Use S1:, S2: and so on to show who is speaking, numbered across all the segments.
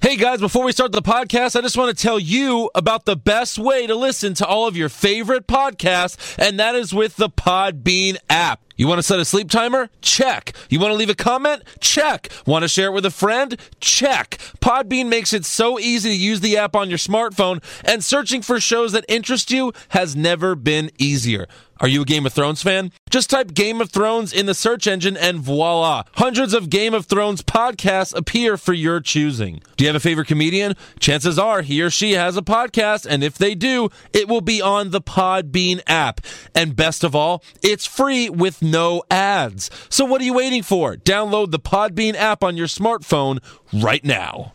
S1: Hey guys, before we start the podcast, I just want to tell you about the best way to listen to all of your favorite podcasts, and that is with the Podbean app. You want to set a sleep timer? Check. You want to leave a comment? Check. Want to share it with a friend? Check. Podbean makes it so easy to use the app on your smartphone, and searching for shows that interest you has never been easier. Are you a Game of Thrones fan? Just type Game of Thrones in the search engine and voila. Hundreds of Game of Thrones podcasts appear for your choosing. Do you have a favorite comedian? Chances are he or she has a podcast, and if they do, it will be on the Podbean app. And best of all, it's free with no ads. So what are you waiting for? Download the Podbean app on your smartphone right now.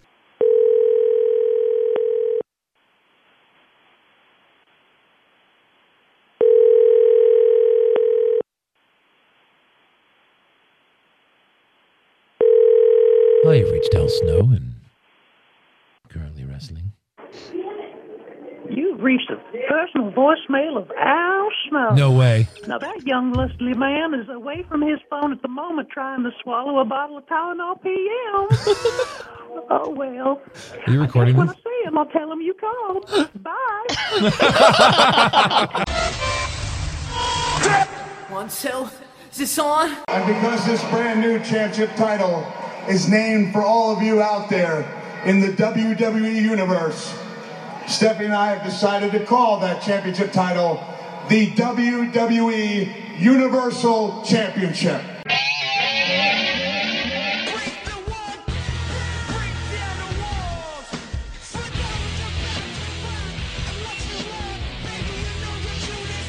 S2: Hi, Oh, you've reached Al Snow and currently wrestling.
S3: You've reached the personal voicemail of Al Snow.
S2: No way.
S3: Now, that young lustily man is away from his phone at the moment trying to swallow a bottle of Tylenol PM. oh, well.
S2: Are you recording
S3: When
S2: this?
S3: I see him, I'll tell him you called. Bye.
S4: One cell. Is this on?
S5: And because this brand new championship title is named for all of you out there in the WWE Universe, Stephanie and I have decided to call that championship title the WWE Universal Championship.
S6: Break the wall, break down the walls. Fight down your back to burn, and what you want, baby, you know your Judas,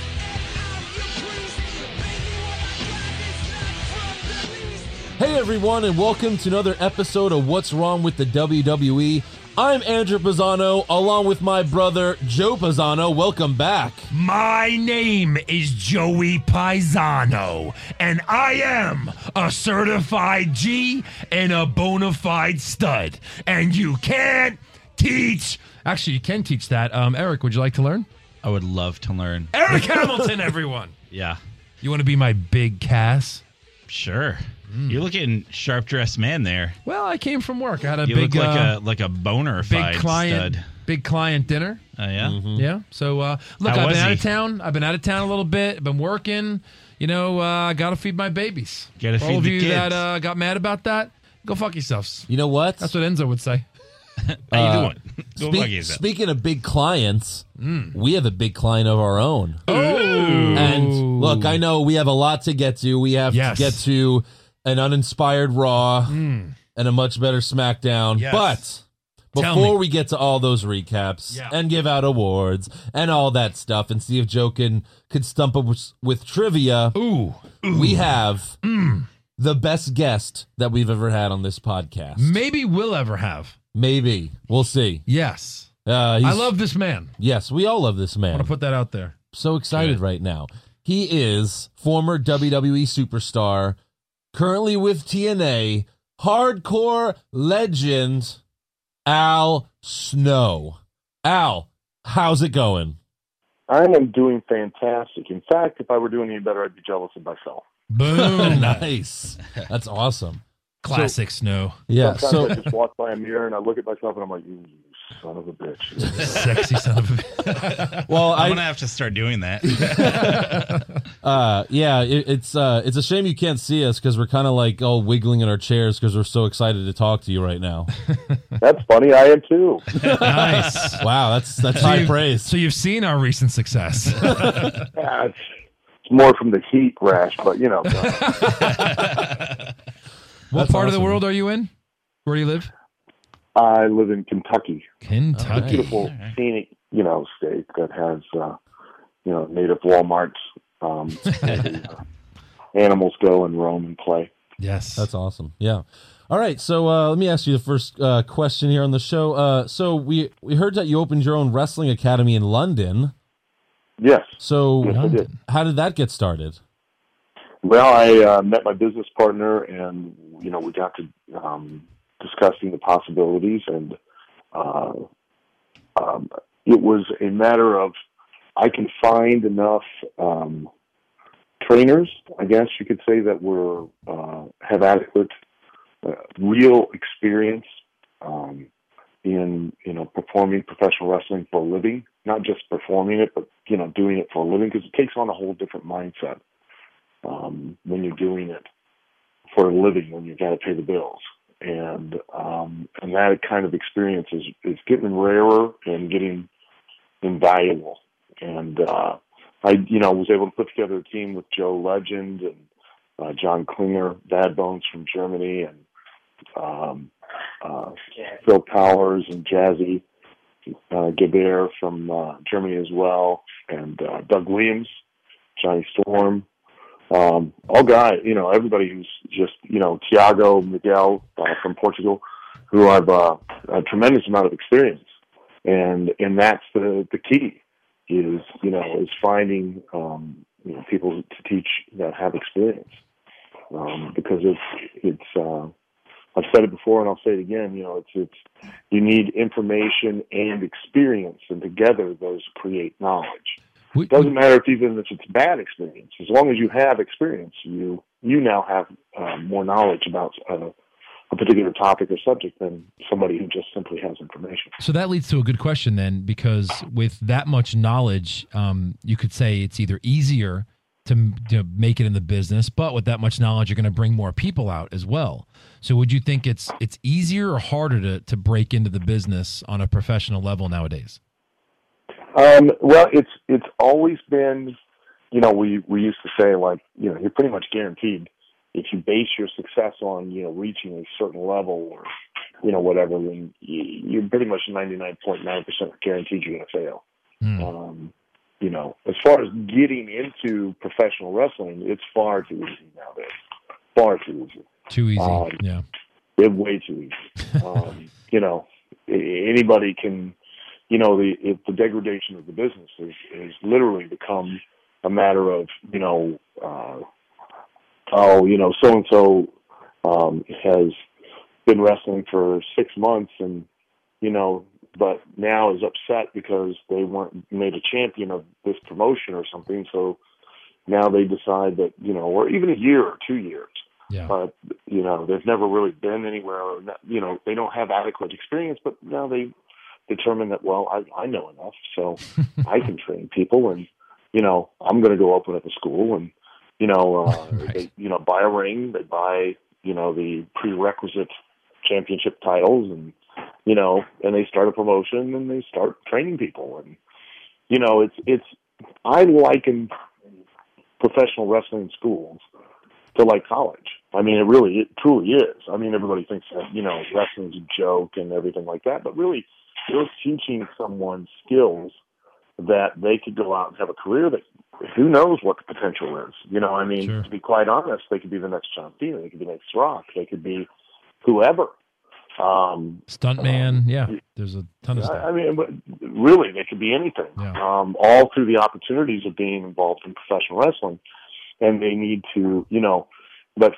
S6: and I'm your priest. Baby, what I got is not from the least.
S1: Hey everyone, and welcome to another episode of What's Wrong with the WWE. I'm Andrew Pisano, along with my brother Joe Pisano. Welcome back.
S7: My name is Joey Paisano, and I am a certified G and a bona fide stud. And you can't teach
S8: Actually, you can teach that. Um, Eric, would you like to learn?
S2: I would love to learn.
S7: Eric Hamilton, everyone.
S2: Yeah,
S8: You want to be my big Cass?
S2: sure. You're looking sharp dressed man there.
S8: Well, I came from work. I had a
S2: You
S8: big,
S2: look like
S8: uh,
S2: a like a boner
S8: big client,
S2: stud.
S8: big client dinner.
S2: Oh yeah.
S8: Yeah. So uh, look,
S2: How
S8: I've
S2: was
S8: been out
S2: he?
S8: of town. I've been out of town a little bit. I've been working. You know, uh, I gotta feed my babies.
S2: Gotta
S8: For
S2: feed
S8: all of
S2: the
S8: you
S2: kids.
S8: that uh, got mad about that. Go fuck yourselves.
S1: You know what?
S8: That's what Enzo would say.
S2: How you doing? Go
S1: Speak-
S2: fuck yourself.
S1: speaking of big clients, we have a big client of our own. And look, I know we have a lot to get to. We have
S8: Yes. Hmm.
S1: to get to an uninspired Raw and a much better SmackDown.
S8: Yes.
S1: But
S8: Tell
S1: before
S8: me.
S1: we get to all those recaps
S8: Yeah.
S1: and give out awards and all that stuff and see if Joe can, could stump us with trivia,
S8: Ooh, Hmm.
S1: we have the best guest that we've ever had on this podcast.
S8: maybe we'll ever have.
S1: Maybe. We'll see.
S8: Yes.
S1: Uh,
S8: I
S1: he's-
S8: love this man.
S1: Yes, we all love this
S8: I
S1: man.
S8: want to put that out there.
S1: so excited right now. He is former WWE superstar, currently with TNA, hardcore legend, Al Snow. Al, how's it going?
S9: I am doing fantastic. In fact, if I were doing any better, I'd be jealous of myself.
S8: Boom.
S1: nice. That's awesome.
S8: Classic Snow.
S1: Yeah.
S9: Sometimes
S1: So
S9: I just walk by a mirror and I look at myself and I'm like, "Ooh, you son of a bitch.
S8: Sexy son of a.
S1: well,
S2: I'm
S1: I
S2: gonna have to start doing that.
S1: uh, yeah, it, it's uh, it's a shame you can't see us because we're kind of like all wiggling in our chairs because we're so excited to talk to you right now.
S9: That's funny. I am too.
S8: nice.
S1: Wow, that's that's high
S8: you've-
S1: praise.
S8: So you've seen our recent success.
S9: Yeah, it's, it's more from the heat rash, but you know, uh,
S8: what
S1: That's
S8: part of the
S1: awesome.
S8: world are you in? Where do you live?
S9: I live in Kentucky,
S8: Kentucky.
S9: beautiful scenic, you know, state that has, uh, you know, native Walmarts. Um, where the, uh, animals go and roam and play.
S8: Yes.
S1: That's awesome. Yeah. All right. So uh, let me ask you the first uh, question here on the show. Uh, so we we heard that you opened your own wrestling academy in London.
S9: Yes.
S1: So
S9: Yes, I did.
S1: how did that get started?
S9: Well, I uh, met my business partner, and you know, we got to um, discussing the possibilities, and uh, um, it was a matter of I can find enough um, trainers, I guess you could say, that were uh, have adequate uh, real experience um, in you know performing professional wrestling for a living, not just performing it, but you know doing it for a living because it takes on a whole different mindset um, when you're doing it for a living when you've got to pay the bills. And um, and that kind of experience is is getting rarer and getting invaluable. And uh, I you know was able to put together a team with Joe Legend and uh, John Klinger, Dad Bones from Germany, and um, uh, Phil Powers and Jazzy uh, Gabert from uh, Germany as well, and uh, Doug Williams, Johnny Storm, um, all guys, you know, everybody who's just, you know, Thiago Miguel uh, from Portugal, who have uh, a tremendous amount of experience, and and that's the the key is you know is finding um, you know people to teach that have experience um, because it's it's uh, I've said it before and I'll say it again, you know, it's it's you need information and experience, and together those create knowledge. It doesn't matter if even if it's bad experience. As long as you have experience, you you now have uh, more knowledge about uh, a particular topic or subject than somebody who just simply has information.
S8: So that leads to a good question then, because with that much knowledge, um, you could say it's either easier to, to make it in the business, but with that much knowledge, you're going to bring more people out as well. So would you think it's it's easier or harder to to break into the business on a professional level nowadays?
S9: Um, well, it's it's always been, you know, we we used to say like, you know, you're pretty much guaranteed if you base your success on you know reaching a certain level or you know whatever, then you, you're pretty much 99.9% guaranteed you're going to fail. Mm. Um, you know, as far as getting into professional wrestling, it's far too easy nowadays. Far too easy.
S8: Too easy. Um, yeah.
S9: It way too easy. um, you know, anybody can you know the it, the degradation of the business is is literally become a matter of you know uh, oh you know so and so um has been wrestling for six months and you know but now is upset because they weren't made a champion of this promotion or something so now they decide that you know or even a year or two years
S8: yeah.
S9: but you know they've never really been anywhere or not, you know they don't have adequate experience but now they determine that well I, I know enough so I can train people and you know I'm going to go open up a school and you know uh,
S8: Right.
S9: they you know buy a ring they buy you know the prerequisite championship titles and you know and they start a promotion and they start training people and you know it's it's I liken professional wrestling schools to like college. I mean, it really, it truly is. I mean, everybody thinks that you know wrestling's a joke and everything like that, but really, you're teaching someone skills that they could go out and have a career that who knows what the potential is. You know, I mean,
S8: Sure.
S9: to be quite honest, they could be the next John Cena, they could be the next Rock, they could be whoever. Um,
S8: Stuntman. Yeah. There's a ton of
S9: I,
S8: stuff.
S9: I mean, but really, they could be anything.
S8: Yeah.
S9: Um, all through the opportunities of being involved in professional wrestling, and they need to, you know, but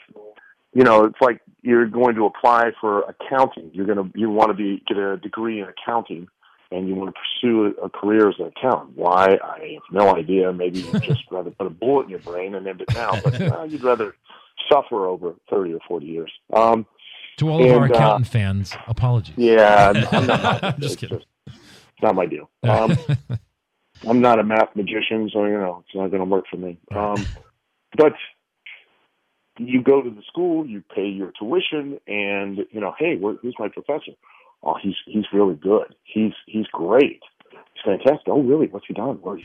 S9: you know, it's like you're going to apply for accounting. You're gonna you want to be get a degree in accounting, and you want to pursue a, a career as an accountant. Why? I have no idea. Maybe you just rather put a bullet in your brain and end it now, but uh, you'd rather suffer over thirty or forty years. Um,
S8: To all of our
S9: and, uh,
S8: accountant fans, apologies.
S9: yeah, I'm not,
S8: I'm just
S9: it's
S8: kidding.
S9: it's not my deal. Um, I'm not a math magician, so you know it's not going to work for me. Um, but you go to the school, you pay your tuition, and you know, hey, where, who's my professor? Oh, he's he's really good. He's he's great. He's fantastic. Oh, really? What's he done? Well, he's,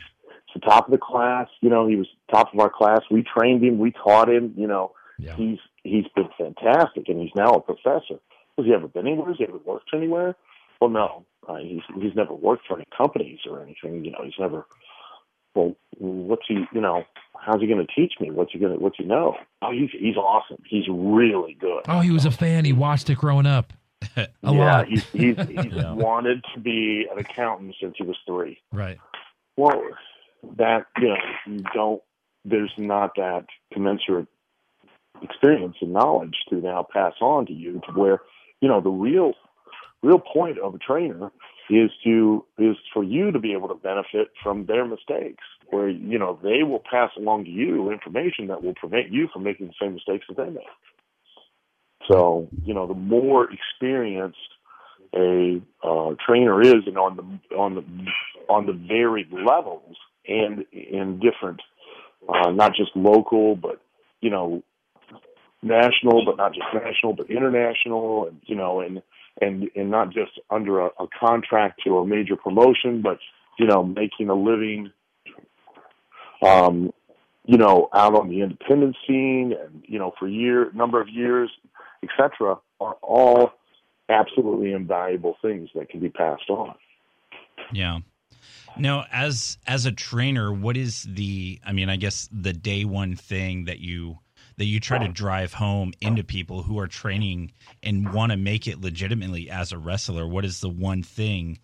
S9: he's the top of the class. You know, he was top of our class. We trained him. We taught him. You know,
S8: Yeah.
S9: he's he's been fantastic, and he's now a professor. Has he ever been anywhere? Has he ever worked anywhere? Well, no, uh, he's he's never worked for any companies or anything. You know, he's never. Well, what's he? You know, how's he going to teach me? What's he going to? What's he know? Oh, he's he's awesome. He's really good.
S8: Oh, he was a fan. He watched it growing up. a
S9: yeah,
S8: lot.
S9: he's he's, he's wanted to be an accountant since he was three.
S8: Right.
S9: Well, that you know, you don't. There's not that commensurate experience and knowledge to now pass on to you to where you know the real real point of a trainer is to is for you to be able to benefit from their mistakes where you know they will pass along to you information that will prevent you from making the same mistakes that they make so you know the more experience a uh, trainer is, and on the on the on the varied levels and in different, uh, not just local, but you know, national, but not just national, but international, and you know, and and and not just under a, a contract to a major promotion, but you know, making a living, um, you know, out on the independent scene, and you know, for year number of years, etc., are all absolutely invaluable things that can be passed on.
S2: Yeah. Now, as as a trainer, what is the? I mean, I guess the day one thing that you that you try to drive home into people who are training and want to make it legitimately as a wrestler. What is the one thing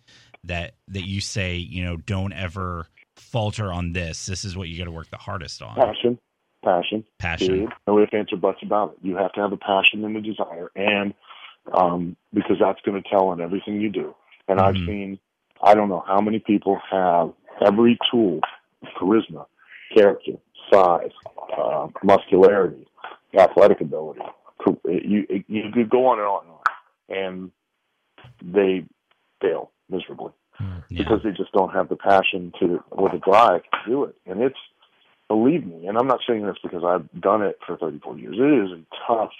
S2: that that you say? You know, don't ever falter on this. This is what you got to work the hardest on.
S9: Passion, passion,
S2: Passion.
S9: Period. No ifs, ands, or buts about it. You have to have a passion and a desire, and um, because that's going to tell on everything you do. And I've
S2: Mhm.
S9: seen, I don't know how many people have every tool: charisma, character, size, uh, muscularity, athletic ability. Car- You you could go on and on and on, and they fail miserably
S2: Mm, Yeah.
S9: because they just don't have the passion to or the drive to do it. And it's believe me, and I'm not saying this because I've done it for 34 years. It is a tough,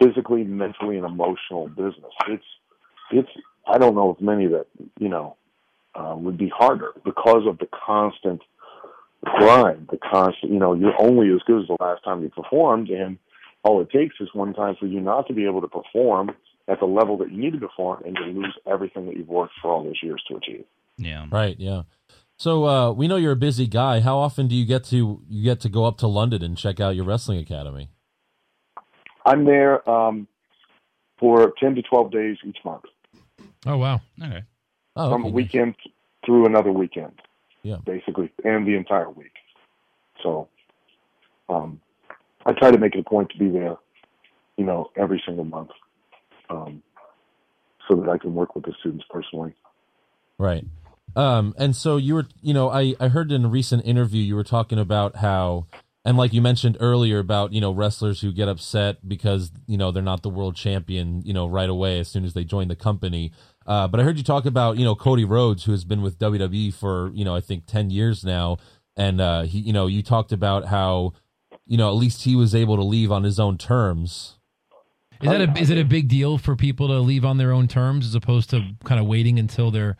S9: physically, mentally, and emotional business. It's it's I don't know of many that you know uh, would be harder because of the constant grind, the constant. You know, you're only as good as the last time you performed, and all it takes is one time for you not to be able to perform at the level that you need to perform, and you lose everything that you've worked for all those years to achieve.
S2: Yeah.
S10: Right. Yeah. So uh, we know you're a busy guy. How often do you get to you get to go up to London and check out your wrestling academy?
S9: I'm there um, for 10 to 12 days each month,
S8: Oh wow.
S2: Okay.
S10: Oh,
S9: from a
S10: okay.
S9: weekend through another weekend,
S10: Yeah.
S9: basically, and the entire week. So um, I try to make it a point to be there, you know, every single month um, so that I can work with the students personally.
S10: Right. Um, and so you were, you know, I, I heard in a recent interview you were talking about how, and like you mentioned earlier about, you know, wrestlers who get upset because, you know, they're not the world champion, you know, right away as soon as they join the company. Uh, but I heard you talk about, you know, Cody Rhodes, who has been with WWE for, you know, I think 10 years now. And, uh, he, you know, you talked about how, you know, at least he was able to leave on his own terms.
S8: Is that a, is it a big deal for people to leave on their own terms as opposed to kind of waiting until they're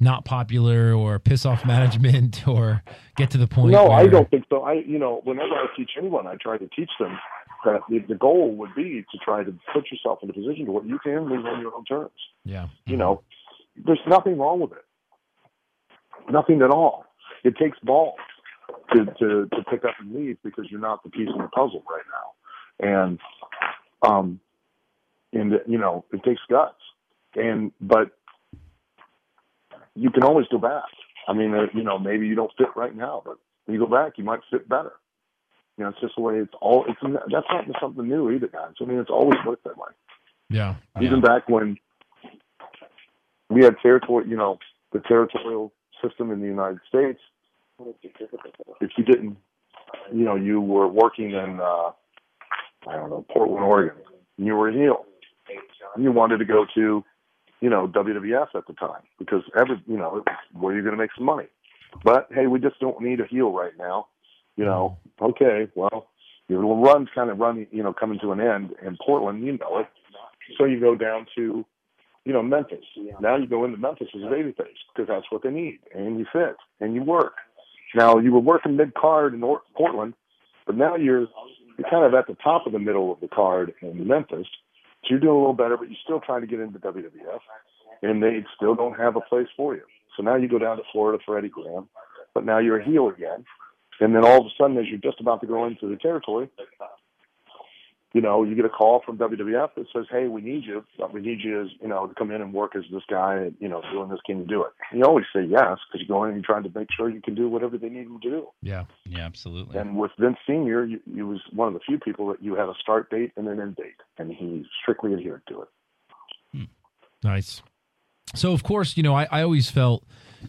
S8: not popular or piss off management or get to the point?
S9: No, I
S8: where-
S9: don't think so. I, you know, whenever I teach anyone, I try to teach them that the, the goal would be to try to put yourself in a position to where you can live on your own terms.
S8: Yeah.
S9: you know, there's nothing wrong with it. Nothing at all. It takes balls to, to, to pick up and leave because you're not the piece in the puzzle right now. And, um, and you know, it takes guts and, but you can always go back. I mean, uh, you know, maybe you don't fit right now, but when you go back, you might fit better. You know, it's just the way it's all, it's, that's not something new either, guys. I mean, it's always worked that way
S8: Yeah.
S9: even back when we had territory, you know, the territorial system in the United States. If you didn't, you know, you were working in, uh, I don't know, Portland, Oregon, and you were a heel. And you wanted to go to, you know, WWF at the time because every, you know, it was where you're going to make some money. But hey, we just don't need a heel right now. You know, okay, well, your little run's kind of running, you know, coming to an end in Portland. You know it. So you go down to, you know, Memphis. Now you go into Memphis as a babyface because that's what they need, and you fit and you work. Now you were working mid card in Or- Portland, but now you're you're kind of at the top of the middle of the card in Memphis. So you're doing a little better, but you're still trying to get into WWF, and they still don't have a place for you. So now you go down to Florida for Eddie Graham, but now you're a heel again. And then all of a sudden, as you're just about to go into the territory, you know, you get a call from WWF that says, "Hey, we need you. But We need you as you know to come in and work as this guy. You know, doing this. Can you do it?" And you always say yes because you go in and you're trying to make sure you can do whatever they need you to do.
S8: Yeah.
S2: Yeah. Absolutely.
S9: And with Vince Senior, you, you was one of the few people that you had a start date and an end date, and he strictly adhered to it.
S8: Nice. So of course, you know, I, I always felt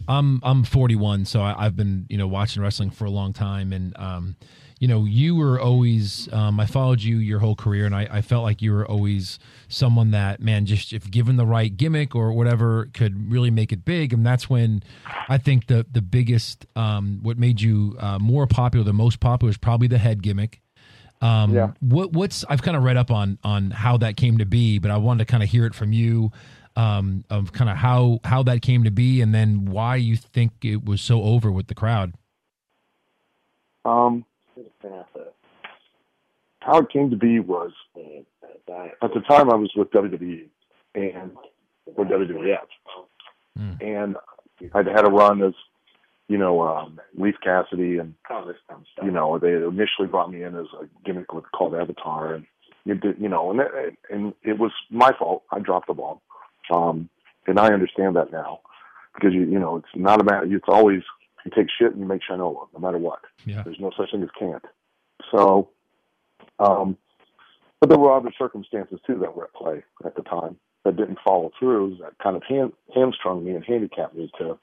S8: I'm I'm 41, so I, I've been you know watching wrestling for a long time, and um, you know, you were always, um, I followed you your whole career, and I, I felt like you were always someone that, man, just if given the right gimmick or whatever, could really make it big. And that's when I think the the biggest, um, what made you uh, more popular, the most popular, is probably the head gimmick. Um,
S9: Yeah.
S8: What what's I've kind of read up on on how that came to be, but I wanted to kind of hear it from you, um, of kind of how how that came to be, and then why you think it was so over with the crowd.
S9: Um, how it came to be was at the time I was with WWE and or WWF, and I'd had a run as you know um, Leaf Cassidy, and you know they initially brought me in as a gimmick called Avatar, and you did you know, and it, and it was my fault. I dropped the ball, um, and I understand that now because you you know it's not about it's always you take shit and you make shinola no matter what.
S8: Yeah.
S9: There's no such thing as can't. So, um, but there were other circumstances too that were at play at the time that didn't follow through that kind of hand, hamstrung me and handicapped me to,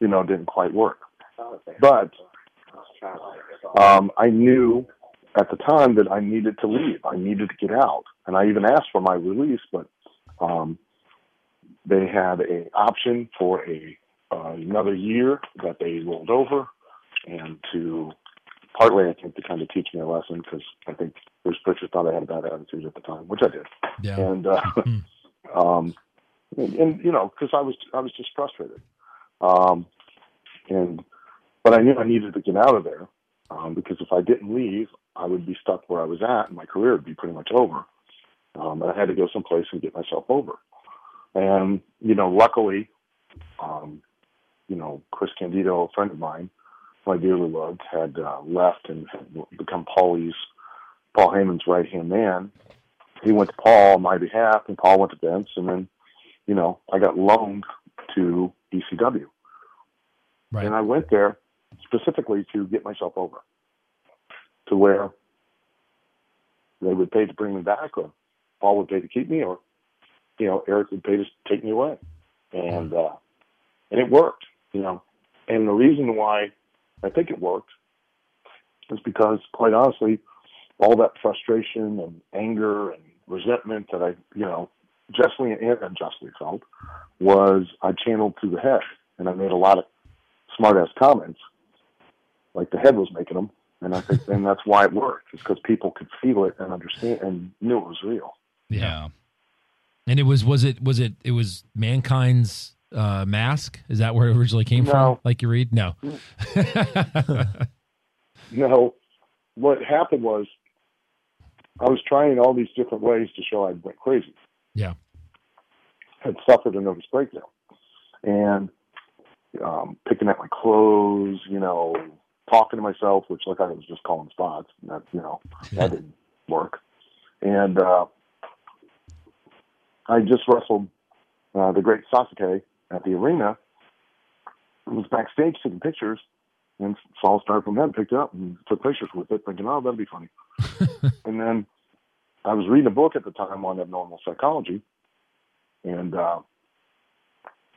S9: you know, didn't quite work. But um, I knew at the time that I needed to leave. I needed to get out, and I even asked for my release, but um, they had a option for a uh, another year that they rolled over, and to partly I think to kind of teach me a lesson because I think Bruce Pritchard thought I had a bad attitude at the time, which I did,
S8: Yeah.
S9: and uh, um, and, and you know because I was I was just frustrated, um, and but I knew I needed to get out of there um, because if I didn't leave, I would be stuck where I was at, and my career would be pretty much over. Um, and I had to go someplace and get myself over. And you know, luckily, um, you know, Chris Candido, a friend of mine, who I dearly loved, had uh, left and had become Paulie's Paul Heyman's right hand man. He went to Paul on my behalf, and Paul went to Vince, and then you know, I got loaned to ECW.
S8: Right.
S9: And I went there specifically to get myself over to where they would pay to bring me back, or Paul would pay to keep me, or, you know, Eric would pay to take me away. And, uh, and it worked, you know. And the reason why I think it worked is because, quite honestly, all that frustration and anger and resentment that I, you know, justly and unjustly felt was I channeled through the head and I made a lot of smart ass comments like the head was making them. And I think, and that's why it worked is because people could feel it and understand and knew it was real.
S8: Yeah. And it was was it was it it was mankind's uh mask? Is that where it originally came from?
S9: No.
S8: Like you read? No.
S9: No, what happened was I was trying all these different ways to show I went crazy.
S8: Yeah.
S9: Had suffered a nervous breakdown. And um, picking at my clothes, you know, talking to myself, which like I was just calling spots. And that, you know, that didn't work. And uh, I just wrestled uh, the great Sasuke at the arena. I was backstage taking pictures, and saw a styrofoam head, picked it up, and took pictures with it, thinking, oh, that'd be funny. and then I was reading a book at the time on abnormal psychology, and uh,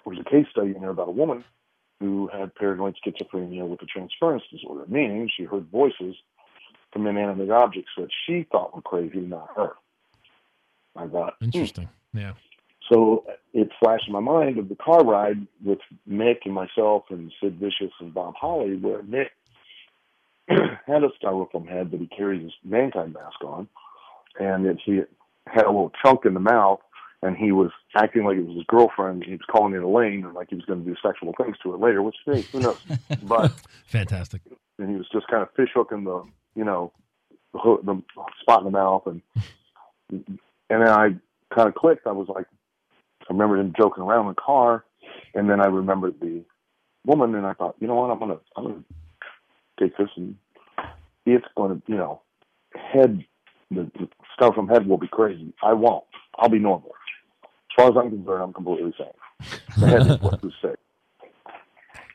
S9: there was a case study in there about a woman who had paranoid schizophrenia with a transference disorder, meaning she heard voices from inanimate objects that she thought were crazy, not her. I thought, hmm,
S8: Interesting. Yeah.
S9: so it flashed in my mind of the car ride with Mick and myself and Sid Vicious and Bob Holly, where Mick had a styrofoam head that he carries his mankind mask on, and that he had a little chunk in the mouth, and he was acting like it was his girlfriend. He was calling it Elaine, and like he was going to do sexual things to her later, which hey, who knows? but
S8: Fantastic.
S9: and he was just kind of fish hooking the you know the, hook, the spot in the mouth and and then I kind of clicked. I was like, I remembered him joking around in the car, and then I remembered the woman, and I thought, you know what, I'm gonna I'm gonna take this and it's gonna you know head the, the stuff from head will be crazy. I won't. I'll be normal. As far as I'm concerned, I'm completely safe. The head is what was sick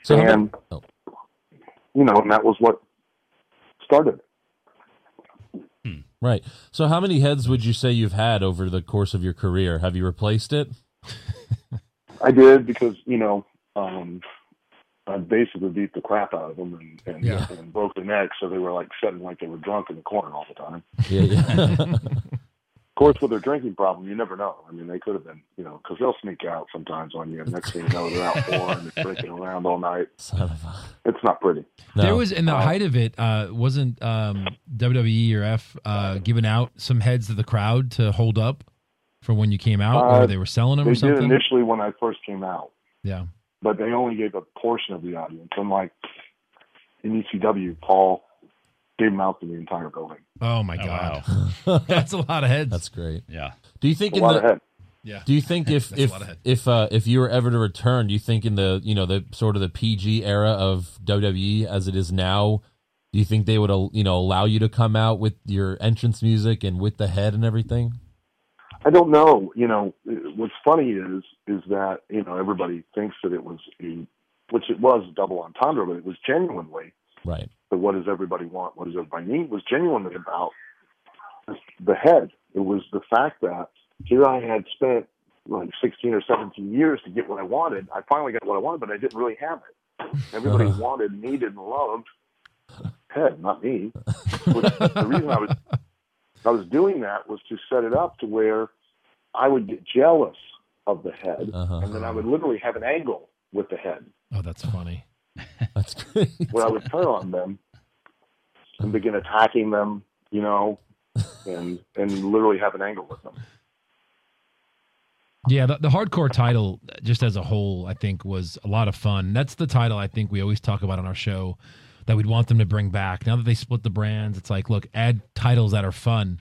S10: So how about-
S9: and you know, and that was what started. it.
S10: right. So how many heads would you say you've had over the course of your career? Have you replaced it?
S9: I did because you know, um, I basically beat the crap out of them and, and,
S8: Yeah.
S9: and broke their necks, so they were like sitting like they were drunk in the corner all the time.
S10: Yeah, yeah.
S9: Of course, with their drinking problem, you never know. I mean, they could have been, you know, because they'll sneak out sometimes on you. And next thing you know, they're out pouring and drinking around all night.
S10: Son of a.
S9: It's not pretty.
S10: No.
S8: There was in the height of it, uh, wasn't um, WWE or F uh, giving out some heads to the crowd to hold up for when you came out,
S9: Uh,
S8: or they were selling them
S9: They
S8: or
S9: did
S8: something?
S9: initially when I first came out,
S8: Yeah,
S9: but they only gave a portion of the audience. Unlike in ECW, Paul gave them out to the entire building.
S8: Oh my
S2: Oh,
S8: god,
S2: wow.
S8: that's a lot of heads.
S10: That's great.
S2: Yeah.
S10: Do you think
S9: A
S10: in
S9: lot
S10: the
S9: ahead.
S8: yeah,
S10: Do you think if
S8: That's a
S10: if
S8: lot of head.
S10: if uh, if you were ever to return, do you think in the you know the sort of the PG era of WWE as it is now, do you think they would al- you know allow you to come out with your entrance music and with the head and everything?
S9: I don't know. You know, what's funny is is that you know everybody thinks that it was, a, which it was a double entendre, but it was genuinely
S10: Right.
S9: but what does everybody want? What does everybody need? Was genuinely about the head. It was the fact that here I had spent like 16 or 17 years to get what I wanted. I finally got what I wanted, but I didn't really have it. Everybody
S10: Uh-huh.
S9: wanted, needed, and loved head, not me. Which, the reason I was I was doing that was to set it up to where I would get jealous of the head,
S10: Uh-huh.
S9: and then I would literally have an angle with the head
S8: oh that's funny.
S10: That's great.
S9: where I would turn on them and begin attacking them, you know, and and literally have an angle with them.
S8: Yeah, the, the hardcore title, just as a whole, I think was a lot of fun. That's the title I think we always talk about on our show that we'd want them to bring back. Now that they split the brands, it's like, look, add titles that are fun.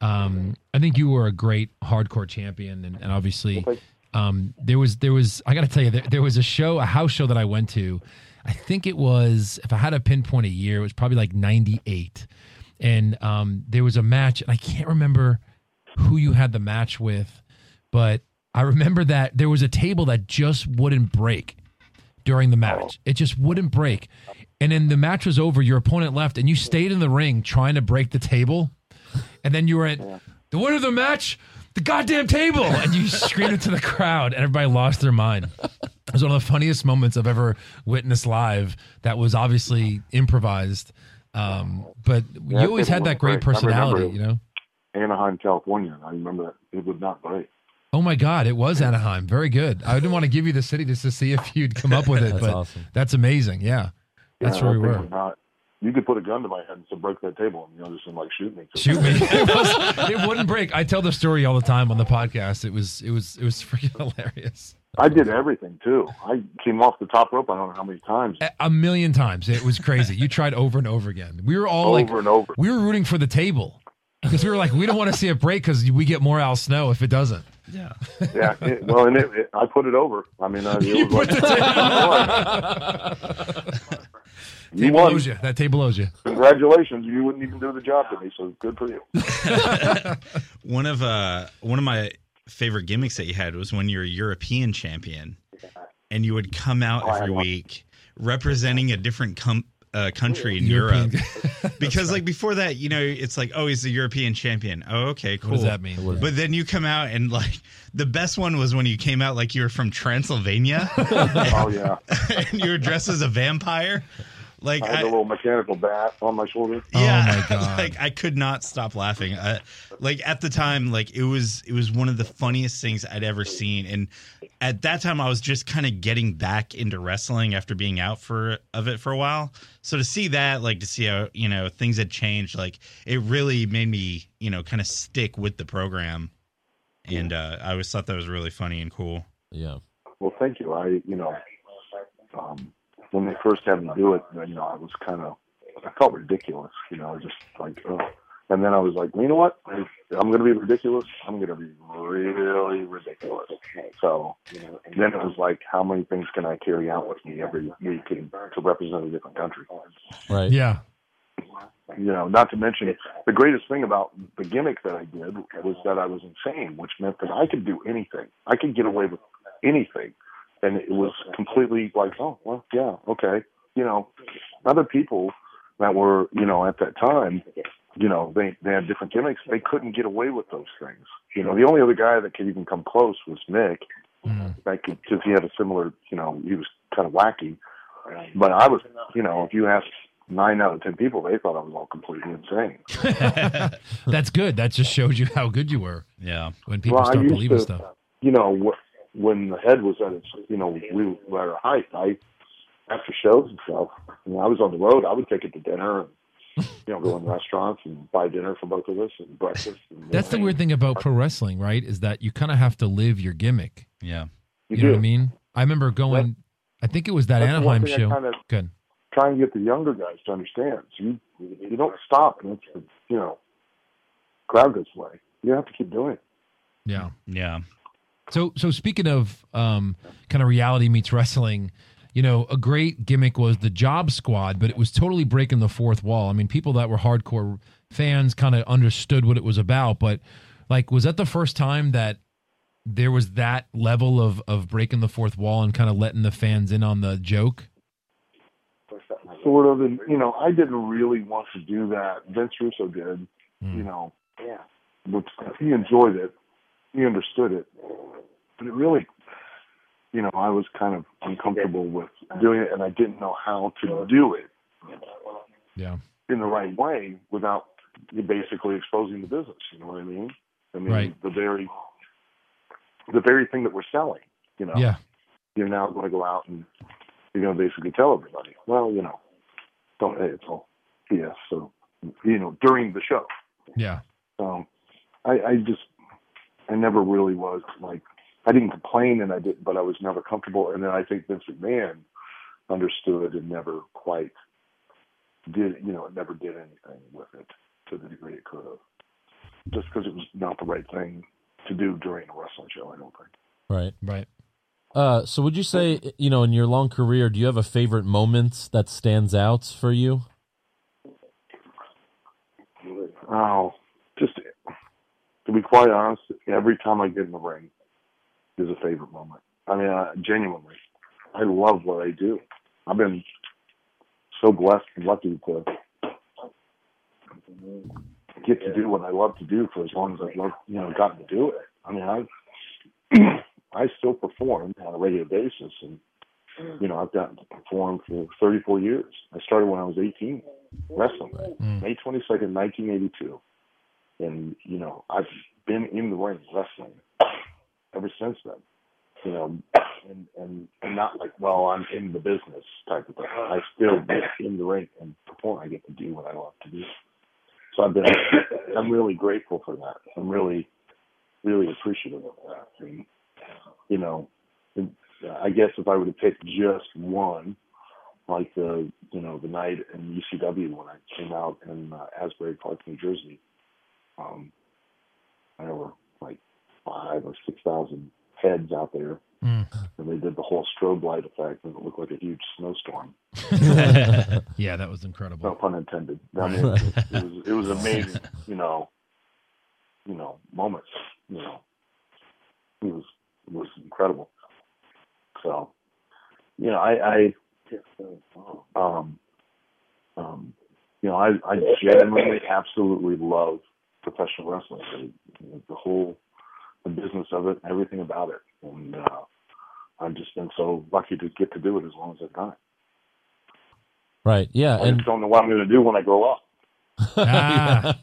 S8: Um, I think you were a great hardcore champion, and, and obviously, um, there was there was I got to tell you, there, there was a show, a house show that I went to. I think it was, if I had to pinpoint a year, it was probably like '98, and um, there was a match, and I can't remember who you had the match with, but I remember that there was a table that just wouldn't break during the match. It just wouldn't break. And then the match was over, your opponent left, and you stayed in the ring trying to break the table. And then you were at the winner of the match, the goddamn table. And you screamed it to the crowd, and everybody lost their mind. It was one of the funniest moments I've ever witnessed live that was obviously improvised. Um, but
S9: Yeah,
S8: you always
S9: it
S8: had that great
S9: wouldn't break. I remember
S8: personality,
S9: it.
S8: you know?
S9: Anaheim, California. I remember that it would not break.
S8: Oh my God, it was Anaheim. Very good. I didn't want to give you the city just to see if you'd come up with it,
S10: That's
S8: but
S10: awesome.
S8: that's amazing. Yeah. That's
S9: Yeah,
S8: where we
S9: that thing
S8: were.
S9: would Not, you could put a gun to my head and say, break that table, and you know, just like shoot me.
S8: Shoot me. it, was, it wouldn't break. I tell the story all the time on the podcast. It was it was it was freaking hilarious.
S9: I did everything too. I came off the top rope. I don't know how many times.
S8: A- A million times. It was crazy. You tried over and over again. We were all
S9: Over
S8: like
S9: and over.
S8: we were rooting for the table. Because we were like, we don't want to see it break because we get more Al Snow if it doesn't.
S2: Yeah.
S9: Yeah. It, well, and it, it, I put it over. I mean, uh, it was like, you
S8: Table
S9: won.
S8: owes you. That table owes you.
S9: Congratulations. You wouldn't even do the job to me, so good for you.
S2: One of uh one of my favorite gimmicks that you had was when you were European champion, and you would come out
S9: Oh, I
S2: every
S9: had one.
S2: week representing a different com- uh, country in
S8: European-
S2: Europe. because like before that, you know, it's like oh he's the European champion. Oh okay, cool.
S8: What does that mean?
S2: But then you come out and like the best one was when you came out like you were from Transylvania
S9: Oh, yeah.
S2: and you were dressed as a vampire. Like
S9: I had a little mechanical bat on my shoulder.
S2: yeah,
S8: Oh my God.
S2: like I could not stop laughing. I, like at the time, like it was it was one of the funniest things I'd ever seen. And at that time, I was just kind of getting back into wrestling after being out for of it for a while. So to see that, like to see how you know things had changed, like it really made me you know kind of stick with the program. And uh, I always thought that was really funny and cool.
S10: Yeah.
S9: Well, thank you. I, you know, um, when they first had me do it, you know, I was kind of, I felt ridiculous. You know, I was just like, oh. And then I was like, well, you know what? If I'm going to be ridiculous. I'm going to be really ridiculous. So then it was like, how many things can I carry out with me every week and, to represent a different country?
S10: Right.
S8: Yeah.
S9: You know, not to mention the greatest thing about the gimmick that I did was that I was insane, which meant that I could do anything. I could get away with anything. And it was completely like, oh, well, yeah, okay. You know, other people that were, you know, at that time, you know, they, they had different gimmicks. They couldn't get away with those things. You know, the only other guy that could even come close was Nick, because he had a similar, you know, he was kind of wacky.
S3: Right.
S9: But I was, you know, if you asked nine out of ten people, they thought I was all completely insane.
S8: That's good. That just shows you how good you were
S2: Yeah.
S8: when people
S9: I
S8: start
S9: used
S8: believing
S9: to,
S8: stuff.
S9: You know, wh- when the head was at its, you know, we were at our height. I after shows and stuff. When I was on the road, I would take it to dinner. And, you know, go in restaurants and buy dinner for both of us and breakfast. And
S8: That's the weird thing about pro wrestling, right? Is that you kind of have to live your gimmick.
S2: Yeah.
S8: You
S9: You,
S8: know
S9: do.
S8: what I mean? I remember going. I think it was that
S9: That's the one
S8: Anaheim
S9: thing I
S8: show.
S9: kinda-
S8: Good.
S9: Try and get the younger guys to understand. So you you don't stop, and it's you know, crowd goes away. You have to keep doing. it.
S8: Yeah.
S2: Yeah.
S8: So so speaking of um, kind of reality meets wrestling, you know, a great gimmick was the Job Squad, but it was totally breaking the fourth wall. I mean, people that were hardcore fans kind of understood what it was about, but like, was that the first time that there was that level of of breaking the fourth wall and kind of letting the fans in on the joke?
S9: sort of, and you know, I didn't really want to do that. Vince Russo did,
S8: Hmm.
S9: you know. Yeah. Which he enjoyed it, he understood it, but it really, you know, I was kind of uncomfortable with doing it, and I didn't know how to do it
S8: Yeah.
S9: in the right way without basically exposing the business. You know what I mean? I mean
S8: Right.
S9: the very, the very thing that we're selling. You know
S8: Yeah.
S9: you're now going to go out and you're going to basically tell everybody, well, you know, don't hey, it's all BS. So, you know, during the show.
S8: Yeah.
S9: So, I, I just, I never really was like, I didn't complain and I did, but I was never comfortable. And then I think Vince McMahon understood and never quite did, you know, never did anything with it to the degree it could have, just because it was not the right thing to do during a wrestling show. I don't think.
S10: Right.
S8: Right.
S10: Uh, so would you say, you know, in your long career, do you have a favorite moment that stands out for you?
S9: Oh, just to be quite honest, every time I get in the ring is a favorite moment. I mean, I, genuinely, I love what I do. I've been so blessed and lucky to get to do what I love to do for as long as I've loved, you know, gotten to do it. I mean, I I still perform on a regular basis, and you know, I've gotten to perform for 34 years. I started when I was 18 wrestling. May 22nd, 1982. And, you know, I've been in the ring wrestling ever since then. You know, and, and, and not like, well, I'm in the business type of thing. I still get in the ring and perform. I get to do what I love to do. So I've been, I'm really grateful for that. I'm really, really appreciative of that. And, you know, and I guess if I were to pick just one, like the you know the night in UCW when I came out in uh, Asbury Park, New Jersey. Um, there were like five or six thousand heads out there, and they did the whole strobe light effect, and it looked like a huge snowstorm.
S8: Yeah. That was
S9: No
S8: incredible.
S9: pun intended. I mean, it, was it was amazing, you know, you know moments. You know, it was it was incredible. So, you know, I, I um, um, you know, I, I genuinely, absolutely love professional wrestling. The- The, whole, the business of it, everything about it, and uh, I've just been so lucky to get to do it as long as I've done it.
S10: Right.
S1: Uh,
S10: Yeah.
S9: I
S10: And
S9: just don't know what I'm going to do when I grow up.
S8: Ah,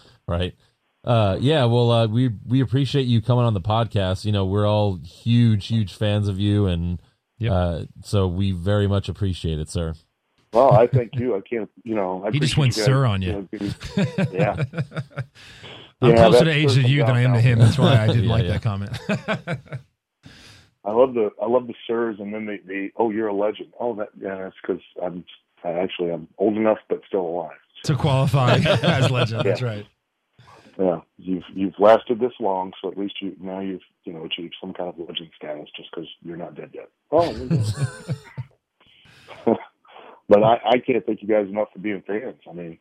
S10: right. Uh, yeah. Well, uh, we we appreciate you coming on the podcast. You know, we're all huge, huge fans of you, and
S8: Yep.
S10: uh, so we very much appreciate it, sir.
S9: Well, I thank you. I can't, you know. I
S8: He just
S9: appreciate
S8: went
S9: you guys,
S8: sir on
S9: know, being- yeah.
S8: I'm
S9: Yeah,
S8: closer
S9: that
S8: to age
S9: person
S8: to you than
S9: down
S8: I am to
S9: now.
S8: him. That's why I didn't
S10: Yeah,
S8: like
S10: yeah.
S8: that comment.
S9: I love the I love the sirs, and then the, the oh, you're a legend. Oh, that yeah, that's because I'm I actually I'm old enough but still alive.
S8: to qualify as legend. That's
S9: Yeah.
S8: right.
S9: Yeah, you've you've lasted this long, so at least you now you've you know achieved some kind of legend status just because you're not dead yet. Oh, you're dead. but I, I can't thank you guys enough for being fans. I mean,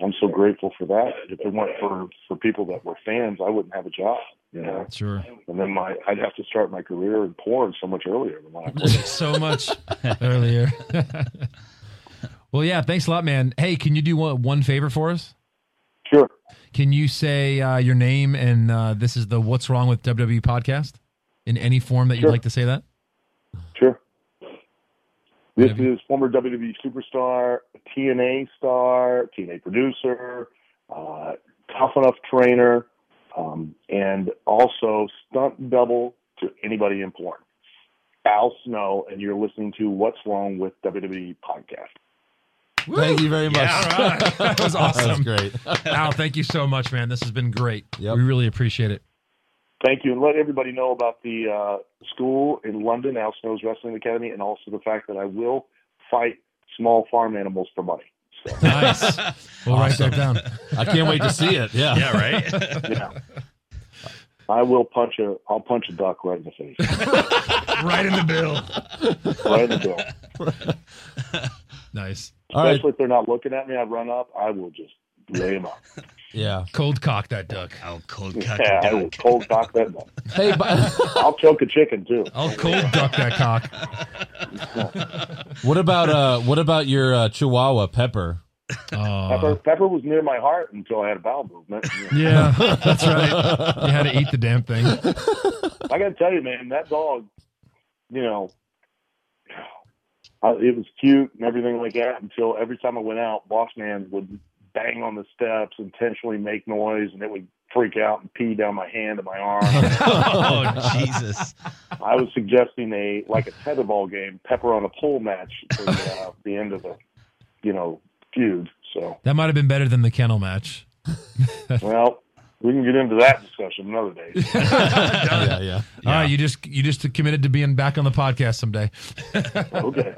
S9: I'm so grateful for that. If it weren't for for people that were fans, I wouldn't have a job. You know,
S8: Sure.
S9: and then my I'd have to start my career in porn so much earlier than when I
S8: so much earlier. well, yeah. Thanks a lot, man. Hey, can you do one, one favor for us?
S9: Sure.
S8: Can you say uh, your name and uh, this is the What's Wrong with E WWE podcast in any form that you'd
S9: Sure.
S8: like to say that?
S9: Sure. This is former WWE superstar, TNA star, TNA producer, uh, tough enough trainer, um, and also stunt double to anybody in porn. Al Snow, and you're listening to What's Wrong with WWE podcast.
S1: Thank you very much.
S7: Yeah, all right. That was awesome.
S1: That was great.
S8: Al, thank you so much, man. This has been great.
S1: Yep.
S8: We really appreciate it.
S9: Thank you, and let everybody know about the uh, school in London, Al Snow's Wrestling Academy, and also the fact that I will fight small farm animals for money. So,
S8: Nice. We'll write that down.
S1: I can't wait to see it. Yeah.
S2: Yeah, right.
S9: yeah, I will punch a I'll punch a duck right in the face,
S7: right in the bill.
S9: right in the bill.
S8: Nice.
S1: All right.
S9: Especially if they're not looking at me, I run up. I will just lay them up.
S1: Yeah.
S8: Cold cock that duck.
S2: I'll cold cut
S9: Yeah, I
S2: you
S9: will
S2: down.
S9: cold cock that duck.
S1: Hey, bu-
S9: I'll choke a chicken too.
S1: Oh,
S8: I'll cold duck that cock.
S1: what about uh what about your uh, chihuahua Pepper? uh.
S9: Pepper,
S8: Oh,
S9: Pepper was near my heart until I had a bowel movement.
S8: yeah, that's right. You had to eat the damn thing.
S9: I got to tell you, man, that dog, you know, I, it was cute and everything like that until every time I went out, Boss Man would bang on the steps, intentionally make noise, and it would freak out and pee down my hand and my arm.
S2: oh Jesus!
S9: I was suggesting a like a tetherball game, Pepper on a pole match for the, uh, the end of the, you know, feud. So,
S8: That might have been better than the kennel match.
S9: well, we can get into that discussion another day.
S1: yeah, yeah.
S8: All right, you just you just committed to being back on the podcast someday.
S9: Okay.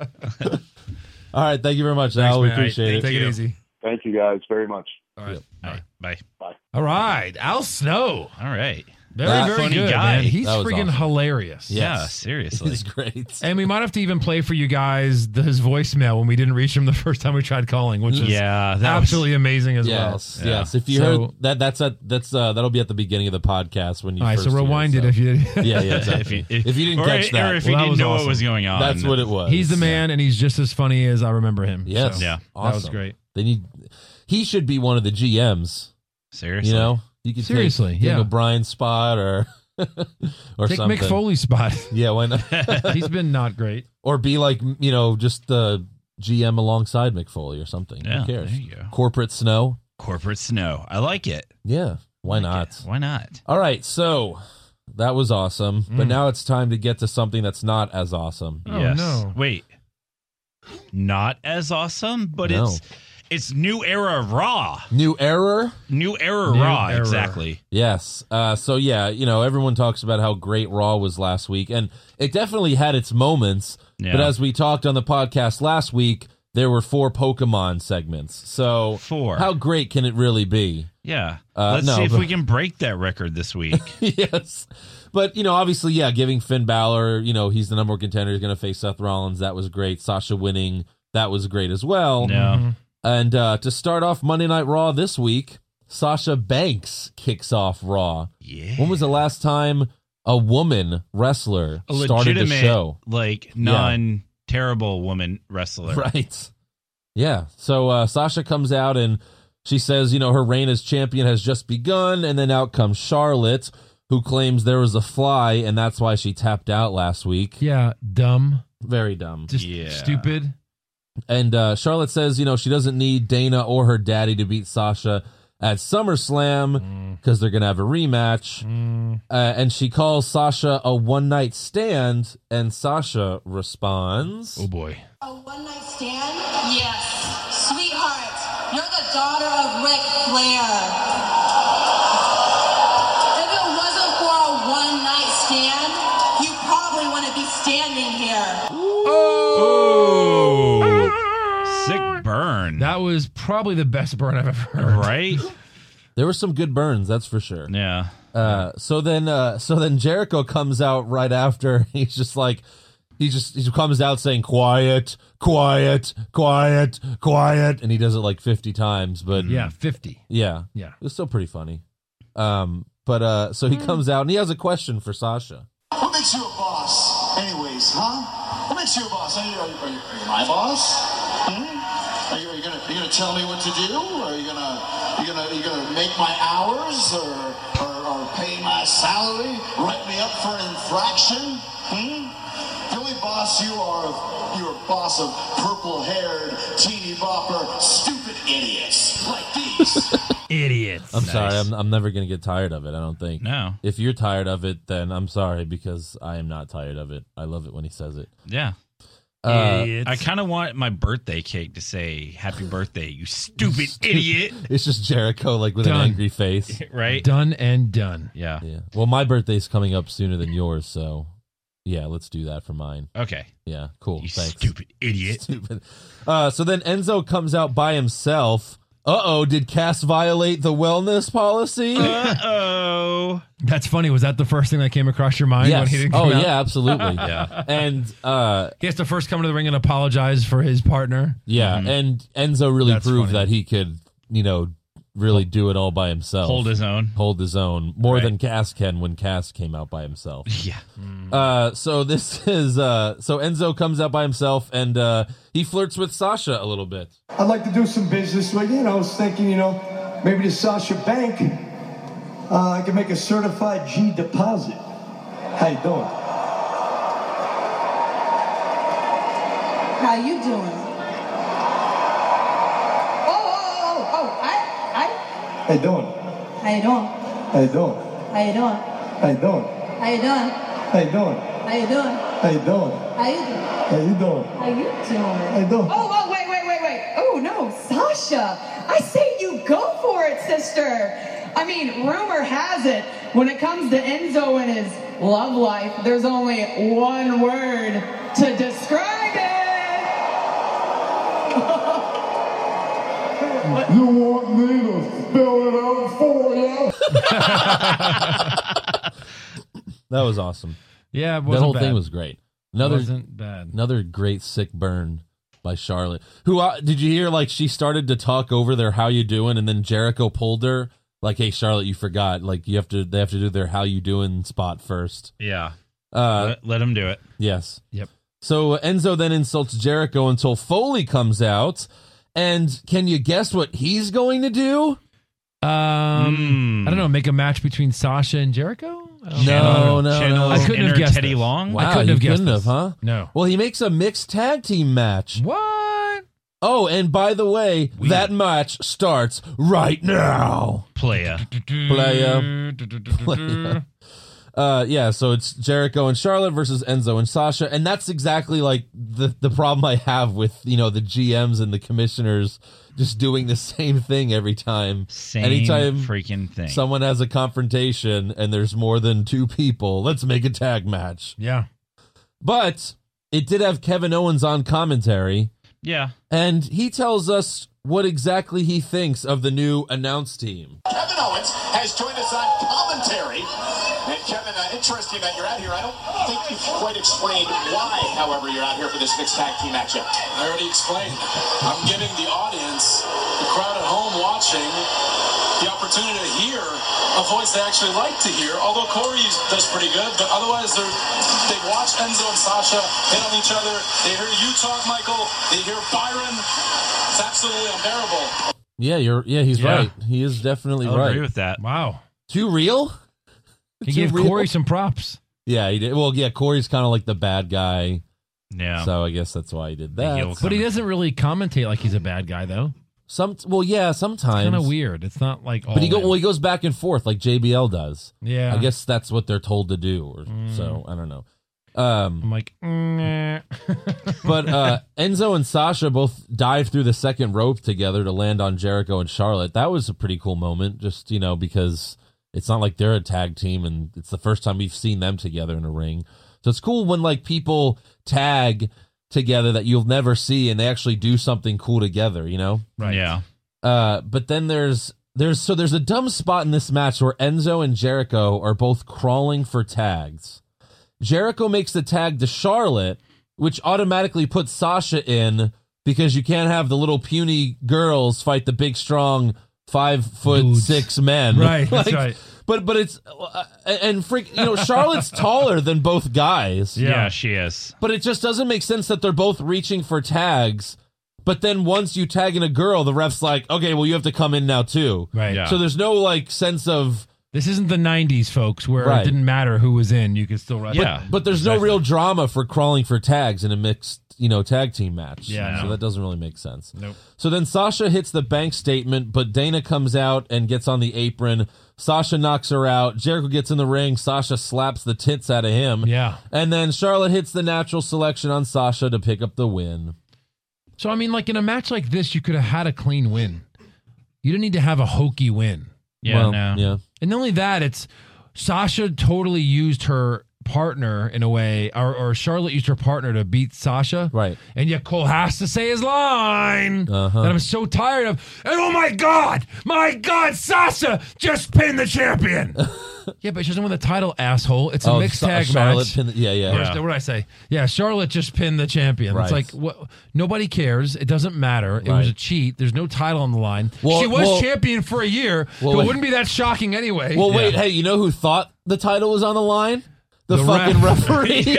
S1: All right, thank you very much, Al. We
S8: man.
S1: appreciate it.
S8: Take it easy.
S9: Thank you guys very much.
S8: All right.
S2: All right, bye.
S8: All right, Al Snow.
S2: All right.
S8: Very
S1: That-
S8: very
S2: Funny
S8: good.
S2: guy.
S8: Man. He's
S1: That was
S8: freaking
S1: awesome.
S8: hilarious.
S2: Yeah,
S1: Yes.
S2: seriously.
S1: It's great.
S8: And we might have to even play for you guys the, his voicemail when we didn't reach him the first time we tried calling, which is
S2: Yeah, that was-
S8: absolutely amazing as
S1: Yes,
S2: Yeah.
S1: yes. If you
S8: So-
S1: heard that, that's at that's uh, that'll be at the beginning of the podcast when you.
S8: well. All right,
S1: first
S8: so
S1: hear
S8: rewind it
S1: so.
S8: if you.
S1: Yeah, yeah. Exactly. if,
S2: If
S1: you,
S2: you,
S1: didn't
S2: or-
S1: catch that,
S2: or if
S8: Well,
S2: you
S8: that
S2: didn't
S8: was
S2: know
S8: awesome.
S2: what was going on,
S1: that's what it was.
S8: He's the man, and he's just as funny as I remember him.
S1: Yes.
S8: So,
S2: Yeah.
S1: Awesome.
S8: that was great.
S1: They need. He should be one of the GMs.
S2: Seriously,
S1: You know, you could
S8: Seriously,
S1: take Dan
S8: yeah.
S1: O'Brien's spot or or
S8: Take
S1: something.
S8: Mick Foley's spot.
S1: Yeah, why not?
S8: he's been not great.
S1: or be like you know just the GM alongside McFoley or something.
S2: Yeah,
S1: Who cares?
S2: there you go.
S1: Corporate snow.
S2: corporate snow. I like it.
S1: Yeah, why not?
S2: Why not?
S1: All right, so that was awesome, but
S8: Mm.
S1: now it's time to get to something that's not as awesome.
S8: Oh,
S2: yes.
S8: no.
S2: Wait. Not as awesome, but
S1: No.
S2: it's it's new era raw.
S1: New error.
S2: New era
S8: New
S2: raw.
S8: era.
S2: Exactly.
S1: Yes. Uh, so yeah, you know, everyone talks about how great Raw was last week, and it definitely had its moments.
S2: Yeah.
S1: But as we talked on the podcast last week, there were four Pokemon segments. So
S2: Four.
S1: How great can it really be?
S2: Yeah.
S1: Uh,
S2: Let's
S1: no,
S2: see if
S1: but-
S2: we can break that record this week.
S1: yes. But you know, obviously, yeah, giving Finn Balor, you know, he's the number one contender. He's going to face Seth Rollins. That was great. Sasha winning. That was great as well.
S2: no.
S1: And uh, to start off Monday Night Raw this week, Sasha Banks kicks off Raw.
S2: Yeah.
S1: When was the last time a woman wrestler
S2: a
S1: started the
S2: legitimate,
S1: show?
S2: like non terrible woman wrestler.
S1: Right. Yeah. So uh, Sasha comes out and she says, you know, her reign as champion has just begun. And then out comes Charlotte, who claims there was a fly and that's why she tapped out last week.
S8: Yeah, dumb,
S1: Very dumb.
S8: just
S2: Yeah.
S8: stupid.
S1: And uh, Charlotte says, you know, she doesn't need Dana or her daddy to beat Sasha at SummerSlam because they're going to have a rematch. Uh, and she calls Sasha a one night stand, and Sasha responds,
S8: Oh boy.
S6: A one night stand? Yes. Sweetheart, you're the daughter of Ric Flair. If it wasn't for a one night stand, you probably wouldn't be standing here.
S2: Oh. Sick burn.
S8: That was probably the best burn I've ever heard.
S2: right?
S1: There were some good burns, that's for sure.
S2: yeah.
S1: Uh, so then, uh, so then Jericho comes out right after. He's just like, he just he comes out saying, "Quiet, quiet, quiet, quiet," and he does it like fifty times. But
S8: Yeah, fifty.
S1: yeah,
S8: Yeah.
S1: It was still pretty funny. Um, but uh, so he comes out and he has a question for Sasha.
S5: What makes you a boss, anyways, huh? What makes you a boss? Are you, are you, are you, are you my boss? Hmm? Are you, are you gonna you gonna tell me what to do? Are you gonna you gonna you gonna make my hours or or, or pay my salary? Write me up for infraction? Hmm? The only boss
S4: boss you are of your boss of purple-haired, teeny-bopper, stupid idiots like these.
S7: Idiots.
S1: I'm sorry. I'm, I'm never going to get tired of it. I don't think.
S2: No.
S1: If you're tired of it, then I'm sorry because I am not tired of it. I love it when he says it.
S2: Yeah.
S1: Uh,
S2: I kind of want my birthday cake to say "Happy Birthday," you stupid idiot.
S1: It's just Jericho, like with
S8: Done.
S1: an angry face.
S2: Right?
S8: Done and done.
S2: Yeah.
S1: Yeah. Well, my birthday's coming up sooner than yours, so yeah, let's do that for mine.
S2: Okay.
S1: Yeah. Cool.
S2: You
S1: Thanks.
S2: stupid idiot.
S1: Stupid. Uh, so then Enzo comes out by himself. Uh oh, did Cass violate the wellness policy?
S2: Uh oh.
S8: That's funny. Was that the first thing that came across your mind when
S1: yes.
S8: he didn't come
S1: Oh
S8: out?
S1: yeah, absolutely.
S2: Yeah.
S1: And uh,
S8: He has to first come to the ring and apologize for his partner.
S1: yeah, and Enzo really
S8: Mm-hmm. That's
S1: proved
S8: funny.
S1: that he could, you know, really do it all by himself.
S2: Hold his own.
S1: hold his own more
S2: Right.
S1: than Cass can when Cass came out by himself.
S8: Mm-hmm.
S2: Yeah.
S1: Uh, so this is uh, so Enzo comes out by himself and uh, he flirts with Sasha a little bit.
S5: I'd like to do some business with you. And I was thinking, you know, maybe to Sasha Bank, uh, I can make a certified G deposit. How you doing?
S11: How you doing? Oh, oh, oh, oh, I,
S5: How you doing?
S11: I, how you doing?
S5: How you doing?
S11: How you doing?
S5: How you doing?
S11: How you doing?
S5: How you doing?
S11: How you doing?
S5: How you doing?
S11: How you doing?
S5: How you doing?
S11: How you doing?
S5: How you doing?
S11: Oh, oh, wait, wait, wait, wait. Oh, no, Sasha. I say you go for it, sister. I mean, rumor has it, when it comes to Enzo and his love life, there's only one word to describe it.
S5: You want me to spell it out for you?
S1: That was awesome.
S8: Yeah, it
S1: That
S8: wasn't
S1: whole
S8: bad.
S1: thing was great. Another
S8: wasn't bad.
S1: another great sick burn by Charlotte. Who uh, did you hear? Like she started to talk over their "How you doing?" and then Jericho pulled her. Like, hey, Charlotte, you forgot. Like, you have to. They have to do their "How you doing?" spot first.
S2: Yeah.
S1: Uh,
S2: Let, let him do it.
S1: yes.
S8: Yep.
S1: So Enzo then insults Jericho until Foley comes out. And can you guess what he's going to do?
S8: Um,
S2: Hmm.
S8: I don't know. Make a match between Sasha and Jericho. I don't
S1: Mm. No,
S8: know.
S1: no,
S2: Channel
S1: no.
S8: I couldn't
S2: inner
S8: have guessed
S2: Teddy
S8: this.
S2: Long.
S1: Wow,
S8: I couldn't
S1: you
S8: have guessed
S1: couldn't have,
S8: this.
S1: huh?
S8: No.
S1: Well, he makes a mixed tag team match.
S8: What?
S1: Oh, and by the way, that match starts right now.
S2: Playa.
S1: Playa.
S2: Mm-hmm.
S1: Playa. Uh, yeah, so it's Jericho and Charlotte versus Enzo and Sasha, and that's exactly like the the problem I have with you know the GMs and the commissioners just doing the same thing every time.
S2: Same
S1: Anytime
S2: freaking thing.
S1: Someone has a confrontation and there's more than two people. Let's make a tag match.
S8: Yeah.
S1: But it did have Kevin Owens on commentary,
S2: yeah.
S1: and he tells us what exactly he thinks of the new announce team.
S4: Kevin Owens has joined us on commentary. And Kevin, uh, interesting that you're out here. I don't think you've quite explained why, however, you're out here for this mixed tag team matchup.
S12: I already explained. I'm giving the audience, the crowd at home watching, the opportunity to hear a voice they actually like to hear. Although Corey does pretty good, but otherwise they're, they watch Enzo and Sasha hit on each other. They hear you talk, Michael. They hear Byron. It's absolutely unbearable.
S1: Yeah, you're. Yeah, he's
S2: Yeah.
S1: right. He is definitely
S2: I'll
S1: right.
S2: agree with that.
S8: Wow.
S1: Too real.
S8: He
S1: Too
S8: gave
S1: real?
S8: Corey some props.
S1: Yeah, he did. Well, yeah, Corey's kind of like the bad guy,
S2: Yeah.
S1: so I guess that's why he did
S2: The heel
S1: that.
S8: But he doesn't really commentate like he's a bad guy, though.
S1: Some. Well, yeah, sometimes.
S8: Kind of weird. It's not like all.
S1: But he go.
S8: in.
S2: Oh,
S1: Well, he goes back and forth like JBL does.
S8: yeah.
S1: I guess that's what they're told to do. Or, So
S2: Mm.
S1: I don't know. Um,
S8: I'm like, mm, nah.
S1: but uh, Enzo and Sasha both dive through the second rope together to land on Jericho and Charlotte. That was a pretty cool moment, just you know, because it's not like they're a tag team, and it's the first time we've seen them together in a ring. So it's cool when like people tag together that you'll never see, and they actually do something cool together. You know.
S8: right.
S2: Yeah.
S1: Uh, but then there's there's so there's a dumb spot in this match where Enzo and Jericho are both crawling for tags. Jericho makes the tag to Charlotte, which automatically puts Sasha in because you can't have the little puny girls fight the big strong five foot
S8: Dudes.
S1: six men.
S8: Right, that's right.
S1: But but it's uh, and freak you know Charlotte's taller than both guys.
S2: yeah.
S8: Yeah.
S2: she is.
S1: But it just doesn't make sense that they're both reaching for tags. But then once you tag in a girl, the ref's like, okay, well, you have to come in now too.
S8: Right.
S2: Yeah.
S1: So there's no like sense of
S8: This isn't the '90s, folks, where
S1: Right.
S8: it didn't matter who was in; you could still wrestle.
S1: But, but there's no real drama for crawling for tags in a mixed, you know, tag team match.
S8: Yeah.
S1: So that doesn't really make sense.
S8: Nope.
S1: So then Sasha hits the bank statement, but Dana comes out and gets on the apron. Sasha knocks her out. Jericho gets in the ring. Sasha slaps the tits out of him.
S8: Yeah.
S1: And then Charlotte hits the natural selection on Sasha to pick up the win.
S8: So I mean, like in a match like this, you could have had a clean win. You didn't need to have a hokey win.
S2: Yeah, Well, no. yeah.
S8: And not only that, it's Sasha totally used her partner in a way, or, or Charlotte used her partner to beat Sasha.
S1: Right.
S8: And yet Cole has to say his line
S1: Uh-huh.
S8: that I'm so tired of. And oh my God, my God, Sasha just pinned the champion. yeah, but she doesn't win the title, asshole. It's a
S1: Oh,
S8: mixed
S1: Sa-
S8: tag
S1: Charlotte
S8: match.
S1: pinned the- yeah, yeah.
S8: Or
S1: Yeah.
S8: What did I say? Yeah, Charlotte just pinned the champion.
S1: Right.
S8: It's like what? Nobody cares. It doesn't matter. It
S1: Right.
S8: was a cheat. There's no title on the line.
S1: Well,
S8: she was
S1: well-
S8: champion for a year.
S1: Well,
S8: it
S1: wait.
S8: wouldn't be that shocking anyway.
S1: Well, wait. Hey, you know who thought the title was on the line? The,
S8: The
S1: fucking
S8: ref.
S1: referee.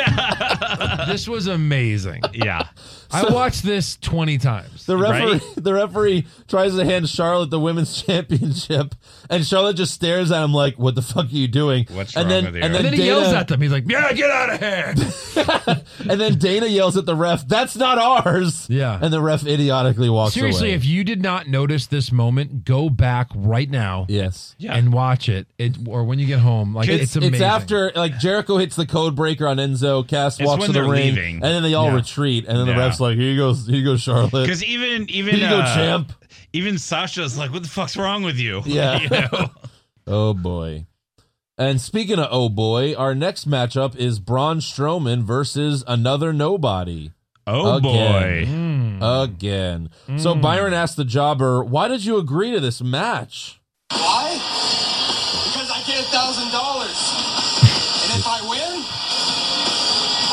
S8: this was amazing.
S2: Yeah.
S8: I watched this 20 times.
S1: The referee, the referee tries to hand Charlotte the women's championship, and Charlotte just stares at him like, "What the fuck are you doing?"
S2: What's
S1: and
S2: wrong
S1: then,
S2: with you?
S1: And then,
S8: And then he
S1: Dana,
S8: yells at them. He's like, "Yeah, get out of here!"
S1: and then Dana yells at the ref, "That's not ours!"
S8: Yeah.
S1: and the ref idiotically walks
S8: Seriously,
S1: away.
S8: if you did not notice this moment, go back right now.
S1: Yes.
S8: And watch it. it or when you get home. Like it's, amazing.
S1: after like Jericho hits the code breaker on Enzo, Cass
S2: It's
S1: walks
S2: when
S1: to the
S2: they're
S1: ring,
S2: leaving.
S1: and then they all
S2: Yeah.
S1: retreat, and then the
S2: Yeah.
S1: ref's like, "Here you go, here you go, Charlotte."
S2: Because even even
S1: here you go,
S2: uh,
S1: champ.
S2: even Sasha's like, what the fuck's wrong with you?
S1: Yeah.
S2: You know?
S1: oh boy. And speaking of oh boy, our next matchup is Braun Strowman versus another nobody.
S2: Oh, boy.
S1: Again. Again. So Byron asked the jobber, why did you agree to this match?
S4: Why? Because I get a thousand dollars, and if I win,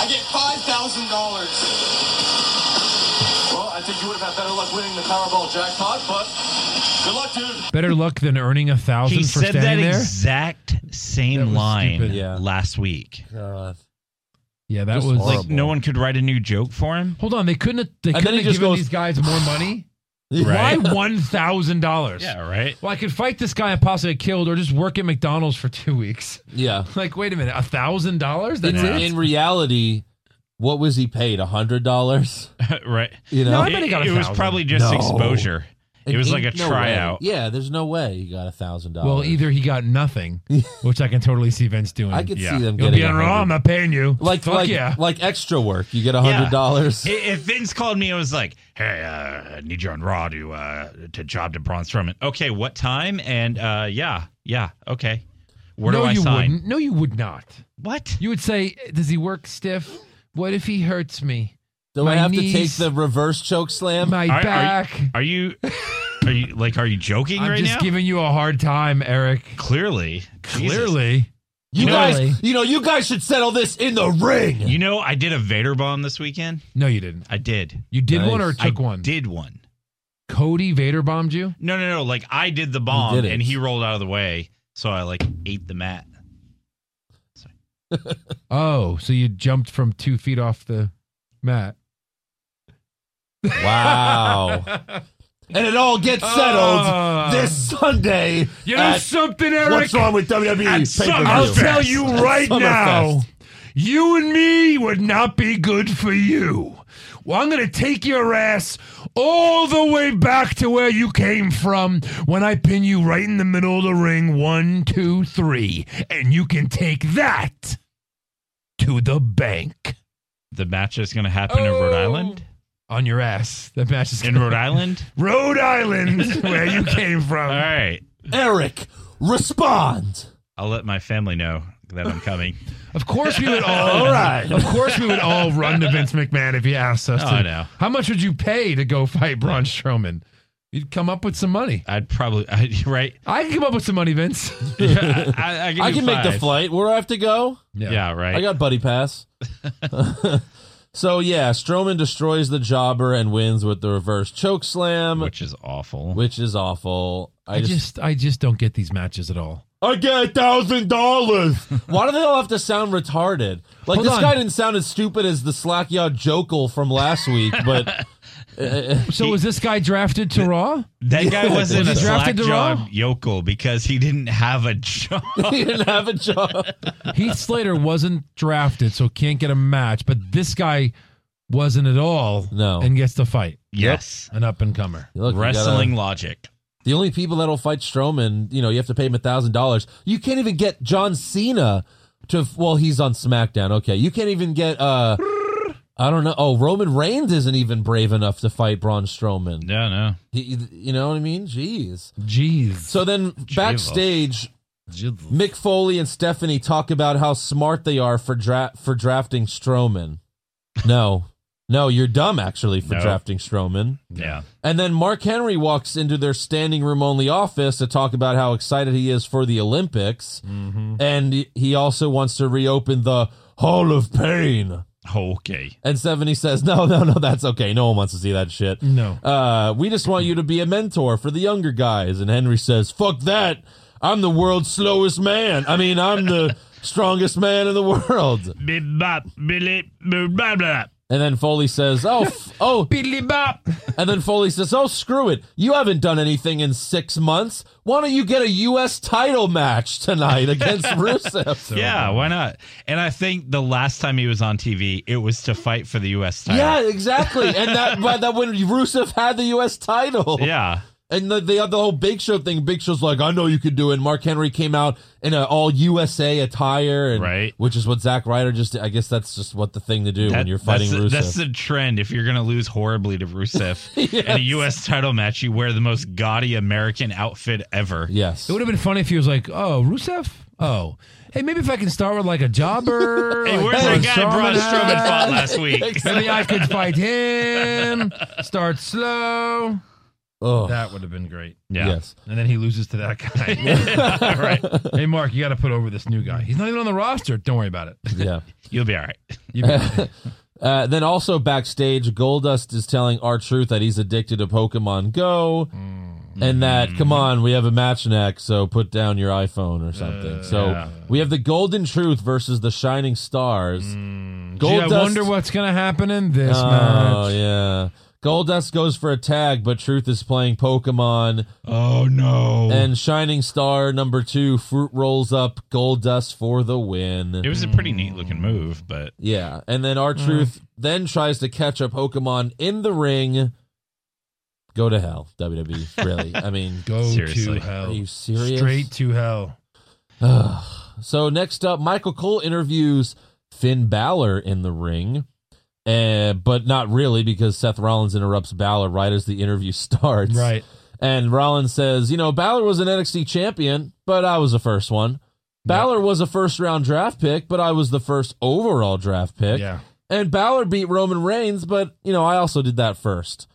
S4: I get five thousand dollars. Well, I think you would have had better luck winning the Powerball jackpot, but good luck, dude.
S8: Better luck than earning a thousand
S2: He
S8: for
S2: said
S8: standing
S2: that
S8: there.
S2: exact
S8: That
S2: same
S8: was
S2: line
S8: stupid. Yeah.
S2: last week.
S8: yeah, that
S2: Just
S8: was
S2: like no one could write a new joke for him.
S8: Hold on, they couldn't. Have, they
S2: And then
S8: couldn't
S2: he
S8: have
S2: just
S8: given
S2: goes-
S8: these guys more money.
S2: Right.
S8: Why one thousand dollars?
S2: Yeah, right.
S8: Well, I could fight this guy and possibly get killed, or just work at McDonald's for two weeks.
S1: Yeah.
S8: Like, wait a minute, a thousand dollars?
S1: In,
S8: That's it.
S1: in reality, what was he paid? A hundred dollars?
S2: right.
S1: You know,
S2: No, I bet he got It- it was 1,000. probably just exposure. It was like a
S1: way.
S2: tryout.
S1: Yeah, there's no way he got a thousand dollars.
S8: well, either he got nothing, which I can totally see Vince doing.
S1: I could see them
S8: You'll
S1: getting
S8: be on
S1: 100.
S8: Raw. I'm not paying you.
S1: like
S8: Fuck
S1: like
S8: yeah.
S1: like extra work. You get a hundred dollars.
S2: I- If Vince called me, I was like, "Hey, uh, I need you on Raw to uh, to job to Braun Strowman." Okay, what time? And uh, yeah, yeah, okay. Where
S8: no,
S2: do I
S8: you
S2: sign?
S8: Wouldn't. No, you would not.
S2: What?
S8: You would say, does he work stiff? What if he hurts me?
S1: Do
S8: My
S1: I have
S8: knees,
S1: to take the reverse choke slam?
S8: my
S2: Are- are you-
S8: back?
S2: Are you? Are you like? Are you joking
S8: I'm
S2: right
S8: just
S2: now?
S8: giving you a hard time, Eric.
S2: Clearly,
S8: Clearly.
S1: You
S2: You know-
S1: guys, you know, you guys should settle this in the ring.
S2: You know, I did a Vader bomb this weekend.
S8: No, you didn't.
S2: I did.
S8: You did one or
S2: I
S8: took one?
S2: Did one.
S8: Cody Vader bombed you?
S2: No, no, no. Like I did the bomb,
S8: did it.
S2: and he rolled out of the way, so I like ate the mat.
S8: Oh, so you jumped from two feet off the mat.
S1: Wow. and it all gets settled
S8: Ah.
S1: this Sunday.
S8: You know
S1: at-
S8: something, Eric?
S1: What's wrong with WWE?
S8: At
S1: pay-per-view?
S8: Summerfest. I'll tell you
S1: At
S8: right
S1: Summerfest.
S8: now, you and me would not be good for you. Well, I'm going to take your ass all the way back to where you came from when I pin you right in the middle of the ring. One, two, three. And you can take that to the bank.
S2: The match is going to happen in
S8: Oh.
S2: Rhode Island.
S8: On your ass. That match is
S2: in Rhode Island.
S8: Rhode Island, where you came from.
S2: All right,
S1: Eric, respond.
S2: I'll let my family know that I'm coming.
S8: Of course we would all.
S2: All right.
S8: Of course we would all run to Vince McMahon if he asked us.
S2: Oh,
S8: to,
S2: I know.
S8: How much would you pay to go fight Braun Strowman? You'd come up with some money.
S2: I'd probably I, right.
S8: I can come up with some money, Vince.
S2: Yeah, I, I can,
S1: I
S2: do
S1: can make the
S2: five.
S1: flight. Where do I have to go?
S2: Yeah, right.
S1: I got buddy pass. so yeah, Strowman destroys the jobber and wins with the reverse choke slam,
S2: which is awful.
S1: Which is awful.
S8: I just, I just don't get these matches at all.
S1: I get a thousand dollars. Why do they all have to sound retarded? Like
S8: Hold
S1: this
S8: on.
S1: guy didn't sound as stupid as the slack yard jokel from last week, but
S8: So was this guy drafted to Raw?
S2: That guy wasn't
S8: he
S2: a slack
S8: drafted to Raw?
S2: job yokel because he didn't have a job.
S1: he didn't have a job.
S8: Heath Slater wasn't drafted, so can't get a match. But this guy wasn't at all. No, and gets to fight.
S2: Yes.
S8: an up and comer.
S1: Look, you
S2: Wrestling
S1: gotta-
S2: logic.
S1: The only people that'll fight Strowman, you know, you have to pay him a thousand dollars. You can't even get John Cena to. Well, he's on SmackDown. Okay, you can't even get. uh I don't know. Oh, Roman Reigns isn't even brave enough to fight Braun Strowman.
S2: Yeah, no.
S1: He, you know what I mean? Jeez.
S8: Jeez.
S1: So then backstage, Mick Foley and Stephanie talk about how smart they are for dra- for drafting Strowman. No, no, you're dumb actually for
S2: No.
S1: drafting Strowman.
S2: Yeah.
S1: And then Mark Henry walks into their standing room only office to talk about how excited he is for the Olympics. And he- he also wants to reopen the Hall of Pain.
S2: Okay.
S1: And 70 says, No, no, no, that's okay. No one wants to see that shit.
S8: No.
S1: Uh, we just want you to be a mentor for the younger guys. And Henry says, Fuck that. I'm the world's slowest man. I mean, I'm the strongest man in the world. And then Foley says, "Oh, f- oh,
S8: Billy Bop."
S1: And then Foley says, "Oh, screw it! You haven't done anything in six months. Why don't you get a U.S. title match tonight against Rusev?"
S2: yeah, why not? And I think the last time he was on TV, it was to fight for the U.S. title.
S1: yeah, exactly. And that by that when Rusev had the U.S. title,
S2: Yeah.
S1: And the, they had the whole Big Show thing. Big Show's like, "I know you could do it." And Mark Henry came out in an all USA attire, and, right? Which is what Zack Ryder just. did. I guess that's just what the thing to do when
S2: That-
S1: you're fighting
S2: that's
S1: Rusev.
S2: The, that's the trend. If you're going to lose horribly to Rusev in a U.S. title match, you wear the most gaudy American outfit ever.
S1: Yes.
S8: It would have been funny if he was like, "Oh, Rusev. Oh, hey, maybe if I can start with like a jobber.
S2: Hey,
S8: like
S2: where's
S8: Braun
S2: that guy Braun Strowman
S8: had?
S2: fought last week?
S8: Maybe I could fight him. Start slow.
S1: Oh.
S8: That would have been great.
S2: Yeah.
S1: Yes.
S8: And then he loses to that guy. right. Hey, Mark, you got to put over this new guy. He's not even on the roster. Don't worry about it.
S1: Yeah.
S2: You'll be all right.
S1: Uh, then also backstage, Goldust is telling R Truth that he's addicted to Pokemon Go,
S8: Mm.
S1: and that
S8: Mm-hmm.
S1: come on, we have a match next, so put down your iPhone or something. so
S8: Uh, yeah.
S1: we have the Golden Truth versus the Shining Stars.
S8: Mm. Gee, I wonder what's going to happen in this
S1: Oh
S8: match.
S1: yeah. Goldust goes for a tag, but Truth is playing Pokemon.
S2: Oh no.
S1: And Shining Star number two, Fruit rolls up Goldust for the win.
S2: It was a pretty neat looking move, but
S1: Yeah, and then
S8: Hmm.
S1: our truth then tries to catch a Pokemon in the ring. Go to hell, WWE. Really, I mean,
S8: Go
S2: Seriously.
S8: to hell.
S1: Are you serious?
S8: Straight to hell.
S1: so next up, Michael Cole interviews Finn Balor in the ring, uh, but not really because Seth Rollins interrupts Balor right as the interview starts.
S8: Right.
S1: And Rollins says, you know, Balor was an NXT champion, but I was the first one. Balor was a first round draft pick, but I was the first overall draft pick.
S8: Yeah.
S1: And Balor beat Roman Reigns, but, you know, I also did that first.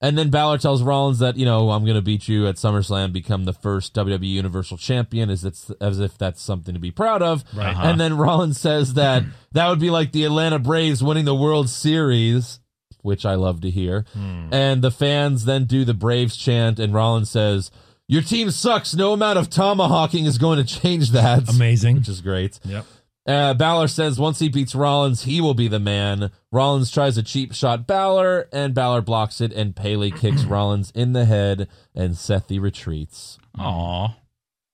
S1: And then Balor tells Rollins that, you know, I'm going to beat you at SummerSlam, become the first WWE Universal Champion, as, it's, as if that's something to be proud of.
S8: Right.
S1: And then Rollins says that that would be like the Atlanta Braves winning the World Series, which I love to hear. And the fans then do the Braves chant, and Rollins says, Your team sucks. No amount of tomahawking is going to change that.
S8: Amazing.
S1: Which is great.
S8: Yep.
S1: Uh, Balor says once he beats Rollins, he will be the man. Rollins tries a cheap shot Balor, and Balor blocks it, and Paley kicks Rollins in the head, and Sethy retreats.
S2: aw,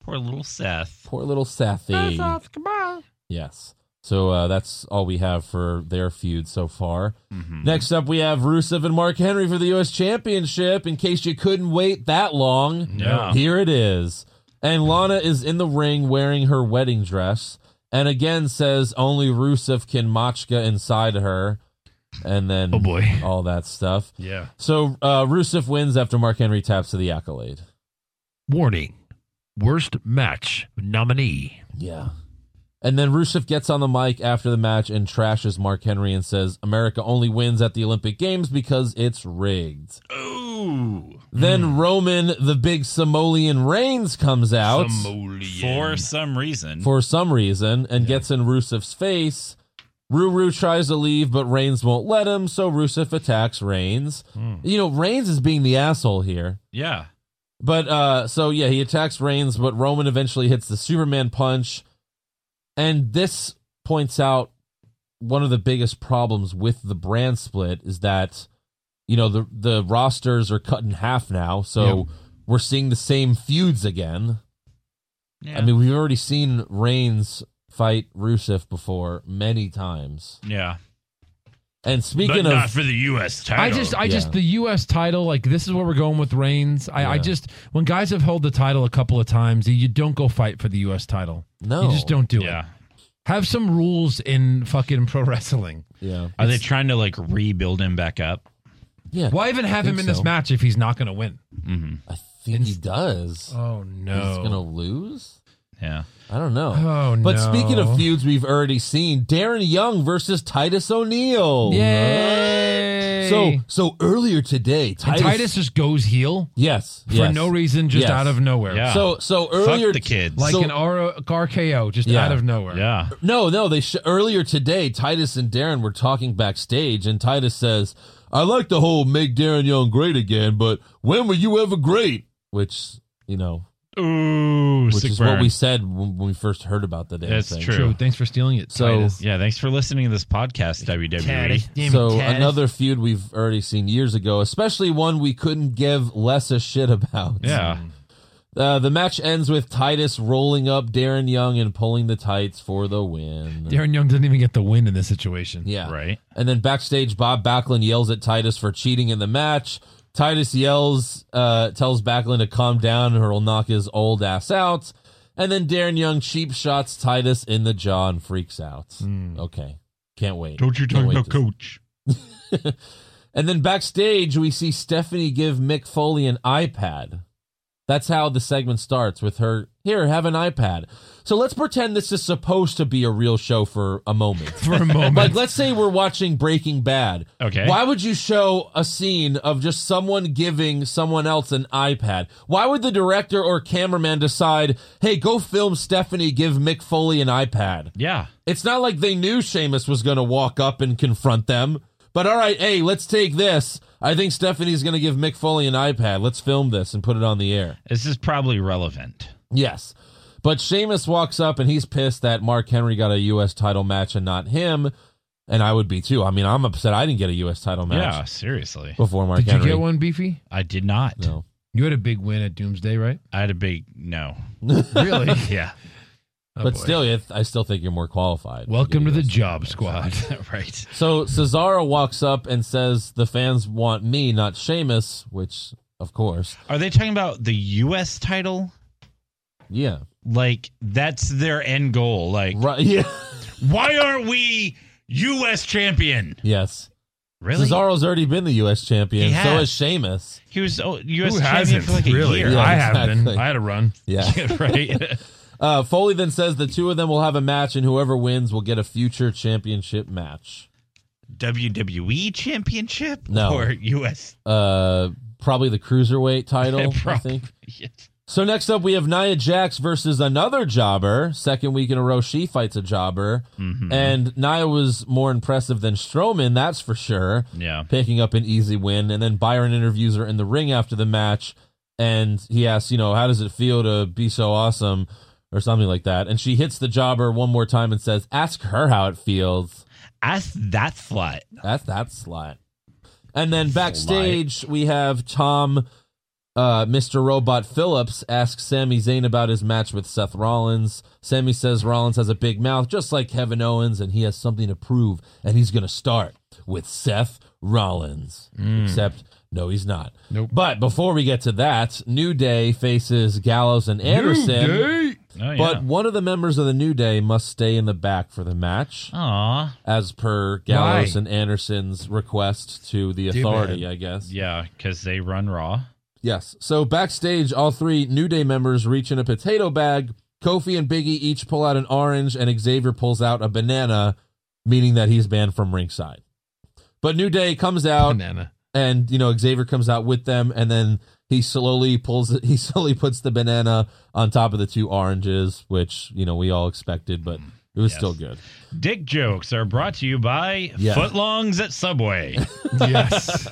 S2: poor little Seth.
S1: Poor little Sethy. Yes. So uh, that's all we have for their feud so far. Next up, we have Rusev and Mark Henry for the U.S. Championship. In case you couldn't wait that long,
S2: Yeah.
S1: here it is. And Lana is in the ring wearing her wedding dress and again says only Rusev can Machka inside her. And then oh boy. all that stuff.
S8: Yeah.
S1: So uh, Rusev wins after Mark Henry taps to the accolade.
S7: Warning. Worst match nominee.
S1: Yeah. And then Rusev gets on the mic after the match and trashes Mark Henry and says, America only wins at the Olympic Games because it's rigged.
S2: Ooh.
S8: Mm.
S1: Then Roman, the big Simoleon Reigns, comes out
S2: For some reason.
S1: for some reason and gets in Rusev's face. Ruru tries to leave, but Reigns won't let him, so Rusev attacks Reigns. You know, Reigns is being the asshole here.
S2: yeah.
S1: But uh so yeah, he attacks Reigns, but Roman eventually hits the Superman punch. And this points out one of the biggest problems with the brand split is that you know the the rosters are cut in half now, so we're seeing the same feuds again. I mean, we've already seen Reigns fight Rusev before many times.
S2: Yeah.
S1: And speaking
S7: but
S1: of
S7: not for the U.S. title.
S8: I just, I just, the U.S. title, like this is where we're going with Reigns. I, I
S1: Yeah.
S8: just, when guys have held the title a couple of times, you don't go fight for the U.S. title.
S1: No.
S8: you just don't do
S2: Yeah.
S8: it. Have some rules in fucking pro wrestling.
S1: Yeah.
S2: Are they trying to like rebuild him back up?
S1: Yeah.
S8: Why even
S2: I
S8: have him
S2: think
S8: in
S2: so.
S8: this match if he's not going to win?
S2: Mm-hmm.
S1: I think he does.
S8: Oh no.
S1: He's gonna lose.
S2: Yeah.
S1: I don't know.
S8: Oh,
S1: But speaking
S8: no.
S1: of feuds we've already seen, Darren Young versus Titus O'Neil.
S8: Yay.
S1: So so earlier today,
S8: And
S1: Titus,
S8: Titus, just goes heel.
S1: Yes.
S8: For
S1: yes,
S8: no reason, just
S1: yes.
S8: out of nowhere.
S1: So so earlier
S8: Like
S1: so-
S8: an R- RKO, just
S1: Yeah.
S8: out of nowhere.
S2: Yeah.
S1: No, no. They sh- earlier today, Titus and Darren were talking backstage, and Titus says, "I like the whole make Darren Young great again, but when were you ever great?" Which you know,
S2: Ooh,
S1: which
S2: sick
S1: is
S2: burn.
S1: what we said when, when we first heard about the damn
S2: That's
S1: thing.
S2: true. True.
S8: Thanks for stealing it.
S1: So,
S2: yeah, thanks for listening to this podcast, E. WWE.
S1: so another feud we've already seen years ago, especially one we couldn't give less a shit about.
S2: Yeah.
S1: Uh, the match ends with Titus rolling up Darren Young and pulling the tights for the win.
S8: Darren Young doesn't even get the win in this situation.
S1: Yeah. Right. And then backstage, Bob Backlund yells at Titus for cheating in the match. Titus yells, uh, tells Backlund to calm down or he'll knock his old ass out. And then Darren Young cheap shots Titus in the jaw and freaks out. Okay. Can't wait.
S7: Don't you
S1: Can't
S7: talk
S1: wait
S7: about
S1: to-
S7: coach?
S1: And then backstage, we see Stephanie give Mick Foley an iPad. That's how the segment starts with her, here, have an iPad. So let's pretend this is supposed to be a real show for a moment.
S8: For a moment.
S1: Like, let's say we're watching Breaking Bad.
S2: Okay.
S1: Why would you show a scene of just someone giving someone else an iPad? Why would the director or cameraman decide, hey, go film Stephanie give Mick Foley an iPad?
S2: Yeah.
S1: It's not like they knew Seamus was going to walk up and confront them. But all right, hey, let's take this. I think Stephanie's going to give Mick Foley an iPad. Let's film this and put it on the air.
S2: This is probably relevant.
S1: Yes. But Seamus walks up and he's pissed that Mark Henry got a U.S. title match and not him. And I would be too. I mean, I'm upset I didn't get a U.S. title
S2: Yeah,
S1: match
S2: Uh, seriously.
S1: before Mark
S8: Did you
S1: Henry.
S8: get one, Beefy?
S2: I did not.
S1: No.
S8: You had a big win at Doomsday, right?
S2: I had a big no.
S8: Really?
S2: yeah.
S8: Oh,
S1: but
S8: boy.
S1: still, I I still think you're more qualified. to
S8: Welcome
S1: get
S8: to
S1: a
S8: the
S1: US
S8: job squad.
S2: right.
S1: So Cesaro walks up and says, "The fans want me, not Sheamus," which, of course,
S2: Are they talking about the U.S. title?
S1: yeah,
S2: Like that's their end goal. Like,
S1: right, yeah,
S2: why aren't we U.S. champion?
S1: yes.
S2: Really?
S1: Cesaro's already been the U.S. champion.
S2: He
S1: So
S2: has.
S1: has Sheamus.
S2: He was oh, U.S.
S8: Who
S2: champion
S8: hasn't?
S2: for like a
S8: really?
S2: year.
S1: Yeah,
S8: I have been.
S1: exactly.
S8: I had a run.
S1: Yeah.
S2: right.
S1: Uh, Foley then says the two of them will have a match, and whoever wins will get a future championship match.
S2: WWE E championship
S1: No.
S2: or U.S.
S1: Uh, probably the cruiserweight title. I
S2: Probably.
S1: think. So next up, we have Nia Jax versus another jobber. Second week in a row, she fights a jobber,
S2: Mm-hmm.
S1: and Nia was more impressive than Strowman, that's for sure.
S2: Yeah.
S1: picking up an easy win. And then Byron interviews her in the ring after the match, and he asks, you know, how does it feel to be so awesome, or something like that. And she hits the jobber one more time and says, "Ask her how it feels."
S2: Ask that slut.
S1: That's that slot. And then backstage, we have Tom, uh, Mr. Robot Phillips asks Sami Zayn about his match with Seth Rollins. Sammy says Rollins has a big mouth, just like Kevin Owens, and he has something to prove, and he's going to start with Seth Rollins. Except, no, he's not.
S8: Nope.
S1: But before we get to that, New Day faces Gallows and Anderson.
S2: Oh, yeah.
S1: But one of the members of the New Day must stay in the back for the match
S2: Aw.
S1: as per Gallows
S8: Why?
S1: and Anderson's request to the authority, I guess.
S2: Yeah, because they run Raw.
S1: Yes. So backstage, all three New Day members reach in a potato bag. Kofi and Biggie each pull out an orange, and Xavier pulls out a banana, meaning that he's banned from ringside. But New Day comes out,
S8: Banana.
S1: and you know Xavier comes out with them, and then he slowly pulls, he slowly puts the banana on top of the two oranges, which you know we all expected, but it was
S2: Yes.
S1: still good.
S2: Dick jokes are brought to you by
S1: Yeah.
S2: Footlongs at Subway.
S8: Yes.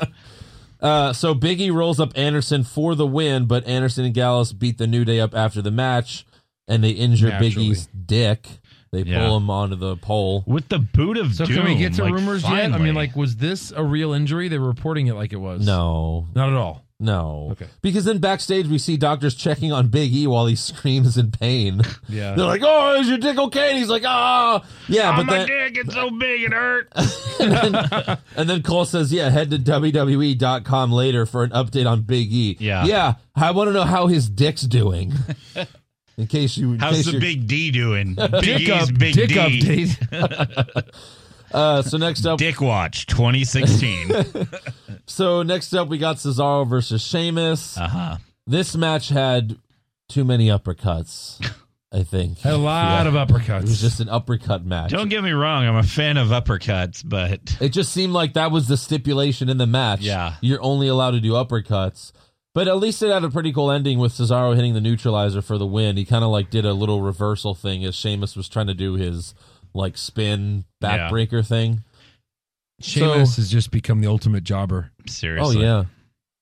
S1: Uh, so Biggie rolls up Anderson for the win, but Anderson and Gallus beat the New Day up after the match, and they injure
S8: Naturally.
S1: Biggie's dick. They pull
S8: Yeah.
S1: him onto the pole
S2: with the boot of
S8: So can we get to rumors yet? I mean, like, was this a real injury? They were reporting it like it was.
S1: No,
S8: not at all.
S1: No. Okay. Because then backstage we see doctors checking on Big E while he screams in pain.
S8: Yeah.
S1: They're like, "Oh, is your dick okay?" And he's like, "Ah, yeah."
S6: Oh,
S1: but
S6: my
S1: then,
S6: dick, it's so big it hurt.
S1: and then Cole says, "Yeah, head to WWE.com later for an update on Big E."
S2: Yeah.
S1: Yeah. I want to know how his dick's doing. in case you, in
S2: How's
S1: case
S2: the
S1: you're-
S2: Big D doing? Big
S1: Dick
S2: E's
S1: up-
S2: Big
S1: dick
S2: D.
S1: update. uh, so next up,
S2: Dick Watch 2016.
S1: so next up, we got Cesaro versus Sheamus. Uh
S8: Uh-huh.
S2: huh.
S1: This match had too many uppercuts. I think
S2: Had a lot of uppercuts.
S1: It was just an uppercut match.
S2: Don't get me wrong, I'm a fan of uppercuts, but
S1: It just seemed like that was the stipulation in the match.
S2: Yeah.
S1: you're only allowed to do uppercuts. But at least it had a pretty cool ending with Cesaro hitting the neutralizer for the win. He kind of like did a little reversal thing as Sheamus was trying to do his like spin
S8: Yeah.
S1: backbreaker thing.
S8: Sheamus
S1: So-
S8: has just become the ultimate jobber.
S1: Oh yeah.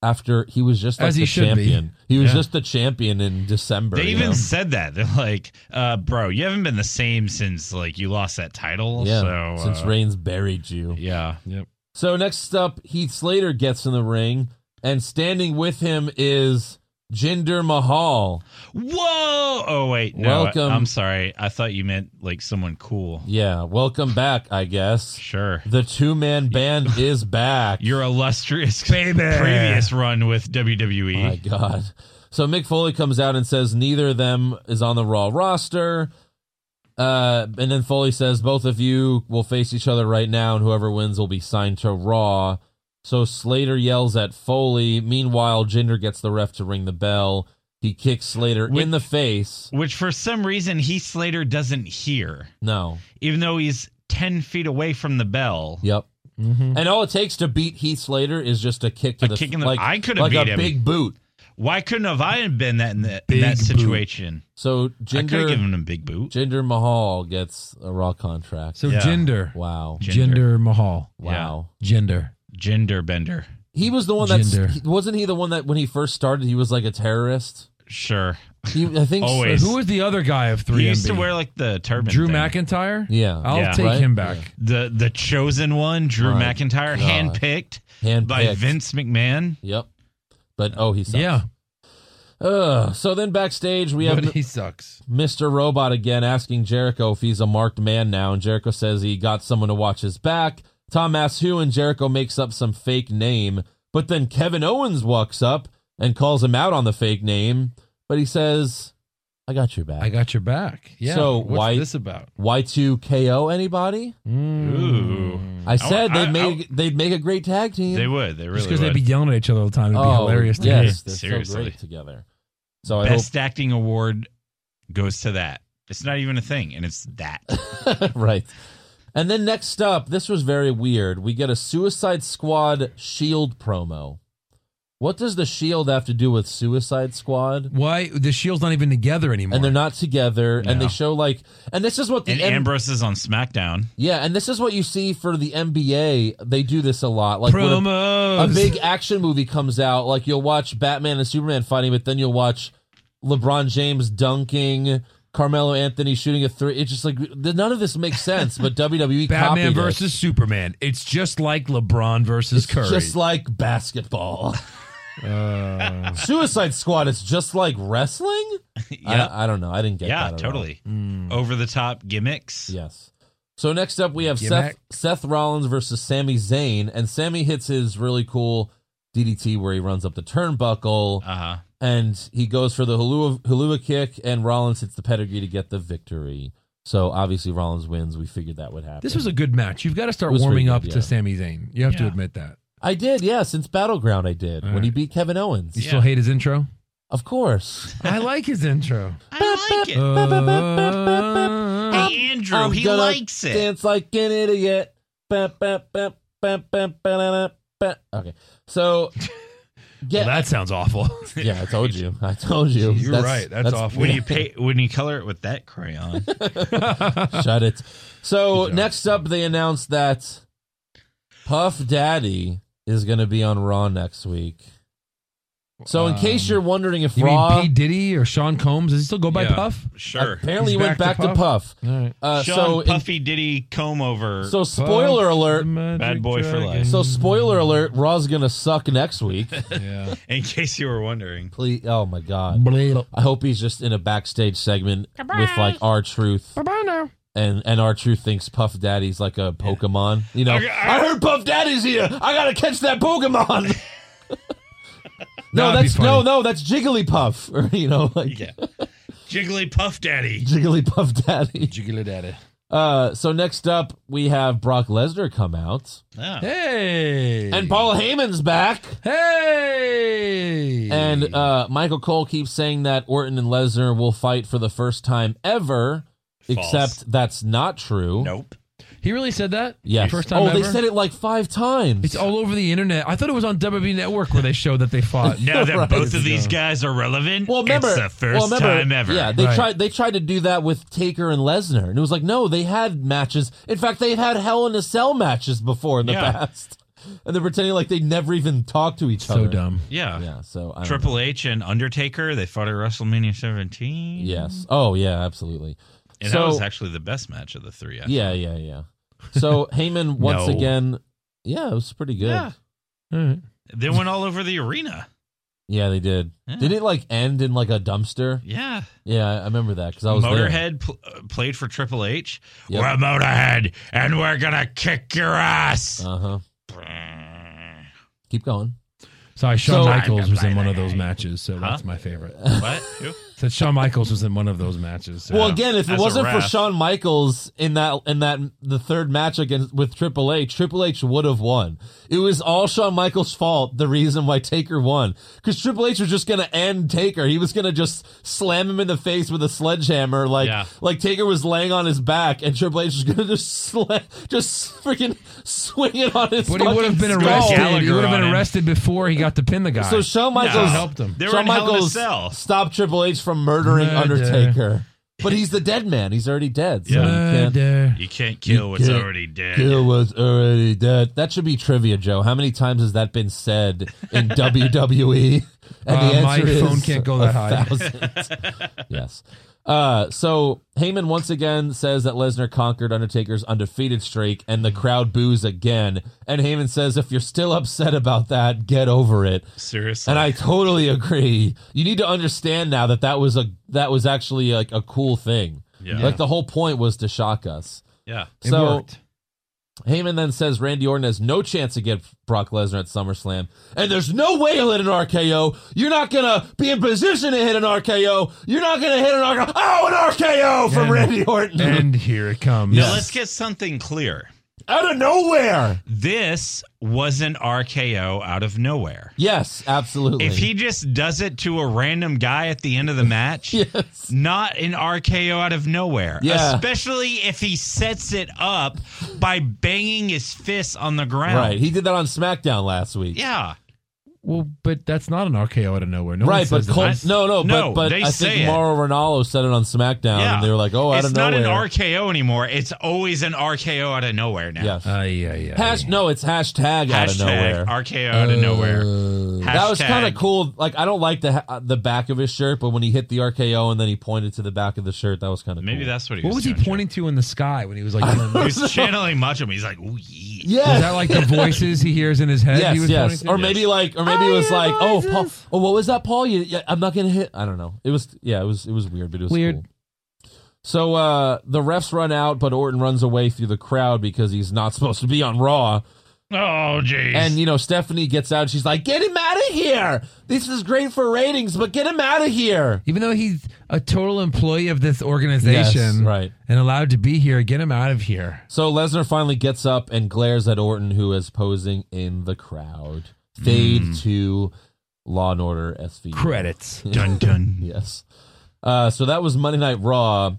S1: After he was just like
S8: As he
S1: the
S8: should be.
S1: champion. He was
S8: Yeah.
S1: just the champion in December.
S2: they
S1: you
S2: even
S1: know?
S2: said that. They're like, uh, bro, you haven't been the same since like you lost that title.
S1: Yeah,
S2: So
S1: since
S2: uh,
S1: Reigns buried you.
S2: Yeah. Yep.
S1: So next up, Heath Slater gets in the ring, and standing with him is Jinder Mahal.
S2: Whoa! Oh wait, no,
S1: Welcome.
S2: I, am sorry. I thought you meant like someone cool.
S1: Yeah, welcome back, I guess.
S2: Sure.
S1: The two man band is back.
S2: Your illustrious previous run with E. WWE.
S1: My God. So Mick Foley comes out and says neither of them is on the Raw roster. Uh, and then Foley says both of you will face each other right now, and whoever wins will be signed to Raw. So Slater yells at Foley. Meanwhile, Jinder gets the ref to ring the bell. He kicks Slater in the face.
S2: which for some reason Heath Slater doesn't hear,
S1: No.
S2: even though he's ten feet away from the bell.
S1: Yep. And all it takes to beat Heath Slater is just a kick to
S2: Mm-hmm. A
S1: the
S2: kick in the-
S1: like
S2: I could have
S1: like
S2: beat
S1: a
S2: him.
S1: big boot.
S2: Why couldn't have I been that in, the, in
S1: Big
S2: that
S1: boot.
S2: situation?
S1: So
S2: I could have
S1: Jinder
S2: given him a big boot.
S1: Jinder Mahal gets a Raw contract.
S8: So gender.
S1: Wow.
S8: Gender Mahal.
S1: Wow.
S8: Gender.
S2: Gender bender.
S1: He was the one that
S8: Jinder.
S1: he- wasn't he the one that when he first started he was like a terrorist.
S2: Sure.
S1: He, I think
S2: Always.
S8: Who was the other guy of three?
S2: He used to wear like the turban.
S8: Drew
S2: thing.
S8: McIntyre.
S1: Yeah.
S8: I'll
S2: Yeah.
S8: take
S2: Right?
S8: him back.
S2: The the chosen one, Drew
S1: My God.
S2: McIntyre, handpicked, by
S1: Handpicked.
S2: Vince McMahon.
S1: Yep. But oh, he sucks.
S8: Yeah.
S1: Ugh. so then backstage we have
S8: But he sucks.
S1: Mr. Robot again asking Jericho if he's a marked man now, and Jericho says he got someone to watch his back. Tom asks who, and Jericho makes up some fake name. But then Kevin Owens walks up and calls him out on the fake name, but he says, "I got your back."
S8: I got your back. Yeah.
S1: So
S8: What's
S1: why
S8: this about?
S1: Why two KO anybody?
S8: Hmm.
S2: Ooh.
S1: I said
S2: I-
S1: they'd make they'd make a great tag team.
S2: They would. They
S8: Just
S2: really
S8: because
S2: would.
S8: they'd be yelling at each other all the time, it'd be
S1: Oh,
S8: hilarious. To
S1: yes,
S8: hear.
S1: they're so
S2: Seriously.
S1: great together. So I
S2: Best acting award goes to that. It's not even a thing, and it's that.
S1: hope right. And then next up, this was very weird. We get a Suicide Squad Shield E promo. What does the Shield E have to do with Suicide Squad?
S8: Why the Shield's not even together anymore?
S1: And they're not together, and
S2: No.
S1: they show like, and this is what the
S2: and
S1: M-
S2: Ambrose is on SmackDown.
S1: Yeah, and this is what you see for the NBA. They do this a lot. Like when a-
S2: Promos.
S1: A, big action movie comes out, like you'll watch Batman and Superman fighting, but then you'll watch LeBron James dunking, Carmelo Anthony shooting a three. It's just like th- none of this makes sense. But WWE
S8: Batman
S1: copied it.
S8: versus Superman. It's just like LeBron versus Curry.
S1: just like basketball.
S2: Uh.
S1: Suicide Squad is just like wrestling.
S2: Yeah.
S1: I, I don't know. I didn't get
S2: yeah,
S1: that. at all. Mm.
S2: totally. Over the top gimmicks.
S1: Yes. So next up, we have
S2: Get
S1: Seth
S2: back.
S1: Seth Rollins versus Sami Zayn, and Sammy hits his really cool DDT where he runs up the turnbuckle,
S2: uh-huh.
S1: and he goes for the hula hula kick, and Rollins hits the pedigree to get the victory. So obviously Rollins wins. We figured that would happen.
S8: This was a good match. You've got to
S1: It
S8: start
S1: was
S8: warming
S1: pretty
S8: up
S1: good, yeah.
S8: to Sami Zayn. You have to
S1: Yeah.
S8: admit that.
S1: I did, yeah. Since Battleground, I did
S8: All
S1: when he
S8: right.
S1: beat Kevin Owens.
S8: You still hate his intro?
S1: Of course.
S8: I like his intro.
S2: I like it. hey, Andrew,
S1: I'm
S2: he
S1: gonna
S2: likes it.
S1: Dance like an idiot. Ba, ba, ba, ba, ba, ba, ba. Okay, so. Get,
S8: That sounds awful.
S1: Yeah, I told you. I told you.
S8: You're right. That's awful.
S2: When you pay, when you color it with that crayon,
S1: Shut it. So next up, they announced that Puff Daddy is going to be on Raw next week. So in case you're wondering if
S8: You
S1: Raw
S8: mean P Diddy or Sean Combs? Does he still go by
S1: Yeah,
S8: Puff?
S2: sure.
S1: Apparently he went back to Puff.
S8: All right.
S1: Uh,
S2: Sean
S1: so in-
S2: Puffy Diddy comb over.
S1: So spoiler alert,
S2: Bad boy for life.
S1: So spoiler alert, Raw's gonna suck next week.
S8: yeah.
S2: In case you were wondering.
S1: Please, oh my god. I hope he's just in a backstage segment with like our truth.
S8: Bye now.
S1: And and our truth thinks Puff Daddy's like a Pokemon. You know,
S6: I- I-
S1: I heard Puff Daddy's here. I gotta catch that Pokemon. no,
S6: That'd be
S1: that's no, no, that's Jigglypuff. Or you know, like
S2: Jiggly Puff Daddy.
S1: Jigglypuff Daddy.
S8: Jiggly Daddy.
S1: Uh, so next up we have Brock Lesnar come out.
S2: Oh.
S8: Hey.
S1: And Paul Heyman's back.
S8: Hey.
S1: And uh, Michael Cole keeps saying that Orton and Lesnar will fight for the first time ever, except that's not true.
S2: Nope.
S8: He really said that?
S1: Yes.
S8: First time
S1: oh, they
S8: ever?
S1: said it like five times.
S8: It's all over the internet. I thought it was on WWE Network where they showed that they fought.
S2: Now that
S8: Right.
S2: both of these guys are relevant, well,
S1: remember,
S2: it's the first
S1: well, remember,
S2: time ever.
S1: Yeah, they tried. They tried to do that with Taker and Lesnar, and it was like, no, they had matches. In fact, they've had Hell in a Cell matches before in the
S2: Yeah.
S1: past, and they're pretending like they never even talked to each other.
S8: So dumb.
S2: Yeah.
S1: Yeah. So I don't know.
S2: Triple H and Undertaker, they fought at WrestleMania 17.
S1: Yes. Oh yeah, absolutely.
S2: And
S1: So-
S2: that was actually the best match of the three. actually.
S1: Yeah, yeah, yeah. So Heyman once
S2: No.
S1: again. Yeah, it was pretty good.
S2: Yeah.
S1: Yeah,
S2: They went all over the arena.
S1: they did. Did it like end in like a dumpster?
S2: Yeah.
S1: Yeah, I remember that because I was there.
S2: Motorhead pl- uh, played for Triple H.
S1: Yep.
S2: We're Motorhead, and we're gonna kick your ass.
S1: Uh huh. Keep going.
S8: Sorry, Shawn
S1: So-
S8: Michaels was in one of those matches, so that's my favorite.
S2: What? Who?
S8: Said Shawn Michaels was in one of those matches. so-
S1: Well, again, if
S8: As
S1: it
S8: a
S1: wasn't for
S8: ref.
S1: Shawn Michaels in that in that the third match against with Triple H, Triple H would have won. It was all Shawn Michaels' fault. The reason why Taker won because Triple H was just gonna end Taker. He was gonna just slam him in the face with a sledgehammer, like
S2: Yeah.
S1: like Taker was laying on his back, and Triple H was gonna just sla- just freaking swing it on his.
S8: But he would have been
S1: fucking
S8: arrested.
S1: skull.
S8: he would have been arrested before he got to pin the guy.
S1: So Shawn Michaels
S8: helped him.
S1: Shawn Michaels stopped Triple H from murdering
S8: Murder.
S1: Undertaker, but he's the dead man. He's already dead. So
S8: uh,
S1: you can't,
S2: You can't kill what's
S1: can't
S2: already dead.
S1: Kill what's already dead. That should be trivia, Joe. How many times has that been said in WWE? And
S8: Uh,
S1: the
S8: my
S1: answer is
S8: phone can't go that
S1: a
S8: high.
S1: thousand. yes. Uh, so Heyman once again says that Lesnar conquered Undertaker's undefeated streak, and the crowd boos again. And Heyman says, "If you're still upset about that, get over it."
S2: Seriously.
S1: And I totally agree. You need to understand now that that was a that was actually like a cool thing.
S2: Yeah.
S1: Like the whole point was to shock us.
S2: Yeah. It
S1: So
S2: worked.
S1: Heyman then says Randy Orton has no chance to get Brock Lesnar at SummerSlam, and there's no way he'll hit an RKO. You're not gonna be in position to hit an RKO. You're not gonna hit an RKO. Oh, an RKO from
S8: And-
S1: Randy Orton.
S8: And here it comes.
S2: Now let's get something clear.
S1: Out of nowhere.
S2: This was an RKO out of nowhere.
S1: Yes, absolutely.
S2: If he just does it to a random guy at the end of the match, not an RKO out of nowhere.
S1: Yeah.
S2: Especially if he sets it up by banging his fists on the ground.
S1: right, he did that on SmackDown last week.
S2: Yeah.
S8: Well, but that's not an RKO out of nowhere. No one
S1: right, but
S8: says
S1: Cole,
S8: that.
S1: no, no,
S2: No,
S1: but, but
S2: they
S1: I
S2: say
S1: think
S2: it.
S1: Mauro Ronaldo said it on SmackDown,
S2: Yeah.
S1: and they were like, "Oh, out
S2: it's
S1: of
S2: not
S1: nowhere."
S2: an RKO anymore. It's always an RKO out of nowhere now.
S1: Yes.
S8: yeah, yeah.
S1: Hash, no, it's hashtag, out of
S2: Uh, Hashtag
S1: nowhere. Uh,
S2: RKO out of nowhere.
S1: That was
S2: Hashtag-
S1: kind of cool. Like I don't like the ha- the back of his shirt, but when he hit the RKO and then he pointed to the back of the shirt, that was kind of
S2: Maybe
S1: cool.
S2: that's what he
S8: What was
S2: was,
S8: he pointing to in the sky when he was like? yelling
S2: doing.
S8: that?
S2: He was channeling Macho. Man. He's like, ooh, yeah.
S1: Yeah.
S8: Was that like the voices he hears in his head? he
S1: Yes,
S8: was
S1: yes.
S8: pointing to?
S1: Or maybe like, or maybe it was like, oh, Paul. Oh, what was that, Paul? You, yeah, I'm not gonna hit. I don't know. It was yeah, it was it was weird, but it was
S8: Weird.
S1: Cool. So uh, the refs run out, but Orton runs away through the crowd because he's not supposed to be on Raw.
S2: Oh, jeez.
S1: And you know, Stephanie gets out. She's like, "Get him out of here! This is great for ratings, but get him out of here."
S8: Even though he's a total employee of this organization,
S1: Yes, right.
S8: and allowed to be here, get him out of here.
S1: So Lesnar finally gets up and glares at Orton, who is posing in the crowd. Fade to Law and Order SVU.
S8: Credits.
S2: Dun dun.
S1: yes. Uh, so that was Monday Night Raw.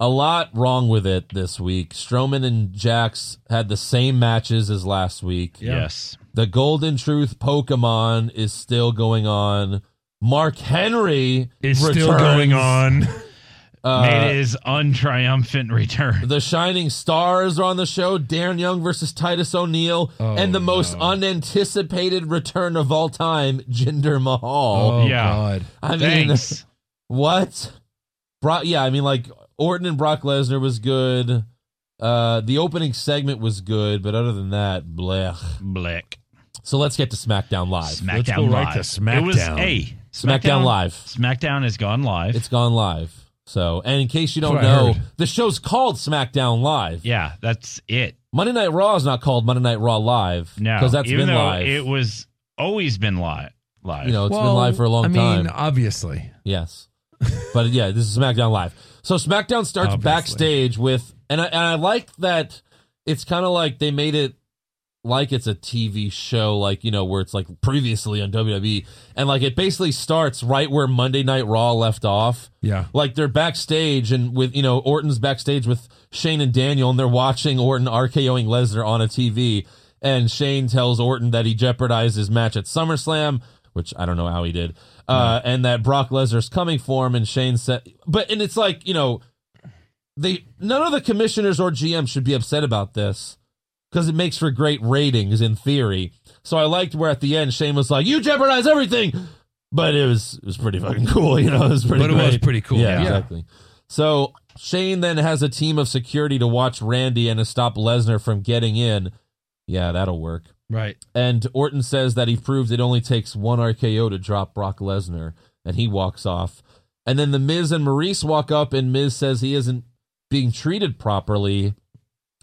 S1: A lot wrong with it this week. Strowman and Jax had the same matches as last week.
S2: Yeah. Yes.
S1: The Golden Truth Pokemon is still going on. Mark Henry
S8: Is still
S1: returns.
S8: going on.
S1: Uh,
S2: Made his untriumphant return.
S1: The Shining Stars are on the show. Darren Young versus Titus O'Neil,
S8: Oh,
S1: and the most unanticipated return of all time, Jinder Mahal.
S2: Oh, Yeah. God.
S1: I mean,
S2: Thanks.
S1: what? Brock? Yeah, I mean, like Orton and Brock Lesnar was good. Uh, the opening segment was good, but other than that, blech,
S2: blech.
S1: So let's get to SmackDown Live.
S2: SmackDown Live. It was hey,
S1: SmackDown, Live.
S2: SmackDown has gone live.
S1: It's gone live. So, and in case you
S2: That's
S1: don't
S2: what I
S1: know,
S2: heard.
S1: the show's called SmackDown Live.
S2: Yeah, that's it.
S1: Monday Night Raw is not called Monday Night Raw Live.
S2: No,
S1: because that's
S2: even
S1: been
S2: though
S1: live.
S2: It was always been live. Live.
S1: You know, it's been live for a long
S8: I mean,
S1: time.
S8: obviously.
S1: Yes. but yeah, this is SmackDown Live. So SmackDown starts
S8: Obviously.
S1: backstage with, and I, and I like that it's kind of like they made it like it's a TV show, like, you know, where it's like previously on WWE. And like it basically starts right where Monday Night Raw left off.
S8: Yeah.
S1: Like they're backstage and with, you know, Orton's backstage with Shane and Daniel and they're watching Orton RKOing Lesnar on a TV. And Shane tells Orton that he jeopardized his match at SummerSlam, which I don't know how he did. Uh, and that Brock Lesnar's coming for him. And Shane said, but, and it's like, you know, they, none of the commissioners or GM should be upset about this because it makes for great ratings in theory. So I liked where at the end Shane was like, "You jeopardize everything," but it was it was pretty fucking cool, you know. It was pretty,
S8: But it was
S1: great.
S8: pretty cool,
S1: yeah,
S8: yeah.
S1: exactly. So Shane then has a team of security to watch Randy and to stop Lesnar from getting in. Yeah, that'll work.
S8: Right.
S1: And Orton says that he proved it only takes one RKO to drop Brock Lesnar, and he walks off. And then the Miz and Maurice walk up, and Miz says he isn't being treated properly.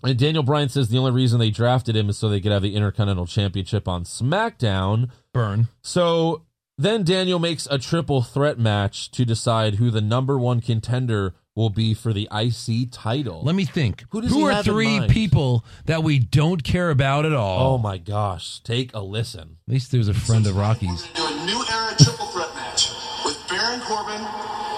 S1: And Daniel Bryan says the only reason they drafted him is so they could have the Intercontinental Championship on SmackDown.
S8: Burn.
S1: So then Daniel makes a triple threat match to decide who the number one contender will be for the IC title.
S8: Let me think.
S1: Who does
S8: Who
S1: he
S8: are
S1: have in
S8: three
S1: mind?
S8: people that we don't care about at all?
S1: Oh my gosh! Take a listen.
S8: At least there's a friend of Rocky's.
S12: do a new era triple threat match with Baron Corbin,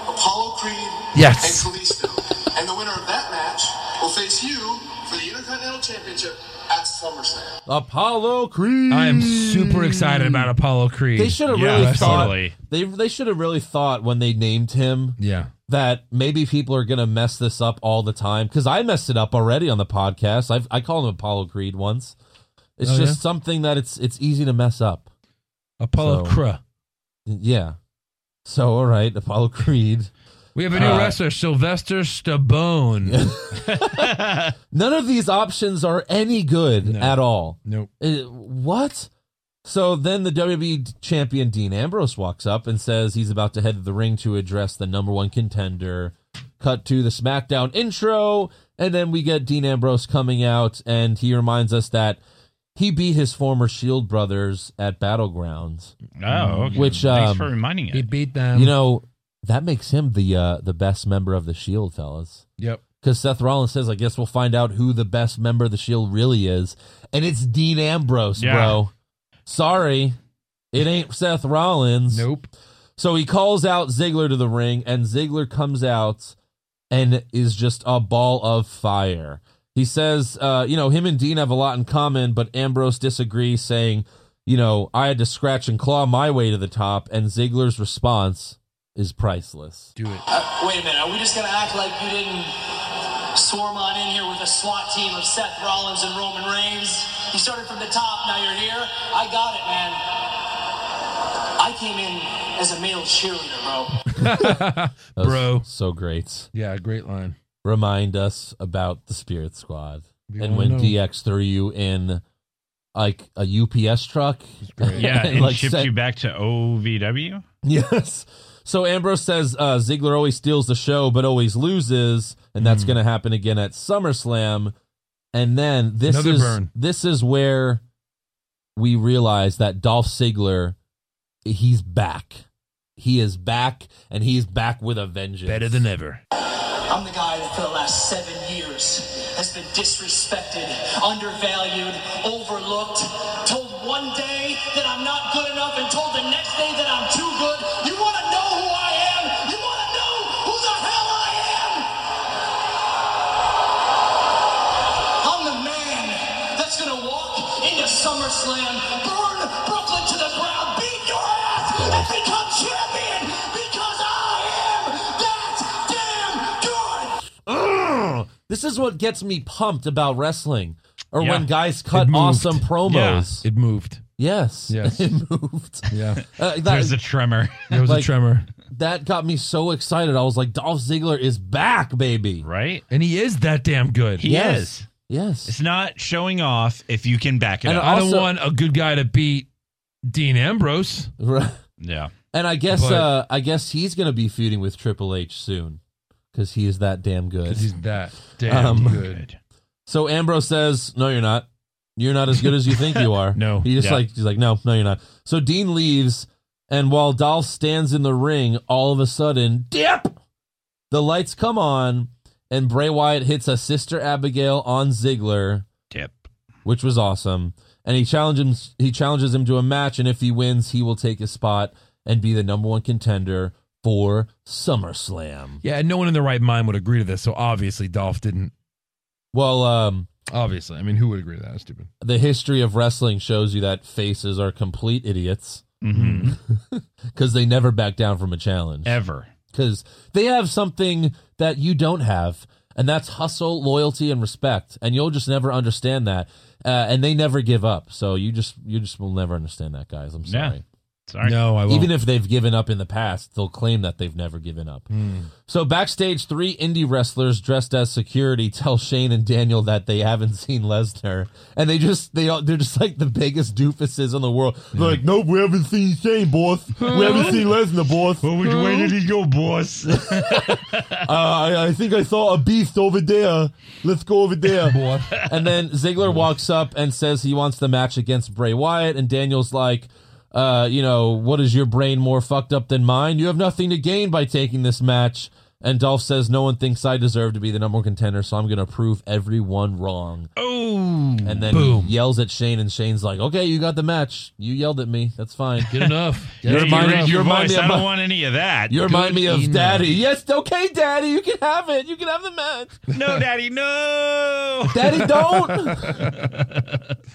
S12: Apollo Creed,
S8: Yes.
S12: and Kalisto. And the winner of that match will face you for the Intercontinental Championship at SummerSlam.
S1: Apollo Creed.
S8: I am super excited about Apollo Creed.
S1: They should have really thought. They they should have really thought when they named him.
S8: Yeah.
S1: That maybe people are gonna mess this up all the time because I messed it up already on the podcast. I've, I called him Apollo Creed once. It's
S8: Oh,
S1: just
S8: yeah?
S1: something that it's it's easy to mess up.
S8: Apollo
S1: So-
S8: Cra.
S1: Yeah. So all right, Apollo Creed.
S8: We have a new
S1: Uh,
S8: wrestler, Sylvester Stabone.
S1: None of these options are any good at all.
S8: Nope.
S1: Uh, what? So then the WWE champion Dean Ambrose walks up and says he's about to head to the ring to address the number one contender. Cut to the SmackDown intro, and then we get Dean Ambrose coming out, and he reminds us that he beat his former Shield E brothers at Battlegrounds.
S2: Oh, okay.
S1: which
S2: thanks
S1: um,
S2: for reminding
S8: he
S2: it.
S8: beat them.
S1: you know that makes him the uh, the best member of the Shield, E fellas.
S8: Yep.
S1: Because Seth Rollins says, "I guess we'll find out who the best member of the Shield really is," and it's Dean Ambrose,
S2: Yeah.
S1: bro. Sorry, it ain't Seth Rollins.
S8: Nope.
S1: So he calls out Ziggler to the ring, and Ziggler comes out and is just a ball of fire. He says, uh, you know, him and Dean have a lot in common, but Ambrose disagrees, saying, you know, I had to scratch and claw my way to the top, and Ziggler's response is priceless.
S8: Do it.
S4: Uh, wait a minute, are we just gonna act like you didn't swarm on in here with a SWAT team of Seth Rollins and Roman Reigns? You started from the top, now you're here. I got it, man. I came in as a male cheerleader, bro.
S8: Bro.
S1: So great.
S8: Yeah, great line.
S1: Remind us about the Spirit Squad.
S8: We
S1: and
S8: wanna
S1: when
S8: know.
S1: DX threw you in like a UPS truck.
S2: Yeah,
S1: and,
S2: and
S1: like,
S2: shipped
S1: sent-
S2: you back to OVW.
S1: Yes. So Ambrose says uh, Ziggler always steals the show, but always loses, and that's
S8: Hmm.
S1: going to happen again at SummerSlam. And then this
S8: Another
S1: is
S8: burn.
S1: this is where we realize that Dolph Ziggler, he's back. He is back, and he's back with a vengeance.
S8: Better than ever.
S4: I'm the guy that for the last seven years has been disrespected, undervalued, overlooked, told one day that I'm not good enough and told the next day that I'm too good. You want to know who I am? You want to know who the hell I am? I'm the man that's going to walk into SummerSlam, burn Brooklyn to the ground, beat your ass, and become champion because I am that damn
S1: This is what gets me pumped about wrestling, or
S8: Yeah.
S1: when guys
S8: It
S1: cut
S8: moved.
S1: awesome promos.
S8: Yeah, it moved.
S1: Yes.
S8: Yes.
S1: it moved.
S8: Yeah.
S1: Uh, that-
S2: There's a tremor.
S8: There was a
S1: like,
S8: tremor.
S1: That got me so excited. I was like, Dolph Ziggler is back, baby.
S2: Right?
S8: And he is that damn good.
S2: He is.
S1: Yes.
S2: It's not showing off if you can back it
S8: And
S2: up.
S8: I don't want a good guy to beat Dean Ambrose.
S1: Right.
S2: Yeah.
S1: And I guess
S8: But-
S1: uh I guess he's gonna be feuding with Triple H soon because he is that damn good.
S8: 'Cause he's that damn
S1: Um,
S8: good.
S1: So Ambrose says, "No, you're not. You're not as good as you think you are."
S8: No.
S1: He just
S8: Yeah.
S1: like he's like, "No, no, you're not." So Dean leaves, and while Dolph stands in the ring, all of a sudden, dip. The lights come on, and Bray Wyatt hits a Sister Abigail on Ziggler.
S2: Dip.
S1: Which was awesome. And he challenges he challenges him to a match, and if he wins, he will take his spot and be the number one contender for SummerSlam.
S8: Yeah, and no one in their right mind would agree to this. So obviously, Dolph didn't.
S1: Well, um,
S8: obviously, I mean, who would agree to that? That's stupid.
S1: The history of wrestling shows you that faces are complete idiots because they never back down from a challenge
S2: ever.
S1: Because they have something that you don't have, and that's hustle, loyalty, and respect. And you'll just never understand that. Uh, and they never give up. So you just you just will never understand that, guys. I'm
S2: Yeah.
S1: sorry.
S2: Sorry.
S8: No, I won't.
S1: Even if they've given up in the past, they'll claim that they've never given up.
S8: Hmm.
S1: So backstage, three indie wrestlers dressed as security tell Shane and Daniel that they haven't seen Lesnar, and they just they all, they're just like the biggest doofuses in the world. They're like, nope, we haven't seen Shane, boss. We haven't seen Lesnar, boss. Well,
S2: which way did he go, boss?
S1: Uh, I, I think I saw a beast over there. Let's go over there, boy. And then Ziggler walks up and says he wants the match against Bray Wyatt, and Daniel's like, uh, you know, what is your brain more fucked up than mine? You have nothing to gain by taking this match. And Dolph says, no one thinks I deserve to be the number one contender, so I'm going to prove everyone wrong.
S2: Oh,
S1: And then
S8: Um, boom.
S1: he yells at Shane, and Shane's like, okay, you got the match. You yelled at me. That's fine.
S8: Good enough.
S1: You
S2: Hey,
S1: remind
S2: you
S1: me-
S2: raised
S1: you
S2: your
S1: remind me
S2: voice.
S1: of
S2: I don't
S1: my-
S2: want any of that.
S1: You remind me of
S2: enough.
S1: Daddy. Yes, okay, Daddy, you can have it. You can have the match.
S2: No, Daddy, no.
S1: Daddy, don't.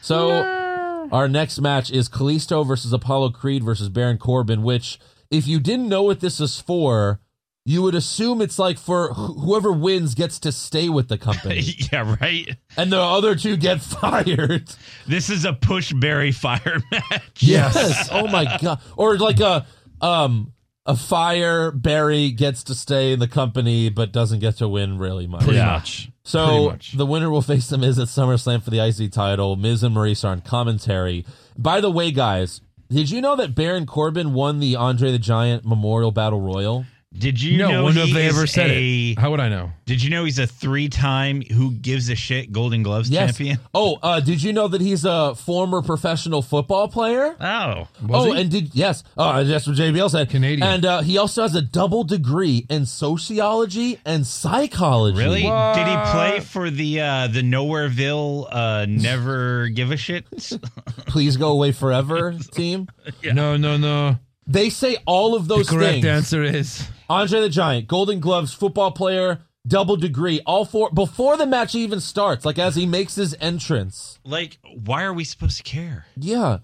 S1: So our next match is Kalisto versus Apollo Creed versus Baron Corbin, which if you didn't know what this is for, you would assume it's like for wh- whoever wins gets to stay with the company.
S2: yeah, right.
S1: And the other two get fired.
S2: This is a push Barry fire match.
S1: oh my god. Or like a um a fire Barry gets to stay in the company but doesn't get to win really much.
S8: Pretty Yeah. much. Pretty
S1: So
S8: much.
S1: the winner will face the Miz at SummerSlam for the IC title. Miz and Maurice are on commentary. By the way, guys, did you know that Baron Corbin won the Andre the Giant Memorial Battle Royal?
S2: Did you
S1: No,
S2: know
S1: wonder if
S2: he
S1: they
S2: is
S1: ever said it.
S2: a-
S8: How would I know?
S2: Did you know he's a three-time who gives a shit Golden Gloves
S1: Yes.
S2: champion?
S1: Oh, uh, did you know that he's a former professional football player?
S2: Oh.
S1: oh, and did yes. Oh, that's what JBL said. Canadian. And uh, he also has a double degree in sociology and psychology.
S2: Really? Did he play for the uh, the Nowhereville uh, Never Give a Shit?
S1: Please go away forever, team.
S8: No, no, no.
S1: They say all of those
S8: the correct
S1: things.
S8: answer is
S1: Andre the Giant, Golden Gloves, football player, double degree, all four before the match even starts, like as he makes his entrance.
S2: like, why are we supposed to care?
S1: Yeah.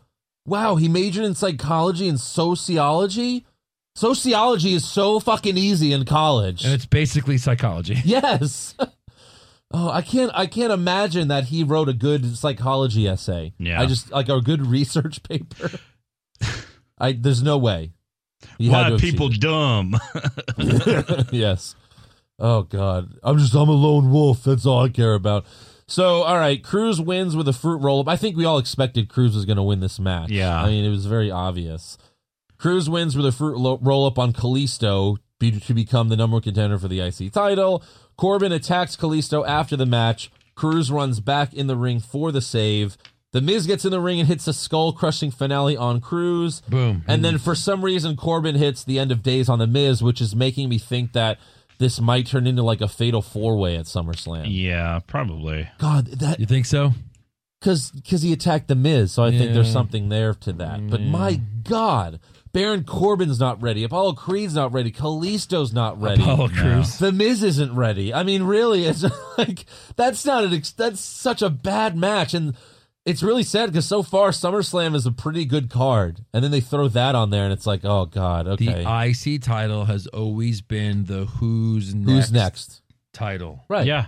S1: Wow, he majored in psychology and sociology. Sociology is so fucking easy in college.
S8: and it's basically psychology.
S1: Yes. Oh, I can't I can't imagine that he wrote a good psychology essay.
S2: Yeah.
S1: I just like a good research paper. I there's no way. He had
S2: why
S1: to
S2: are
S1: have
S2: people dumb?
S1: yes. Oh God, I'm just I'm a lone wolf. That's all I care about. So all right, Cruz wins with a fruit roll up. I think we all expected Cruz was going to win this match.
S2: Yeah.
S1: I mean it was very obvious. Cruz wins with a fruit lo- roll up on Kalisto be- to become the number one contender for the IC title. Corbin attacks Kalisto after the match. Cruz runs back in the ring for the save. The Miz gets in the ring and hits a skull crushing finale on Cruz.
S8: Boom.
S1: And then for some reason, Corbin hits the end of days on The Miz, which is making me think that this might turn into like a fatal four way at SummerSlam.
S2: yeah, probably.
S1: God, that
S8: you think so?
S1: Because he attacked The Miz, so I think there's
S8: Yeah.
S1: something there to that. But my God, Baron Corbin's not ready. Apollo Creed's not ready. Kalisto's not ready.
S8: Apollo No. Crews.
S1: The Miz isn't ready. I mean, really, it's like that's not an ex- that's such a bad match, and it's really sad because so far SummerSlam is a pretty good card, and then they throw that on there, and it's like, oh God, okay.
S8: The IC title has always been the who's next
S1: Who's next?
S8: title.
S1: Right.
S2: Yeah.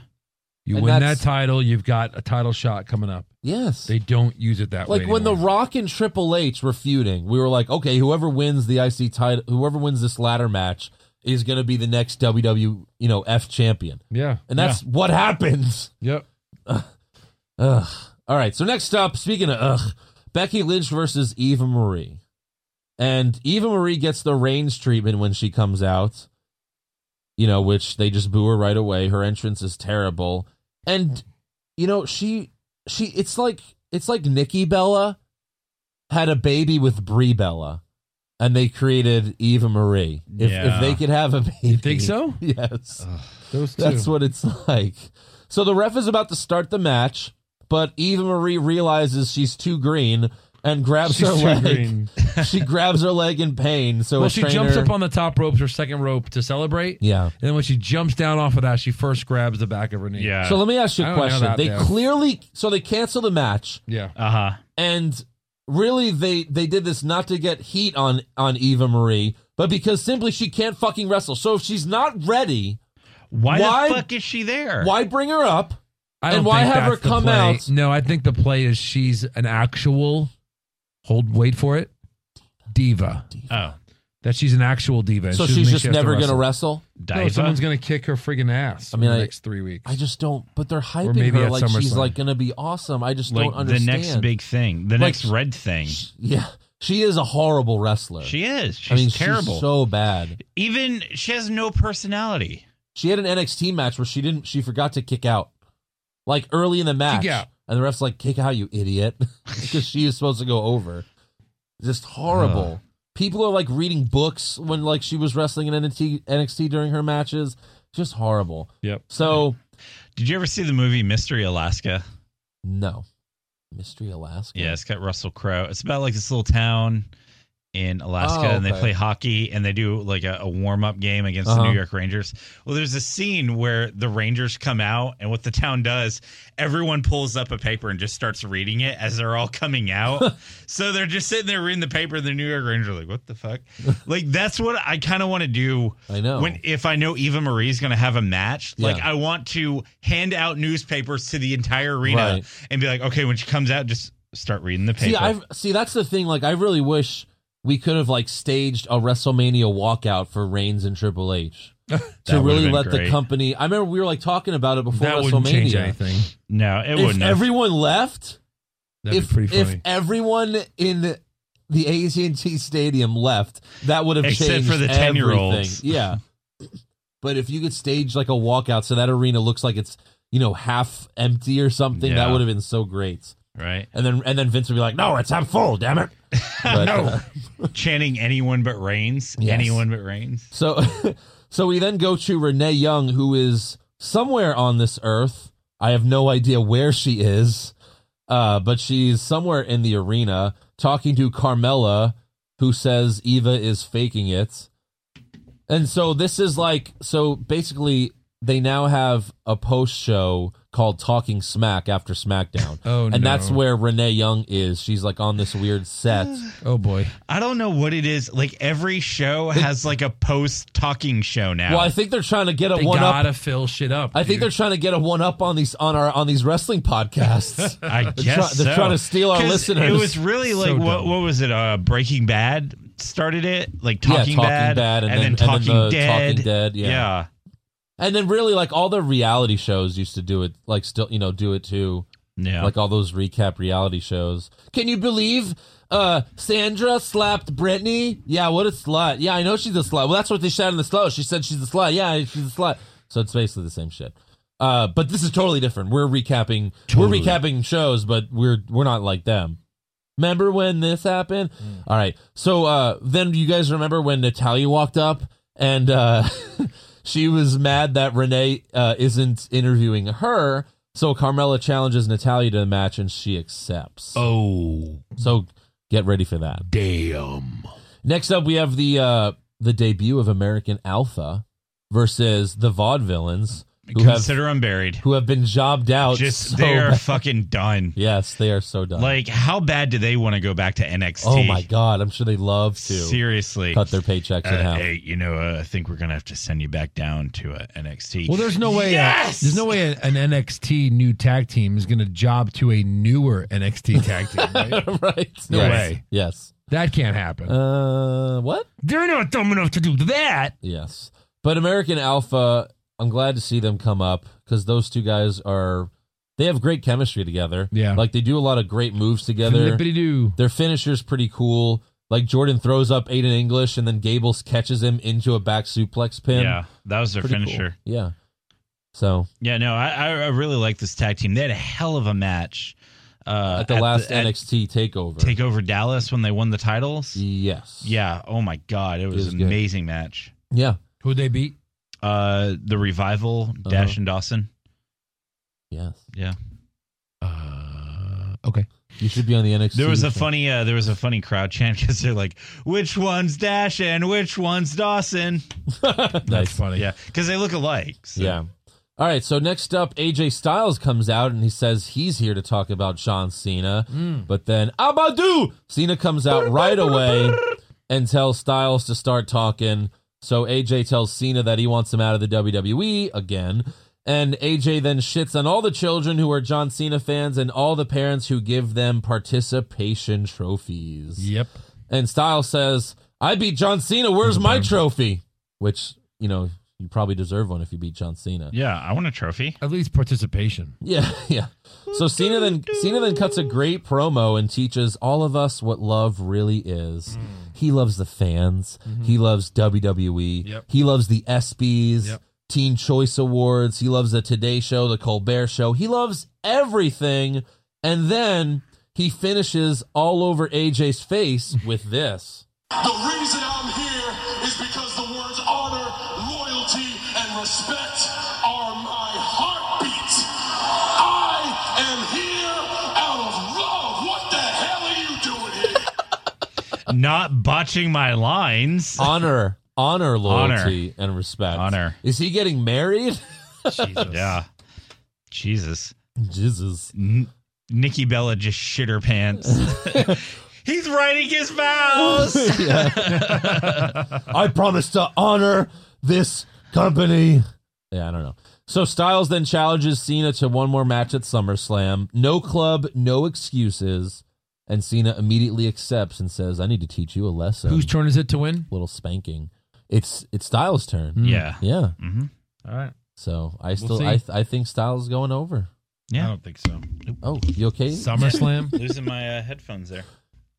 S8: You
S1: And
S8: win that
S1: that's-
S8: title, you've got a title shot coming up.
S1: Yes.
S8: They don't use it that way.
S1: Like when The Rock and Triple H were feuding, we were like, okay, whoever wins the IC title, whoever wins this ladder match is going to be the next WWE, you know, F champion.
S8: Yeah.
S1: And that's
S8: Yeah.
S1: what happens.
S8: Yep.
S1: Ugh. All right. So next up, speaking of ugh, Becky Lynch versus Eva Marie. And Eva Marie gets the Reigns treatment when she comes out, you know, which they just boo her right away. Her entrance is terrible. And you know, she she it's like it's like Nikki Bella had a baby with Brie Bella and they created Eva Marie. If
S8: Yeah.
S1: if they could have a baby. You
S8: think so?
S1: Yes.
S8: Those two.
S1: That's what it's like. So the ref is about to start the match, but Eva Marie realizes she's too green and grabs
S8: She's
S1: her
S8: too
S1: leg.
S8: green.
S1: she grabs her leg in pain. So
S8: well,
S1: a
S8: she
S1: trainer-
S8: jumps up on the top rope, her second rope, to celebrate.
S1: Yeah.
S8: And then when she jumps down off of that, she first grabs the back of her knee.
S2: Uh,
S8: Yeah.
S1: So let me ask you a question. They
S8: clear.
S1: clearly so they cancel the match.
S8: Yeah.
S2: Uh huh.
S1: And really they they did this not to get heat on on Eva Marie, but because simply she can't fucking wrestle. So if she's not ready,
S2: Why,
S1: why
S2: the fuck is she there?
S1: why bring her up?
S8: I don't
S1: and why
S8: think
S1: have her
S8: that's the
S1: come
S8: play.
S1: out?
S8: No, I think the play is she's an actual hold wait for it diva.
S2: Oh,
S8: that she's an actual diva. and
S1: So
S8: she doesn't
S1: she's
S8: think
S1: just
S8: she has
S1: never
S8: to
S1: gonna
S8: wrestle.
S2: wrestle?
S8: No,
S2: Diva?
S8: someone's gonna kick her friggin' ass. I mean, the next three weeks.
S1: I just don't. But they're hyping
S8: maybe
S1: her
S8: at
S1: like she's
S8: SummerSlam.
S1: like going to be awesome. I just
S2: like
S1: don't understand.
S2: the next big thing, the
S1: Like,
S2: next red thing.
S1: Yeah, she is a horrible wrestler.
S2: She is. She's
S1: I mean,
S2: terrible.
S1: She's so bad.
S2: Even she has no personality.
S1: She had an NXT match where she didn't. She forgot to kick out, like early in the match.
S8: out.
S1: And the ref's like, "Kick out, you idiot," because she was supposed to go over. Just horrible. People are like reading books when like she was wrestling in NXT, NXT during her matches. Just horrible.
S8: Yep.
S1: So
S2: Did you ever see the movie Mystery Alaska?
S1: no, Mystery Alaska.
S2: Yeah, it's got Russell Crowe. It's about like this little town in Alaska,
S1: Oh,
S2: and they
S1: okay.
S2: play hockey and they do like a, a warm up game against the
S1: Uh-huh.
S2: New York Rangers. Well, there's a scene where the Rangers come out, and what the town does, everyone pulls up a paper and just starts reading it as they're all coming out. so they're just sitting there reading the paper, and the New York Rangers are like, "What the fuck?" like that's what I kind of want to do.
S1: I know.
S2: when if I know Eva Marie's going to have a match, like
S1: Yeah.
S2: I want to hand out newspapers to the entire arena
S1: Right.
S2: and be like, okay, when she comes out, just start reading the paper.
S1: See, I see that's the thing. Like, I really wish we could have like staged a WrestleMania walkout for Reigns and Triple H to
S2: would've
S1: really
S2: been
S1: let the
S2: great.
S1: company. I remember we were like talking about it before
S8: that wouldn't
S1: WrestleMania.
S8: change anything.
S2: no, it
S1: if
S2: wouldn't. have.
S1: everyone left,
S8: That'd
S1: if
S8: be pretty funny.
S1: if everyone in the AT and T Stadium left, that would have
S2: Except
S1: changed
S2: for the 10-year-olds.
S1: everything. Yeah, but if you could stage like a walkout so that arena looks like it's you know half empty or something, that
S2: Yeah.
S1: would have been so great.
S2: right?
S1: And then and then Vince would be like, "No, it's half full, damn it." But, uh,
S2: Chanting anyone but Reigns.
S1: Yes.
S2: Anyone but Reigns.
S1: so so we then go to Renee Young, who is somewhere on this earth. I have no idea where she is, uh, but she's somewhere in the arena talking to Carmella, who says Eva is faking it. And so this is like so basically they now have a post show called Talking Smack after SmackDown.
S8: Oh,
S1: and
S8: no.
S1: that's where Renee Young is. She's like on this weird set.
S8: Oh boy.
S2: I don't know what it is. Like every show has like a post talking show now.
S1: Well, I think they're trying to get a
S8: They
S1: one up
S8: gotta fill shit up.
S1: I think
S8: dude.
S1: they're trying to get a one up on these on our on these wrestling podcasts.
S2: I
S1: They're
S2: guess
S1: try- they're
S2: so.
S1: trying to steal our
S2: 'Cause
S1: listeners.
S2: It was really
S8: So
S2: like what
S8: dumb.
S2: what was it? Uh, Breaking Bad started it, like
S1: Yeah,
S2: Talking,
S1: Talking
S2: bad,
S1: Bad and
S2: and, then,
S1: then- and
S2: Talking
S1: then the
S2: Dead.
S1: Talking Dead, yeah. and then really like all the reality shows used to do it, like still you know do it too,
S2: yeah, yeah.
S1: like all those recap reality shows. Can you believe? Uh, Sandra slapped Brittany. Yeah, what a slut. Yeah, I know she's a slut. Well, that's what they said in the slow. She said she's a slut. Yeah, she's a slut. So it's basically the same shit. Uh, but this is totally different. We're recapping.
S2: Totally.
S1: We're recapping shows, but we're we're not like them. Remember when this happened?
S2: Mm.
S1: All right. So uh then you guys remember when Natalia walked up and uh she was mad that Renee uh isn't interviewing her. So Carmella challenges Natalia to a match and she accepts.
S8: Oh
S1: So get ready for that.
S8: damn.
S1: Next up we have the uh the debut of American Alpha versus the Vaudevillains.
S2: Consider them buried.
S1: Who have been jobbed out.
S2: Just
S1: so
S2: they are
S1: bad.
S2: fucking done.
S1: Yes, they are so done.
S2: Like, how bad do they want to go back to NXT?
S1: Oh my god, I'm sure they love to
S2: Seriously,
S1: cut their paychecks
S2: Uh,
S1: in half.
S2: Hey, you know, uh, I think we're gonna have to send you back down to uh, NXT.
S8: Well, there's no way.
S1: uh,
S8: uh,
S2: Yes!
S8: there's no way an NXT new tag team is going to job to a newer NXT tag team. Right. No
S1: Yes.
S8: way.
S1: Yes.
S8: That can't happen.
S1: Uh, what?
S7: They're not dumb enough to do that.
S1: Yes. But American Alpha, I'm glad to see them come up because those two guys are. They have great chemistry together.
S8: Yeah.
S1: Like they do a lot of great moves together.
S8: Flippity-doo.
S1: Their finisher's pretty cool. Like Jordan throws up Aiden English and then Gables catches him into a back suplex pin.
S2: Yeah, that was their
S1: Pretty cool.
S2: finisher.
S1: Yeah. So
S2: Yeah, no, I, I I really like this tag team. They had a hell of a match uh,
S1: at the last NXT takeover.
S2: Takeover Dallas when they won the titles.
S1: Yes.
S2: Yeah. Oh my God, it was,
S1: was
S2: an
S1: good.
S2: amazing match.
S1: yeah.
S8: Who'd they beat?
S2: Uh, the revival Dash and Dawson.
S1: Yes.
S2: Yeah.
S8: Okay.
S1: You should be on the NXT.
S2: There was a
S1: thing.
S2: funny uh, there was a funny crowd chant because they're like, which one's Dash and which one's Dawson?
S1: Nice.
S8: funny.
S2: Yeah, because they look alike. so-
S1: Yeah. All right. So next up, AJ Styles comes out and he says he's here to talk about John Cena.
S8: Mm.
S1: But then Abadu Cena comes out right away and tells Styles to start talking. So AJ tells Cena that he wants him out of the WWE again. And AJ then shits on all the children who are John Cena fans and all the parents who give them participation trophies.
S8: Yep.
S1: And Styles says, I beat John Cena. Where's my trophy? Which, you know, you probably deserve one if you beat John Cena.
S2: Yeah, I want a trophy.
S8: At least participation.
S1: Yeah, yeah. So Cena then Cena then cuts a great promo and teaches all of us what love really
S8: Mm.
S1: is. He loves the fans. He loves WWE.
S8: Mm-hmm. Yep.
S1: He loves the ESPYS,
S8: Yep.
S1: Teen Choice Awards. He loves the Today Show, the Colbert Show. He loves everything. And then he finishes all over AJ's face with this.
S12: The reason I'm here is because the words honor, loyalty, and respect are my heartbeat. I am here out of love. What the hell are you doing here?
S2: Not botching my lines.
S1: Honor, honor, loyalty, and respect.
S2: Honor.
S1: Is he getting married?
S2: Yeah. Jesus.
S1: Jesus.
S2: N- Nikki Bella just shit her pants. He's writing his vows.
S1: I promise to honor this company. Yeah, I don't know. So Styles then challenges Cena to one more match at SummerSlam. No club, no excuses. And Cena immediately accepts and says, I need to teach you a lesson.
S8: Whose turn is it to win?
S1: little spanking. It's it's Styles' turn.
S2: Yeah.
S1: Yeah.
S2: Mm-hmm.
S8: Hmm. All right.
S1: So I
S8: We'll
S1: still
S8: see.
S1: I I think Styles is going over.
S8: I
S2: Yeah.
S8: don't think so.
S1: Oh, you okay?
S8: SummerSlam.
S2: Losing my uh, headphones there.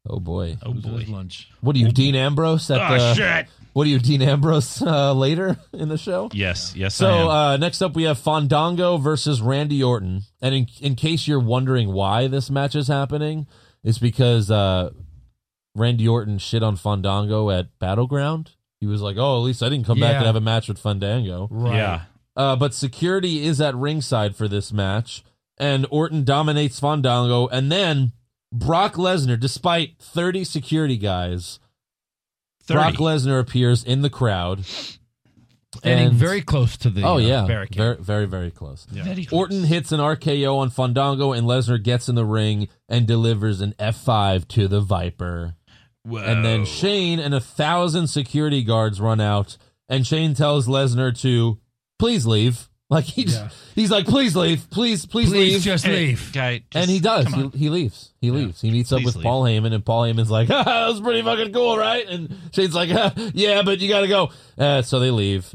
S1: oh boy.
S2: Oh
S8: Who's- who's
S2: boy.
S8: lunch.
S1: What are you, Dean Ambrose?
S8: Ah,
S1: At
S2: Oh
S1: the,
S2: shit.
S1: What are you, Dean Ambrose? Uh, later in the show.
S2: Yes. Yes. I am.
S1: So uh, next up, we have Fandango versus Randy Orton. And in, in case you're wondering why this match is happening, it's because uh, Randy Orton shit on Fandango at Battleground. He was like, "Oh, at least I didn't come back
S8: Yeah.
S1: and have a match with Fandango."
S2: Yeah.
S1: Uh, but security is at ringside for this match, and Orton dominates Fandango, and then Brock Lesnar, despite 30 security guys,
S2: 30.
S1: Brock Lesnar appears in the crowd.
S8: Standing
S1: And-
S8: very close to the
S1: oh
S8: uh,
S1: yeah,
S8: barricade.
S1: very very very close.
S2: Very close.
S1: Orton hits an RKO on Fandango, and Lesnar gets in the ring and delivers an F5 to the Viper.
S2: Whoa.
S1: And then Shane and a thousand security guards run out, and Shane tells Lesnar to please leave. Like he just,
S8: Yeah.
S1: he's like, please leave, please, please, leave.
S8: Please just leave.
S2: Guy, just-
S1: and he does.
S2: come
S1: He,
S2: on.
S1: he leaves. He leaves. He meets up
S2: Please
S1: with
S2: leave.
S1: Paul Heyman, and Paul Heyman's like, "Ha, "That was pretty fucking cool, right?" And Shane's like, "Ha, "Yeah, but you gotta go." Uh, so they leave,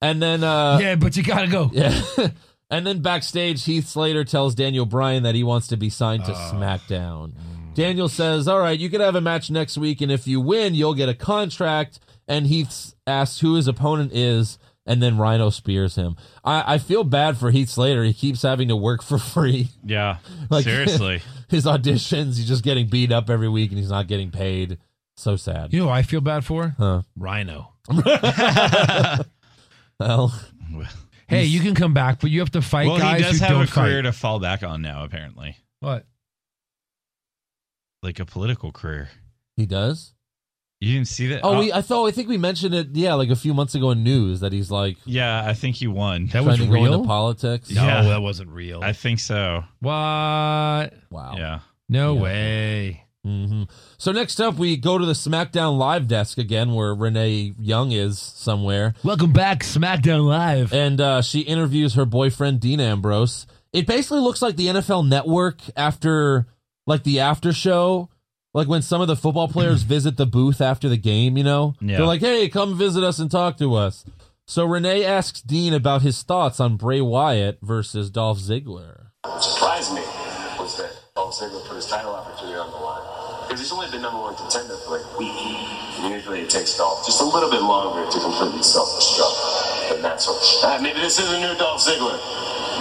S1: and then uh,
S8: yeah, but you gotta go.
S1: yeah. and then backstage, Heath Slater tells Daniel Bryan that he wants to be signed to SmackDown. Daniel says, All right, you could have a match next week, and if you win, you'll get a contract. And Heath s- asks who his opponent is, and then Rhino spears him. I, I feel bad for Heath Slater. He keeps having to work for free.
S2: Yeah.
S1: Like-
S2: Seriously.
S1: His auditions, he's just getting beat up every week, and he's not getting paid. So sad.
S8: You know, who I feel bad for
S1: Huh.
S8: Rhino.
S1: Well,
S8: Hey, you can come back, but you have to fight
S2: well,
S8: guys
S2: he does
S8: who
S2: have
S8: don't
S2: a career
S8: fight.
S2: to fall back on now, apparently,
S8: what?
S2: like a political career.
S1: he does?
S2: You didn't see that?
S1: Oh, we, I thought I think we mentioned it. Yeah, like a few months ago in news that he's like
S2: yeah, I think he won.
S1: That was Trying to go real? into politics?
S2: Oh,
S1: No, that
S8: wasn't real.
S2: I think so.
S8: What?
S1: Wow.
S2: Yeah.
S8: No way.
S1: hmm So next up, we go to the SmackDown Live desk again, where Renee Young is somewhere.
S8: Welcome back, SmackDown Live.
S1: And uh, she interviews her boyfriend Dean Ambrose. It basically looks like the NFL Network after, like the after show, like when some of the football players visit the booth after the game. You know,
S2: Yeah.
S1: they're like, "Hey, come visit us and talk to us." So Renee asks Dean about his thoughts on Bray Wyatt versus Dolph Ziggler.
S13: surprised me was that Dolph Ziggler put his title opportunity on the line. Because he's only been number one contender for like a week. And usually it takes Dolph just a little bit longer to completely self-destruct than that sort of shit. Ah, maybe this is a new Dolph Ziggler.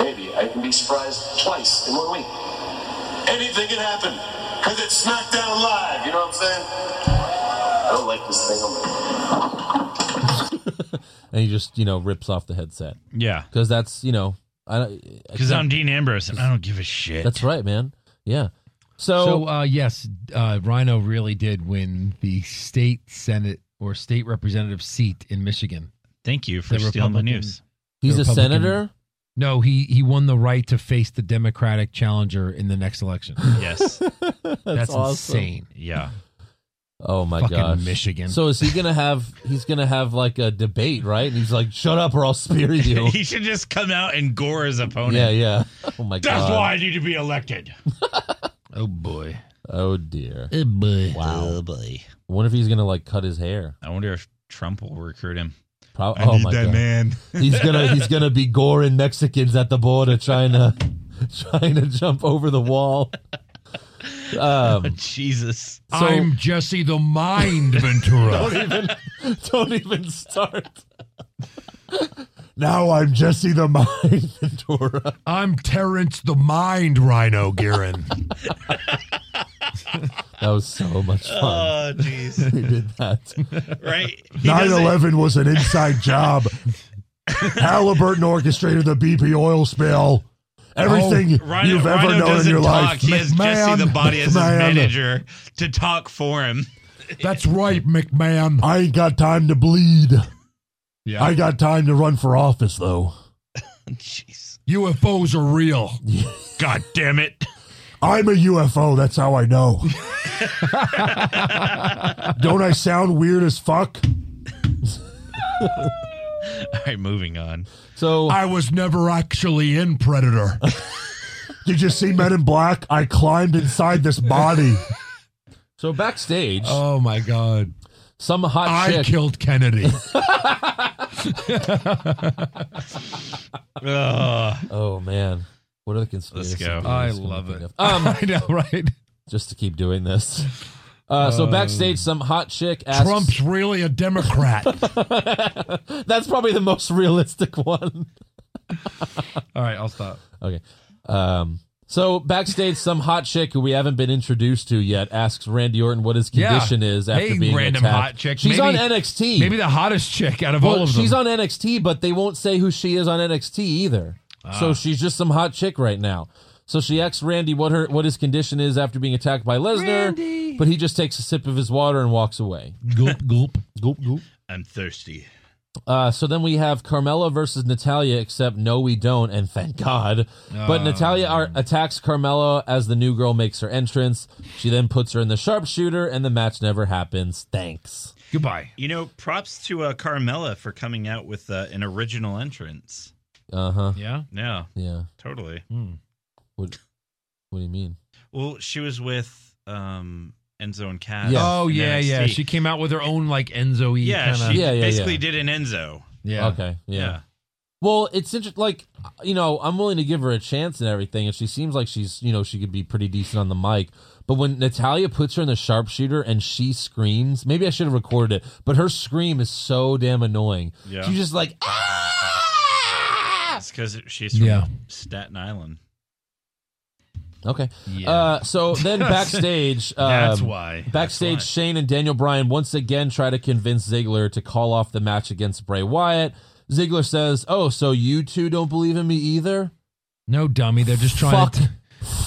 S13: Maybe I can be surprised twice in one week. Anything can happen. Because it's SmackDown Live, you know what I'm saying? I don't like this thing I'm
S1: and he just you know rips off the headset.
S2: Yeah.
S1: because that's you know I
S2: Because I'm Dean Ambrose and I don't give a shit.
S1: That's right, man. Yeah. So,
S8: So, uh, yes, uh, Rhino really did win the state senate or state representative seat in Michigan.
S2: Thank you for stealing the news.
S1: He's a senator?
S8: No, he he won the right to face the Democratic challenger in the next election.
S2: Yes,
S1: that's, awesome.
S8: insane.
S2: Yeah.
S1: Oh my
S8: Fucking
S1: gosh,
S8: Michigan.
S1: So is he gonna have? He's gonna have like a debate, right? And he's like, "Shut up, or I'll spear you."
S2: he should just come out and gore his opponent.
S1: yeah, yeah. Oh my
S2: That's
S1: god.
S2: why I need to be elected.
S8: Oh boy.
S1: Oh dear.
S8: Oh boy.
S1: Wow. I wonder if he's gonna like cut his hair.
S2: I wonder if Trump will recruit him.
S1: Pro-
S2: I
S1: oh
S2: need
S1: my
S2: that
S1: God.
S2: man.
S1: he's gonna he's gonna be goring Mexicans at the border trying to trying to jump over the wall. Um,
S2: Jesus.
S1: So-
S8: I'm Jesse the Mind
S1: Don't
S8: Ventura.
S1: even don't even start. now I'm Jesse the Mind Ventura.
S8: I'm Terrence the Mind Rhino Guerin.
S1: That was so much fun.
S2: Oh, jeez.
S1: we did that.
S2: Right? He
S14: Nine
S2: doesn't-
S14: Eleven was an inside job. Halliburton orchestrated the BP oil spill. Everything
S2: Oh, Rhino-
S14: you've ever
S2: Rhino
S14: known in
S2: doesn't
S14: your
S2: talk.
S14: life.
S2: He has
S14: McMahon,
S2: Jesse the Body as his
S14: McMahon.
S2: manager to talk for him.
S14: That's right, McMahon. I ain't got time to bleed.
S8: Yeah.
S14: I got time to run for office, though.
S8: UFOs are real.
S7: God damn it.
S14: I'm a UFO. That's how I know. Don't I sound weird as fuck?
S2: All right, moving on.
S1: So
S14: I was never actually in Predator. Did you see Men in Black? I climbed inside this body.
S1: So backstage,
S8: Oh my god.
S1: some hot
S8: I
S1: chick.
S8: killed Kennedy.
S2: Ugh.
S1: oh man, what are the conspiracy?
S2: Let's go.
S1: theories
S2: I
S1: we can
S2: love
S1: think
S2: it.
S1: of? Um,
S8: I know, right?
S1: Just to keep doing this. Uh, so
S8: Um,
S1: backstage, some hot chick asks.
S8: Trump's really a Democrat.
S1: That's probably the most realistic one.
S8: All right, I'll stop.
S1: Okay. Um, so backstage, some hot chick who we haven't been introduced to yet asks Randy Orton what his
S8: Yeah.
S1: condition is after
S8: Hey,
S1: being
S8: random
S1: attacked.
S8: hot chick.
S1: She's on
S8: Maybe-
S1: NXT.
S8: Maybe the hottest chick out of
S1: Well,
S8: all of them.
S1: she's on NXT, but they won't say who she is on NXT either.
S8: Ah.
S1: So she's just some hot chick right now. So she asks Randy what her what his condition is after being attacked by Lesnar, but he just takes a sip of his water and walks away.
S8: Gulp, gulp.
S1: Goop goop.
S2: I'm thirsty.
S1: Uh, so then we have Carmella versus Natalia, except no, we don't, and thank God. But
S8: Oh.
S1: Natalia ar- attacks Carmella as the new girl makes her entrance. She then puts her in the sharpshooter, and the match never happens. Thanks.
S8: Goodbye.
S2: You know, props to uh, Carmella for coming out with uh, an original entrance.
S1: Uh huh.
S8: Yeah.
S2: Yeah,
S1: Yeah.
S2: totally.
S1: What? What do you mean?
S2: Well, she was with um, Enzo and Cass.
S8: Oh
S2: in
S8: yeah,
S2: NXT.
S8: yeah. She came out with her own like Enzo-y
S2: yeah,
S8: kinda.
S2: she basically did an Enzo.
S8: Yeah.
S1: Okay. Yeah.
S2: Yeah.
S1: Well, it's interesting. Like, you know, I'm willing to give her a chance and everything, and she seems like she's, you know, she could be pretty decent on the mic. But when Natalia puts her in the sharpshooter and she screams, maybe I should have recorded it, but her scream is so damn annoying.
S2: Yeah.
S1: She's just like, "Ah!"
S2: It's because she's from
S1: Yeah.
S2: Staten Island.
S1: okay.
S2: Yeah.
S1: Uh, so then backstage, um,
S2: That's why. That's
S1: Backstage,
S2: why.
S1: Shane and Daniel Bryan once again try to convince Ziggler to call off the match against Bray Wyatt. Ziggler says, "Oh, so you two don't believe in me either?"
S8: No dummy. They're just trying
S1: fuck,
S8: to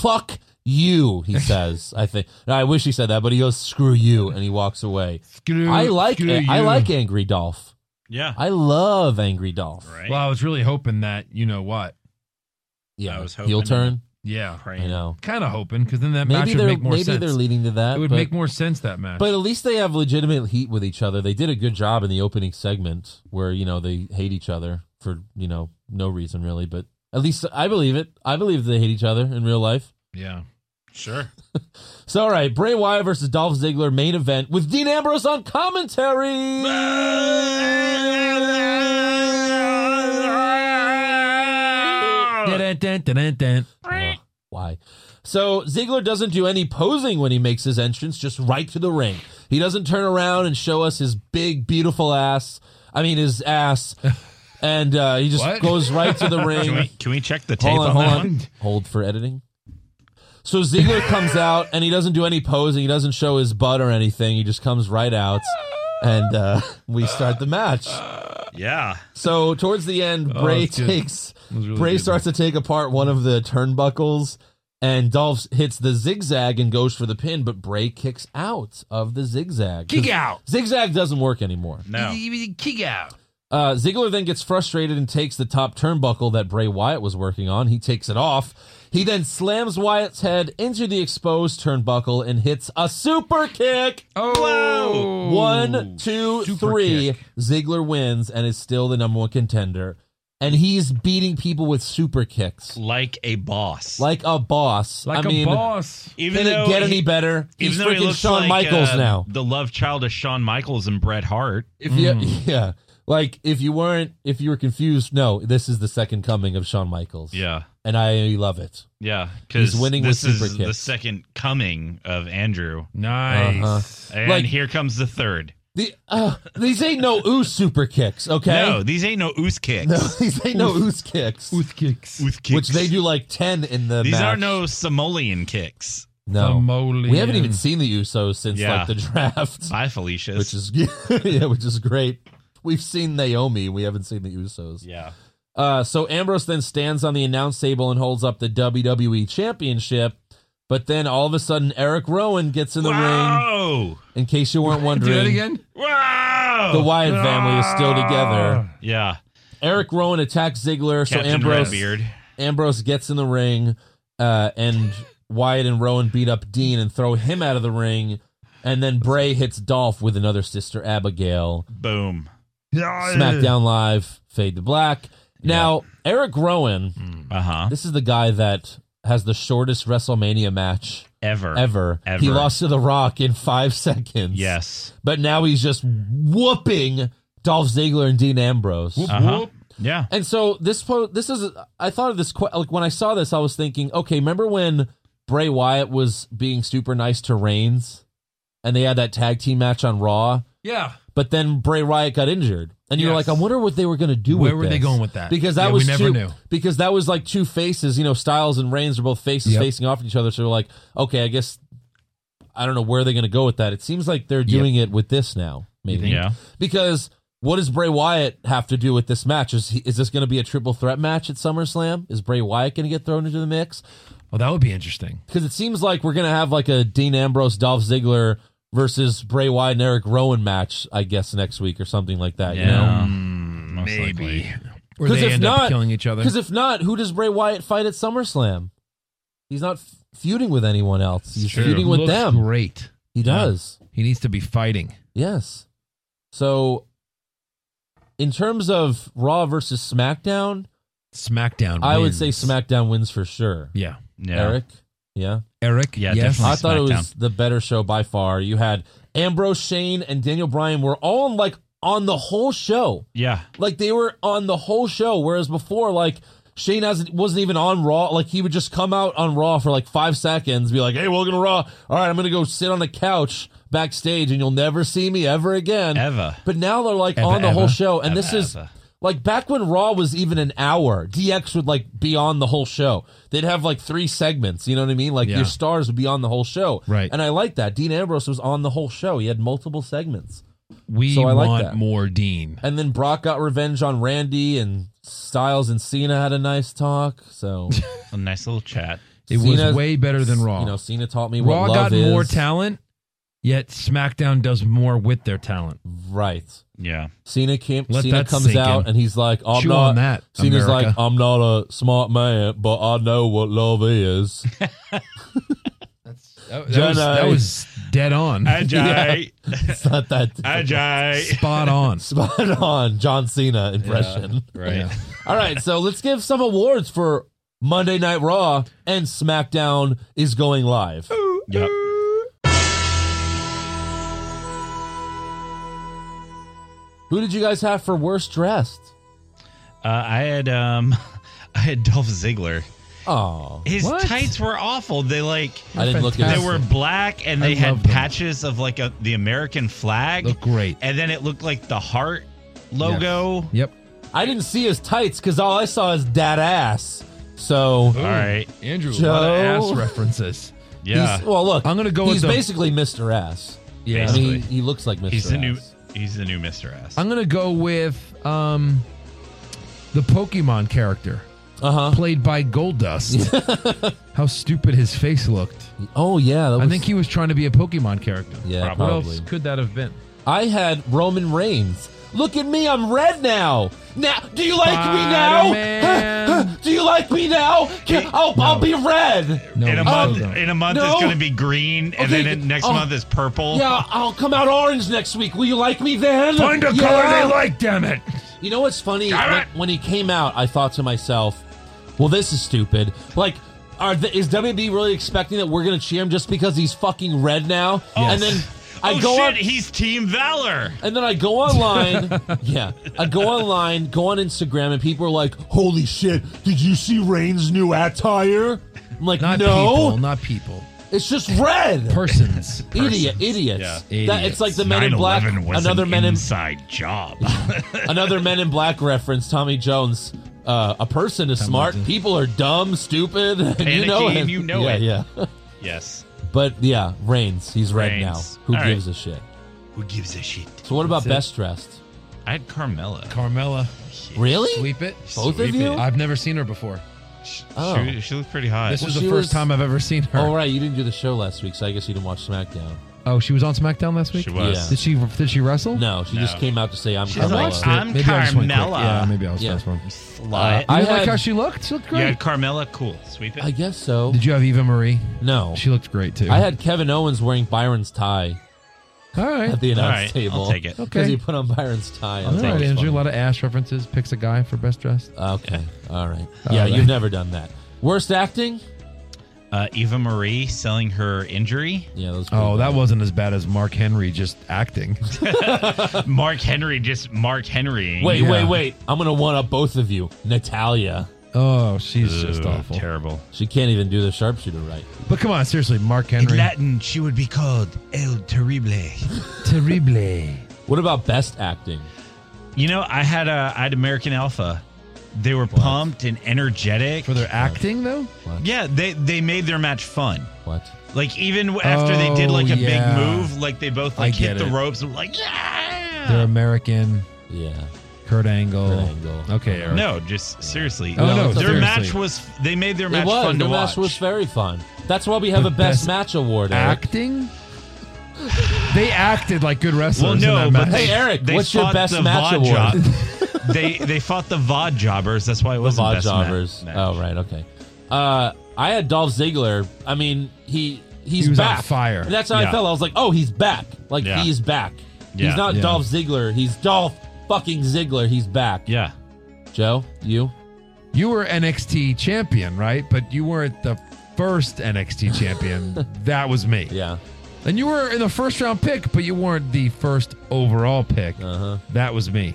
S1: fuck You, he says. I think. I wish he said that, but he goes, "Screw you," and he walks away.
S8: Screw-
S1: I like.
S8: screw
S1: I
S8: you.
S1: like Angry Dolph.
S2: Yeah.
S1: I love Angry Dolph.
S8: Well, I was really hoping that you know what.
S1: Yeah, I was
S8: hoping
S1: heel turn.
S8: Yeah,
S1: I know.
S8: Kind of hoping because then that match
S1: Maybe
S8: would
S1: they're
S8: make more
S1: maybe
S8: sense.
S1: they're leading to that.
S8: It would
S1: but-
S8: make more sense that match.
S1: But at least they have legitimate heat with each other. They did a good job in the opening segment where, you know, they hate each other for, you know, no reason really, but at least I believe it. I believe they hate each other in real life.
S8: yeah,
S2: sure.
S1: So all right, Bray Wyatt versus Dolph Ziggler main event with Dean Ambrose on commentary. Ugh, Why? So Ziggler doesn't do any posing when he makes his entrance, just right to the ring. He doesn't turn around and show us his big, beautiful ass. I mean, his ass. And uh, he just
S2: What?
S1: goes right to the ring.
S2: Can we- can we check the tape on that one?
S1: Hold for editing. So Ziggler comes out and he doesn't do any posing. He doesn't show his butt or anything. He just comes right out, and uh, we start the match.
S2: Yeah.
S1: So towards the end,
S2: Oh,
S1: Bray
S2: that's good.
S1: takes
S2: That was really
S1: Bray
S2: good.
S1: starts to take apart one of the turnbuckles, and Dolph hits the zigzag and goes for the pin, but Bray kicks out of the zigzag.
S8: Kick out.
S1: Zigzag doesn't work anymore.
S8: kick out.
S1: Uh, Ziggler then gets frustrated and takes the top turnbuckle that Bray Wyatt was working on. He takes it off. He then slams Wyatt's head into the exposed turnbuckle and hits a super kick.
S8: Oh,
S1: one, two, three. Ziggler wins and is still the number one contender. And he's beating people with super kicks
S2: Like a boss.
S1: like a boss. I mean,
S2: Even
S1: can
S2: though
S1: it get
S2: he-
S1: any better?
S2: Even
S1: He's
S2: though he
S1: freaking
S2: looks
S1: Shawn
S2: like,
S1: Michaels
S2: uh,
S1: now.
S2: The love child of Shawn Michaels and Bret Hart.
S1: If you, yeah, like if you weren't, if you were confused, no, this is the second coming of Shawn Michaels.
S2: Yeah.
S1: and I love it.
S2: Yeah,
S1: he's
S2: because
S1: winning
S2: this
S1: with
S2: is
S1: super
S2: the
S1: kicks.
S2: second coming of Andrew.
S1: Nice. Uh-huh.
S2: And
S1: Like-
S2: here comes the third.
S1: The, uh, these ain't no ooh super kicks, okay?
S2: No, these ain't no ooze kicks.
S1: No, these ain't no ooze kicks. Ooze
S8: kicks.
S1: Ooze kicks. Which they do like ten in the.
S2: These
S1: match.
S2: are no Simoleon kicks.
S1: No, we haven't even
S2: Samolean.
S1: seen the Usos since
S2: Yeah.
S1: like the draft.
S2: Bye, Felicia's.
S1: which is yeah, which is great. We've seen Naomi, we haven't seen the Usos.
S2: Yeah.
S1: Uh, so Ambrose then stands on the announce table and holds up the WWE Championship, but then all of a sudden Eric Rowan gets in the ring. In case you weren't wondering,
S2: Wow!
S1: The Wyatt family is still together.
S2: Yeah.
S1: Eric Rowan attacks Ziggler, so
S2: Captain
S1: Ambrose
S2: Redbeard.
S1: Ambrose gets in the ring, uh, and Wyatt and Rowan beat up Dean and throw him out of the ring, and then Bray hits Dolph with another sister Abigail.
S2: Boom.
S1: SmackDown Live, fade to black. Now Eric Rowan,
S2: uh-huh.
S1: this is the guy that has the shortest WrestleMania match
S2: Ever.
S1: Ever.
S2: Ever.
S1: He lost to The Rock in five seconds.
S2: Yes.
S1: But now he's just whooping Dolph Ziggler and Dean Ambrose. Uh,
S2: Uh-huh. Yeah.
S1: And so this po- this is I thought of this que- like when I saw this I was thinking okay remember when Bray Wyatt was being super nice to Reigns and they had that tag team match on Raw
S8: Yeah.
S1: but then Bray Wyatt got injured and you're
S8: Yes.
S1: like I wonder what they were going to do
S8: Where
S1: with
S8: were they
S1: this.
S8: going with that?
S1: because that
S8: Yeah, we
S1: was
S8: never
S1: two,
S8: knew.
S1: because that was like two faces you know Styles and Reigns were both faces
S8: Yep.
S1: facing off at each other so we're like okay I guess I don't know where they're going to go with that it seems like they're doing it with this now maybe
S2: think? Yeah.
S1: because what does Bray Wyatt have to do with this match? Is he, is this going to be a triple threat match at SummerSlam? Is Bray Wyatt going to get thrown into the mix?
S8: Well, that would be interesting.
S1: Because it seems like we're going to have like a Dean Ambrose, Dolph Ziggler versus Bray Wyatt and Eric Rowan match, I guess next week or something like that. You
S2: Yeah.
S1: know,
S8: Maybe. Mm, Or they end up killing each other.
S1: Because if not, who does Bray Wyatt fight at SummerSlam? He's not f- feuding with anyone else. He's
S8: True.
S1: feuding with
S8: Looks
S1: them.
S8: Great.
S1: He does.
S8: He needs to be fighting.
S1: Yes. So, in terms of Raw versus SmackDown,
S8: SmackDown.
S1: I would say
S8: wins.
S1: SmackDown wins for sure.
S8: Yeah. Yeah.
S1: Eric. Yeah.
S8: Eric.
S2: Yeah,
S8: yes.
S1: I thought it was the better show by far. You had Ambrose, Shane, and Daniel Bryan were all like on the whole show.
S2: Yeah.
S1: Like they were on the whole show, whereas before, like Shane hasn't wasn't even on Raw. Like he would just come out on Raw for like five seconds, be like, "Hey, welcome to Raw. All right, I'm gonna go sit on the couch backstage, and you'll never see me ever again,
S2: Ever.
S1: But now they're like
S2: Ever,
S1: on the whole
S2: ever.
S1: show, and this
S2: Ever,
S1: is.
S2: ever.
S1: Like back when Raw was even an hour, DX would like be on the whole show. They'd have like three segments. You know what I mean? Like
S8: Yeah.
S1: your stars would be on the whole show.
S8: Right.
S1: And I like that. Dean Ambrose was on the whole show. He had multiple segments.
S8: We
S1: So I like
S8: want
S1: that.
S8: more Dean.
S1: And then Brock got revenge on Randy, and Styles and Cena had a nice talk. So
S2: A nice little chat.
S8: It
S1: Cena-
S8: was way better than Raw.
S1: You know, Cena taught me
S8: Raw
S1: what love
S8: got
S1: is.
S8: more talent, yet SmackDown does more with their talent.
S1: Mm. Right.
S2: Yeah.
S1: Cena came,
S8: Let
S1: Cena
S8: that
S1: comes
S8: sink
S1: out
S8: in.
S1: and he's like, "I'm
S8: Chew
S1: not."
S8: on that,
S1: Cena's
S8: America.
S1: like, "I'm not a smart man, but I know what love is."
S8: That, that was, that
S1: Jedi.
S8: was dead on.
S1: Ajay. it's not that.
S2: Ajay.
S8: Spot on.
S1: Spot on. John Cena impression.
S8: Yeah, right. Yeah.
S1: All right. So let's give some awards for Monday Night Raw and SmackDown is going live.
S2: Yep.
S1: Who did you guys have for worst dressed?
S2: Uh, I had um, I had Dolph Ziggler.
S1: Oh,
S2: his
S1: what?
S2: tights were awful. They like
S1: I didn't look at
S2: They
S1: it.
S2: were black and
S1: I
S2: they had
S1: love them.
S2: patches of like a, the American flag. Look
S8: great.
S2: And then it looked like the heart logo.
S8: Yep.
S1: I didn't see his tights because all I saw is dad ass. So all
S2: right,
S8: Andrew,
S1: Joe,
S8: a lot of ass references.
S1: He's- well, look,
S8: I'm gonna go.
S1: He's
S8: with the-
S1: basically Mr. Ass.
S8: Yeah.
S1: I mean,
S8: Basically.
S1: he looks like Mr.
S2: He's
S1: Ass.
S2: the new he's the new Mr. Ass.
S8: I'm gonna go with um, the Pokemon character,
S1: uh-huh.
S8: played by Goldust. How stupid his face looked.
S1: Oh yeah,
S8: I think he was trying to be a Pokemon character.
S1: Yeah,
S8: What
S1: probably.
S8: else could that have been?
S1: I had Roman Reigns. Look at me, I'm red now. Now, do you like me now?
S8: Spider-Man.
S1: Huh? Huh? do you like me now? Can- I'll, I'll be red.
S2: in a
S1: Um,
S2: month, in a month,
S1: no.
S2: it's gonna be green, and
S1: Okay,
S2: then in, next
S1: oh,
S2: month is purple.
S1: Yeah, I'll come out orange next week. Will you like me then?
S7: Find a
S1: Yeah.
S7: color they like, damn it.
S1: You know what's funny?
S7: Damn
S1: When, when he came out, I thought to myself, "Well, this is stupid. Like, are the, is WB really expecting that we're gonna cheer him just because he's fucking red now?" And then I
S2: oh
S1: go
S2: shit,
S1: on,
S2: he's Team Valor.
S1: and then I go online. yeah, I go online, go on Instagram, and people are like, "Holy shit! Did you see Reigns' new attire?" I'm like,
S8: Not
S1: "No,
S8: people. Not people.
S1: it's just red."
S8: Persons.
S1: Idiot, idiots.
S8: Yeah.
S1: That, it's like the Men in Black.
S2: 9/11 was
S1: Another
S2: an
S1: Men in
S2: inside job.
S1: Another Men in Black reference, Tommy Jones. Uh, a person is smart. People are dumb, stupid. and you know
S2: Panicking,
S1: it.
S2: you know
S1: yeah,
S2: it.
S1: Yeah.
S2: yes.
S1: But yeah, Reigns. He's red now.
S2: Reigns.
S1: Who
S2: All right.
S1: gives a shit?
S2: Who gives a shit?
S1: So what about
S2: That's
S1: best
S2: it.
S1: dressed?
S2: I had Carmella.
S8: Carmella.
S1: Really?
S8: Sweep it.
S1: Both of you?
S8: I've never seen her before.
S1: Oh.
S2: She, she looked pretty hot.
S8: This was the first time I've ever seen her.
S1: Oh right, you didn't do the show last week, so I guess you didn't watch SmackDown.
S8: Oh, she was on SmackDown last week.
S1: She was. Yeah.
S8: Did she? Did she wrestle?
S1: No, she just came out to say I'm.
S8: She's like,
S1: Carmella."
S8: I'm Maybe I just went quick. Carmella. Yeah, maybe I was fast one.
S2: Slut.
S8: You didn't like how she looked? She looked
S2: Uh, You
S8: great.
S2: had Carmella. Cool. Sweep it.
S1: I guess so.
S8: Did you have Eva Marie?
S1: No,
S8: she looked great too.
S1: I had Kevin Owens wearing Byron's tie.
S8: All right.
S1: At the announce
S2: All right,
S1: table.
S2: I'll take it.
S1: Because
S8: Okay.
S1: he put on Byron's tie.
S8: All right, Andrew. A lot of ass references. Picks a guy for best dressed.
S1: Okay. All right. Yeah,
S8: All right.
S1: you've never done that. Worst acting?
S2: Uh, Eva Marie selling her injury.
S1: Yeah, those.
S8: Oh, that wasn't as bad as Mark Henry just acting.
S2: Mark Henry just Mark Henry.
S1: Wait, wait, wait. I'm going to one up both of you. Natalia.
S8: oh, she's just
S2: Ugh,
S8: awful.
S2: Terrible.
S1: She can't even do the sharpshooter right.
S8: But come on, seriously, Mark Henry.
S2: Latin, she would be called El Terrible.
S8: Terrible.
S1: What about best acting?
S2: You know, I had a I had American Alpha. They were pumped and energetic
S8: for their acting, though.
S2: Yeah, they they made their match fun.
S1: What?
S2: Like even w- after they did
S8: Oh,
S2: like a
S8: yeah.
S2: big move, like they both
S8: I
S2: like hit
S8: get
S2: the
S8: it.
S2: ropes and were like yeah.
S8: They're American.
S1: Yeah.
S8: Kurt Angle.
S1: Kurt Angle.
S8: Okay, Eric.
S2: No, just seriously.
S8: Oh, no,
S2: their
S8: seriously.
S2: match was they made their match
S1: it was.
S2: fun
S1: the
S2: to
S1: match
S2: watch.
S1: was very fun. That's why we have
S8: But
S1: a best,
S8: best
S1: match award. Eric.
S8: Acting. They acted like good wrestlers.
S2: well, no,
S8: in that
S2: but
S8: match.
S2: they,
S1: Hey, Eric,
S2: they
S1: what's your
S2: fought
S1: best
S2: the
S1: match
S2: VOD
S1: award?
S2: job- they they fought the VOD jobbers. That's why it wasn't
S1: Vod
S2: best
S1: jobbers.
S2: Ma- match.
S1: Oh right, okay. Uh, I had Dolph Ziggler. I mean, he he's
S8: He was on
S1: back.
S8: fire.
S1: And that's how I
S2: Yeah.
S1: felt. I was like, oh, he's back. Like
S2: Yeah.
S1: he's back.
S2: Yeah.
S1: He's not
S8: Yeah.
S1: Dolph Ziggler. He's Dolph fucking Ziggler. He's back.
S2: Yeah.
S1: Joe, you.
S8: You were NXT champion, right? But you weren't the first NXT champion. that was me.
S1: Yeah.
S8: And you were in the first round pick, but you weren't the first overall pick.
S1: Uh-huh.
S8: That was me.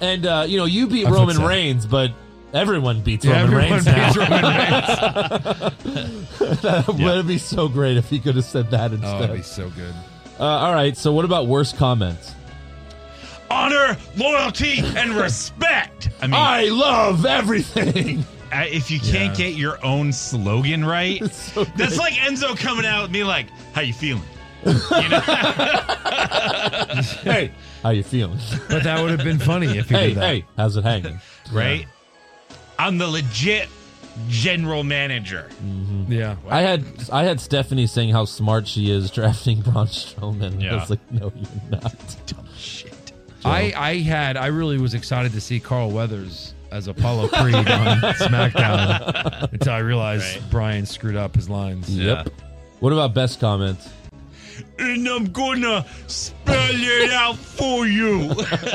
S1: And uh, you know, you beat
S8: That's
S1: Roman
S8: what's up.
S1: Reigns, but everyone beats Roman
S8: Everyone
S1: Reigns
S8: beats
S1: now.
S8: Roman Reigns.
S1: that would be so great if he could have said that
S8: Oh, that'd
S1: instead.
S8: be so good.
S1: uh, all right. So, what about worst comments?
S2: Honor, loyalty, and respect. I mean,
S1: I love everything.
S2: I- if you can't
S8: Yeah.
S2: get your own slogan right, that's like Enzo coming out and being like, "How you feeling?"
S1: hey, how you feeling?
S8: But that would have been funny if he
S1: hey,
S8: did that.
S1: hey, how's it hanging?
S2: Right? I'm the legit general manager.
S8: Yeah.
S1: I had I had Stephanie saying how smart she is drafting Braun Strowman.
S8: Yeah.
S1: I was like, no, you're not. Dumb
S2: shit.
S8: I, I had I really was excited to see Carl Weathers as Apollo Creed on SmackDown until I realized Brian screwed up his lines.
S1: Yep. What about best comments?
S2: And I'm gonna spell it out for you.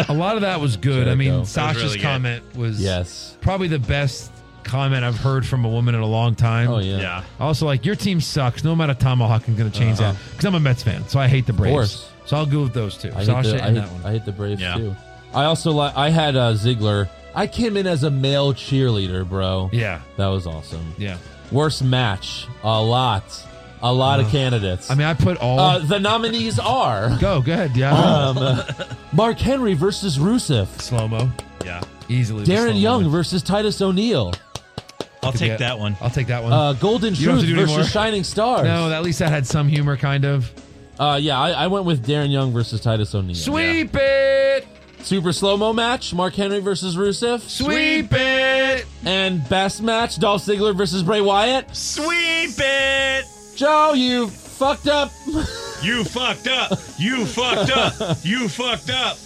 S8: A lot of that was good.
S1: There
S8: I
S1: we
S8: mean,
S1: go. That was
S8: Sasha's
S1: really good.
S8: comment was
S1: Yes.
S8: probably the best comment I've heard from a woman in a long time. Oh
S1: yeah. Yeah.
S8: Also, like your team sucks. No amount of tomahawking is going to change
S1: Uh-huh.
S8: that because I'm a Mets fan, so I hate the Braves.
S1: course.
S8: So I'll go with those two,
S1: I hate,
S8: Sasha
S1: the, I,
S8: and
S1: hate,
S8: that one.
S1: I hate the Braves
S8: Yeah.
S1: too. I also like I had uh, Ziggler. I came in as a male cheerleader, bro.
S8: Yeah.
S1: That was awesome.
S8: Yeah.
S1: Worst match. A lot. A lot of
S8: Ugh.
S1: candidates.
S8: I mean, I put all
S1: Uh, the nominees are
S8: go. Go ahead. Yeah.
S1: um, uh, Mark Henry versus Rusev.
S8: Slow mo.
S2: Yeah.
S8: Easily. the slow-mo
S1: Darren Young
S8: win.
S1: versus Titus O'Neil.
S2: I'll
S8: Could
S2: take
S8: be-
S2: that one.
S8: I'll take that one.
S1: Uh, Golden
S8: You don't have
S1: Truth
S8: to do any
S1: versus
S8: more.
S1: Shining Stars.
S8: No, at least that had some humor, kind of.
S1: Uh, yeah, I, I went with Darren Young versus Titus O'Neil.
S8: Sweep it.
S1: Super slow mo match: Mark Henry versus Rusev.
S8: Sweep it.
S1: And best match: Dolph Ziggler versus Bray Wyatt.
S2: Sweep it.
S1: Joe, you fucked up.
S2: You fucked up. You fucked up. You fucked up.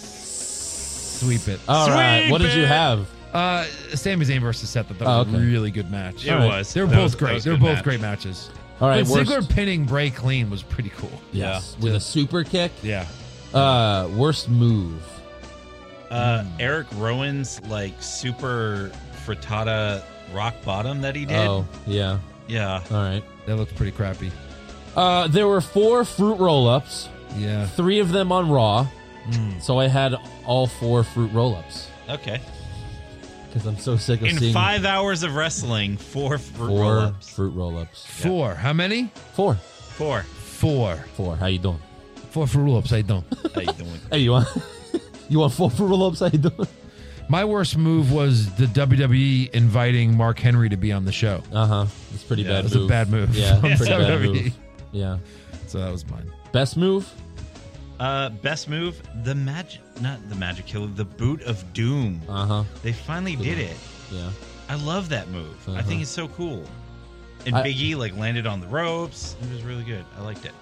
S8: Sweep it.
S1: All right, what did you have?
S8: Uh, Sami Zayn versus Seth. I thought
S1: Oh,
S8: was a
S1: okay.
S8: really good match.
S1: It All right. was.
S8: They're
S1: That
S8: both
S1: was- that
S8: great.
S1: was
S8: They're
S1: good
S8: both
S1: match.
S8: great matches.
S1: All right,
S8: But
S1: worst-
S8: Ziggler pinning Bray clean was pretty cool.
S1: Yes, with a super kick.
S8: Yeah.
S1: Uh, worst move.
S2: Uh, Eric Rowan's like super frittata rock bottom that he did.
S1: Oh, yeah.
S2: Yeah.
S1: All right.
S8: That looks pretty crappy.
S1: Uh, there were four fruit roll-ups.
S8: Yeah.
S1: Three of them on Raw.
S2: Hmm.
S1: So I had all four fruit roll-ups
S2: Okay.
S1: because I'm so sick of
S2: In
S1: seeing
S2: five hours of wrestling, four fruit
S1: four
S2: roll-ups.
S1: fruit roll-ups.
S8: Four. How many?
S1: Four.
S2: Four.
S8: Four.
S1: Four. How you doing?
S8: Four for rule upside down.
S2: How you doing?
S1: Hey, you want you want four fruit roll-ups? How you doing?
S8: My worst move was the WWE inviting Mark Henry to be on the show.
S1: Uh huh. It's pretty bad.
S8: It was
S1: move.
S8: a bad move.
S1: Yeah,
S8: from
S1: pretty bad
S8: WWE.
S1: move. Yeah.
S8: So that was mine.
S1: Best move.
S2: Uh, best move, the magic, not the magic killer, the boot of doom.
S1: Uh huh.
S2: They finally did it.
S1: Yeah.
S2: I love that move. I
S1: Uh-huh.
S2: think it's so cool. And
S1: I-
S2: Big E like landed on the ropes. It was really good. I liked it.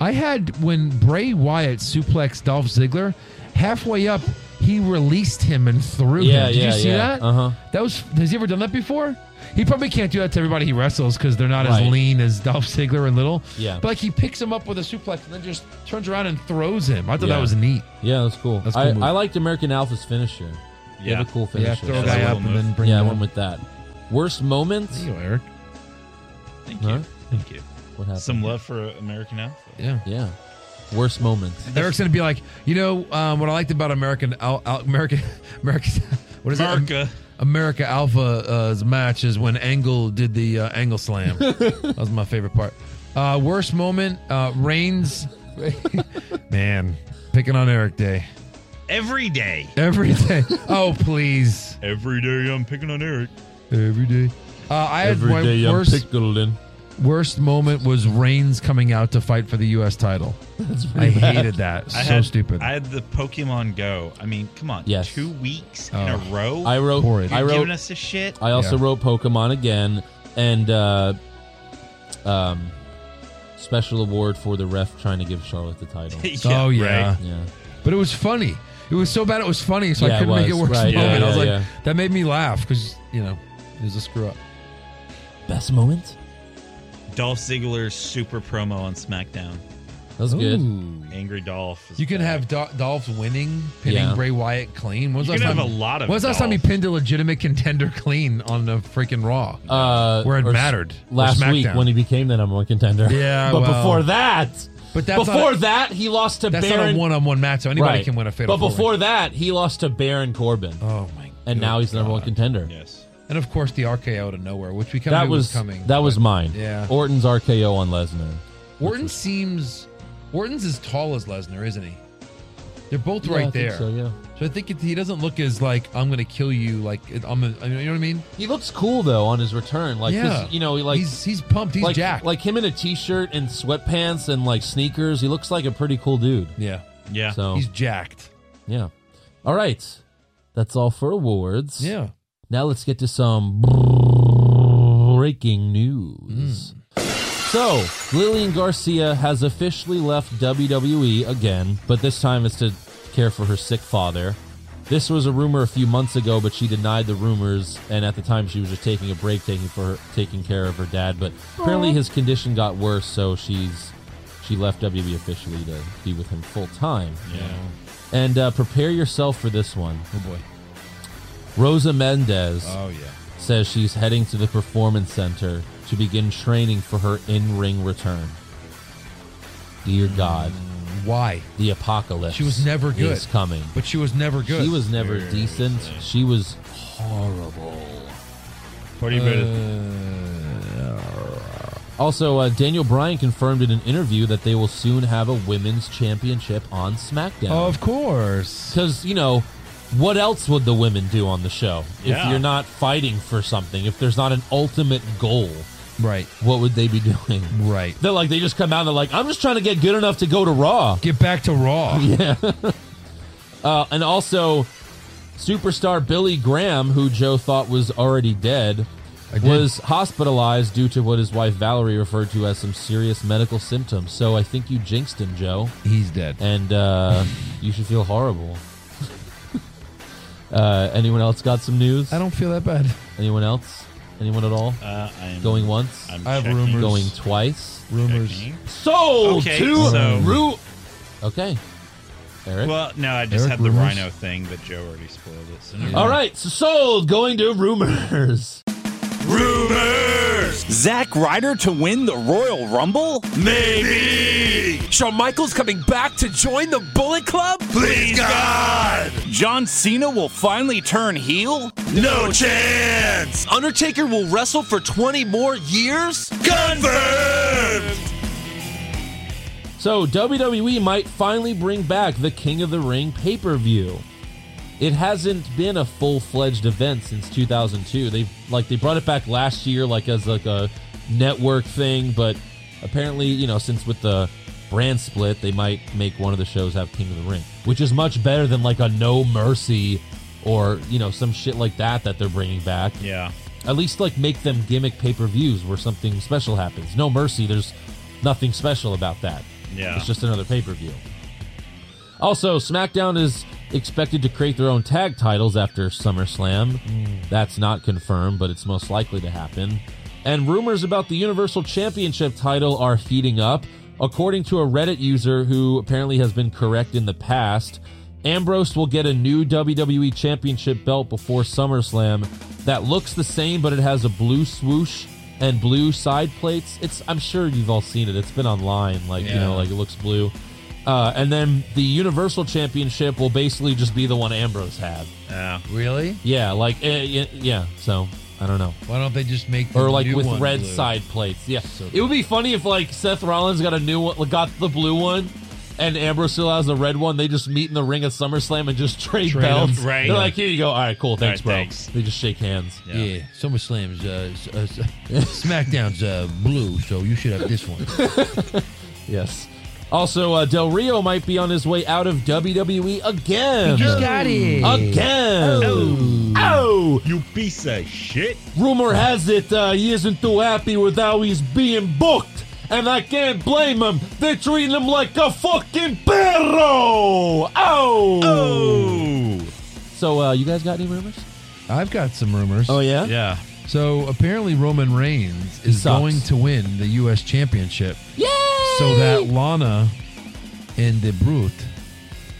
S8: I had when Bray Wyatt suplexed Dolph Ziggler, halfway up, he released him and threw
S1: Yeah,
S8: him. Did
S1: yeah,
S8: you see
S1: yeah.
S8: that?
S1: Uh-huh.
S8: That was has he ever done that before? He probably can't do that to everybody he wrestles because they're not
S1: Right.
S8: as lean as Dolph Ziggler and Little.
S1: Yeah.
S8: But like he picks him up with a suplex and then just turns around and throws him. I thought
S1: Yeah.
S8: that was neat.
S1: Yeah, that's cool.
S8: That's a cool
S1: I,
S8: move.
S1: I liked American Alpha's finisher. They have
S2: Yeah.
S1: a cool
S8: Yeah,
S1: finisher.
S8: throw a guy
S2: That's a
S8: up
S2: cool
S8: and then
S2: move.
S8: bring
S1: yeah, I
S8: him
S1: went
S8: up.
S1: with that. Worst moments.
S8: There you go, Eric.
S2: Thank
S1: Huh? Uh,
S2: you. Thank you.
S1: What happened?
S2: Some love for American Alpha.
S8: Yeah.
S1: Yeah. Worst moments.
S8: Eric's gonna be like, you know, um, what I liked about American Al- Al- American American what is it?
S2: America.
S8: America Alpha's match is when Angle did the uh, Angle Slam. that was my favorite part. Uh, worst moment, uh, Reigns. Man, picking on Eric Day
S2: Every day.
S8: every day. Oh please,
S2: Every day I'm picking on Eric.
S8: every day. Uh, I had
S1: Every
S8: my
S1: day I'm
S8: worst
S1: pickling.
S8: worst moment was Reigns coming out to fight for the U.S. title. I
S1: pretty bad.
S8: hated that. So
S2: I had,
S8: stupid.
S2: I had the Pokemon Go. I mean, come on.
S1: Yes.
S2: Two weeks in
S8: Oh.
S2: a row.
S1: I wrote.
S8: Horrid.
S1: I
S2: You're
S1: wrote.
S2: giving us this shit.
S1: I also
S8: Yeah.
S1: wrote Pokemon again, and uh, um, special award for the ref trying to give Charlotte the title.
S2: Yeah,
S8: oh yeah.
S2: right.
S1: yeah.
S8: But it was funny. It was so bad it was funny, so
S1: Yeah,
S8: I
S1: it
S8: couldn't make it
S1: was.
S8: worse.
S1: Right, yeah,
S8: moment. I was
S1: yeah,
S8: like,
S1: yeah.
S8: that made me laugh because you know it was a screw up.
S1: Best moment.
S2: Dolph Ziggler's super promo on SmackDown.
S1: That was good.
S2: Angry Dolph. is
S8: You can
S2: back.
S8: have Do- Dolph winning, pinning
S1: Yeah.
S8: Bray Wyatt clean. When's
S2: You
S8: the
S2: can
S8: last
S2: have
S8: time-
S2: a lot of
S8: When's the last time he
S2: Dolph.
S8: pinned a legitimate contender clean on the freaking Raw?
S1: Uh,
S8: Where it
S1: or s-
S8: mattered. Or
S1: last week
S8: SmackDown.
S1: when he became the number one contender.
S8: Yeah,
S1: but
S8: well.
S1: before that,
S8: But that's
S1: before
S8: not a-
S1: that he lost to
S8: That's
S1: Baron.
S8: not a one-on-one match, so anybody
S1: Right.
S8: can win a fatal.
S1: But
S8: four-way.
S1: before that, he lost to Baron Corbin,
S8: oh my,
S1: and
S8: good
S1: now he's the number one
S8: God.
S1: contender.
S2: Yes.
S8: And of course, the RKO out of nowhere, which we kind of
S1: That
S8: knew was,
S1: was
S8: coming.
S1: that was mine.
S8: Yeah.
S1: Orton's RKO on Lesnar.
S8: Orton seems Orton's as tall as Lesnar, isn't he? They're both
S1: Yeah, I
S8: right
S1: think
S8: there.
S1: So yeah,
S8: So I think it, he doesn't look as like I'm gonna kill you. Like I'm, a, I mean, you know what I mean?
S1: he looks cool though on his return. Like 'cause, you know, he like
S8: he's he's pumped. He's
S1: like
S8: jacked.
S1: like him in a t-shirt and sweatpants and like sneakers. He looks like a pretty cool dude.
S8: yeah,
S2: Yeah.
S1: So
S8: he's jacked.
S1: yeah. All right, that's all for awards.
S8: Yeah.
S1: Now let's get to some breaking news. So, Lillian Garcia has officially left WWE again, but this time it's to care for her sick father. This was a rumor a few months ago, but she denied the rumors, and at the time she was just taking a break, taking for her, taking care of her dad. But apparently
S15: Aw.
S1: his condition got worse, so she's she left WWE officially to be with him full time.
S8: Yeah.
S1: And uh, prepare yourself for this one.
S8: Oh boy.
S1: Rosa Mendez.
S8: Oh, yeah.
S1: Says she's heading to the performance center to begin training for her in-ring return. Dear God.
S8: Why?
S1: The apocalypse.
S8: She was never good.
S1: Is coming.
S8: But she was never good.
S1: She was never
S8: Yeah.
S1: decent. She was horrible.
S8: Pretty bad.
S1: Also, uh, Daniel Bryan confirmed in an interview that they will soon have a women's championship on SmackDown.
S8: Of course.
S1: Because, you know, what else would the women do on the show?
S8: Yeah.
S1: If you're not fighting for something, if there's not an ultimate goal.
S8: Right.
S1: What would they be doing?
S8: Right.
S1: They're like, they just come out and they're like, I'm just trying to get good enough to go to Raw.
S8: Get back to Raw.
S1: Yeah. Uh, and also, superstar Billy Graham, who Joe thought was already dead, was hospitalized due to what his wife Valerie referred to as some serious medical symptoms. So I think you jinxed him, Joe.
S8: He's dead.
S1: And uh, you should feel horrible. uh, anyone else got some news? I
S8: don't feel that bad.
S1: Anyone else? Anyone at all?
S2: Uh, I'm-
S1: going once.
S2: I'm I have checking. rumors.
S1: Going twice.
S8: Rumors.
S1: Sold
S2: Okay,
S1: to
S2: so-
S1: Ru- Okay. Eric.
S2: Well, no, I
S1: Eric
S2: just
S1: Oh.
S2: had the
S1: rumors?
S2: rhino thing, but Joe already spoiled it. So never
S1: All
S2: mind.
S1: right, so sold going to rumors.
S16: Rumors! Zack Ryder to win the Royal Rumble? Maybe! Shawn Michaels coming back to join the Bullet Club? Please, God! John Cena will finally turn heel? No chance! Undertaker will wrestle for 20 more years? Confirmed!
S1: So WWE might finally bring back the King of the Ring pay per view. It hasn't been a full fledged event since 2002. They like they brought it back last year, like as like a network thing, but apparently you know since with the brand split, they might make one of the shows have King of the Ring, which is much better than like a No Mercy or you know some shit like that that they're bringing back.
S2: Yeah.
S1: At least like make them gimmick pay per views where something special happens. No Mercy, there's nothing special about that.
S2: Yeah.
S1: It's just another pay per view. Also, SmackDown is expected to create their own tag titles after SummerSlam.
S8: Mm.
S1: That's not confirmed, but it's most likely to happen. And rumors about the Universal Championship title are heating up. According to a Reddit user who apparently has been correct in the past, Ambrose will get a new WWE Championship belt before SummerSlam that looks the same, but it has a blue swoosh and blue side plates. It's I'm sure you've all seen it. It's been online, like you
S8: Yeah.
S1: know, like it looks blue. Uh, and then the Universal Championship will basically just be the one Ambrose had.
S2: Yeah.
S8: Really?
S1: Yeah, like eh, yeah, yeah. So I don't know.
S8: Why don't they just make the
S1: Or like
S8: new
S1: with
S8: one
S1: red
S8: blue?
S1: side plates. Yeah,
S8: So
S1: it would be funny if like Seth Rollins got a new one, got the blue one. And Ambrose still has the red one. They just meet in the ring at SummerSlam and just trade,
S8: Trade 'em.
S1: belts.
S8: Right.
S1: They're like, here you go. All right, cool.
S8: All
S1: Thanks,
S8: right,
S1: bro.
S8: thanks.
S1: They just shake hands.
S8: Yeah. SummerSlam's uh, s- uh, s- SmackDown's uh, blue, so you should have this one.
S1: Yes. Also, uh, Del Rio might be on his way out of WWE again.
S8: He just got it.
S1: Again.
S8: Oh.
S1: Oh.
S2: You piece of shit.
S1: Rumor has it uh, he isn't too happy with how he's being booked. And I can't blame him. They're treating him like a fucking perro. Oh. Oh. So, uh, you guys got any rumors?
S8: I've got some rumors.
S1: Oh, yeah?
S2: Yeah.
S8: So apparently Roman Reigns is
S1: sucks.
S8: going to win the U.S. Championship.
S1: Yay!
S8: So that Lana and the Brute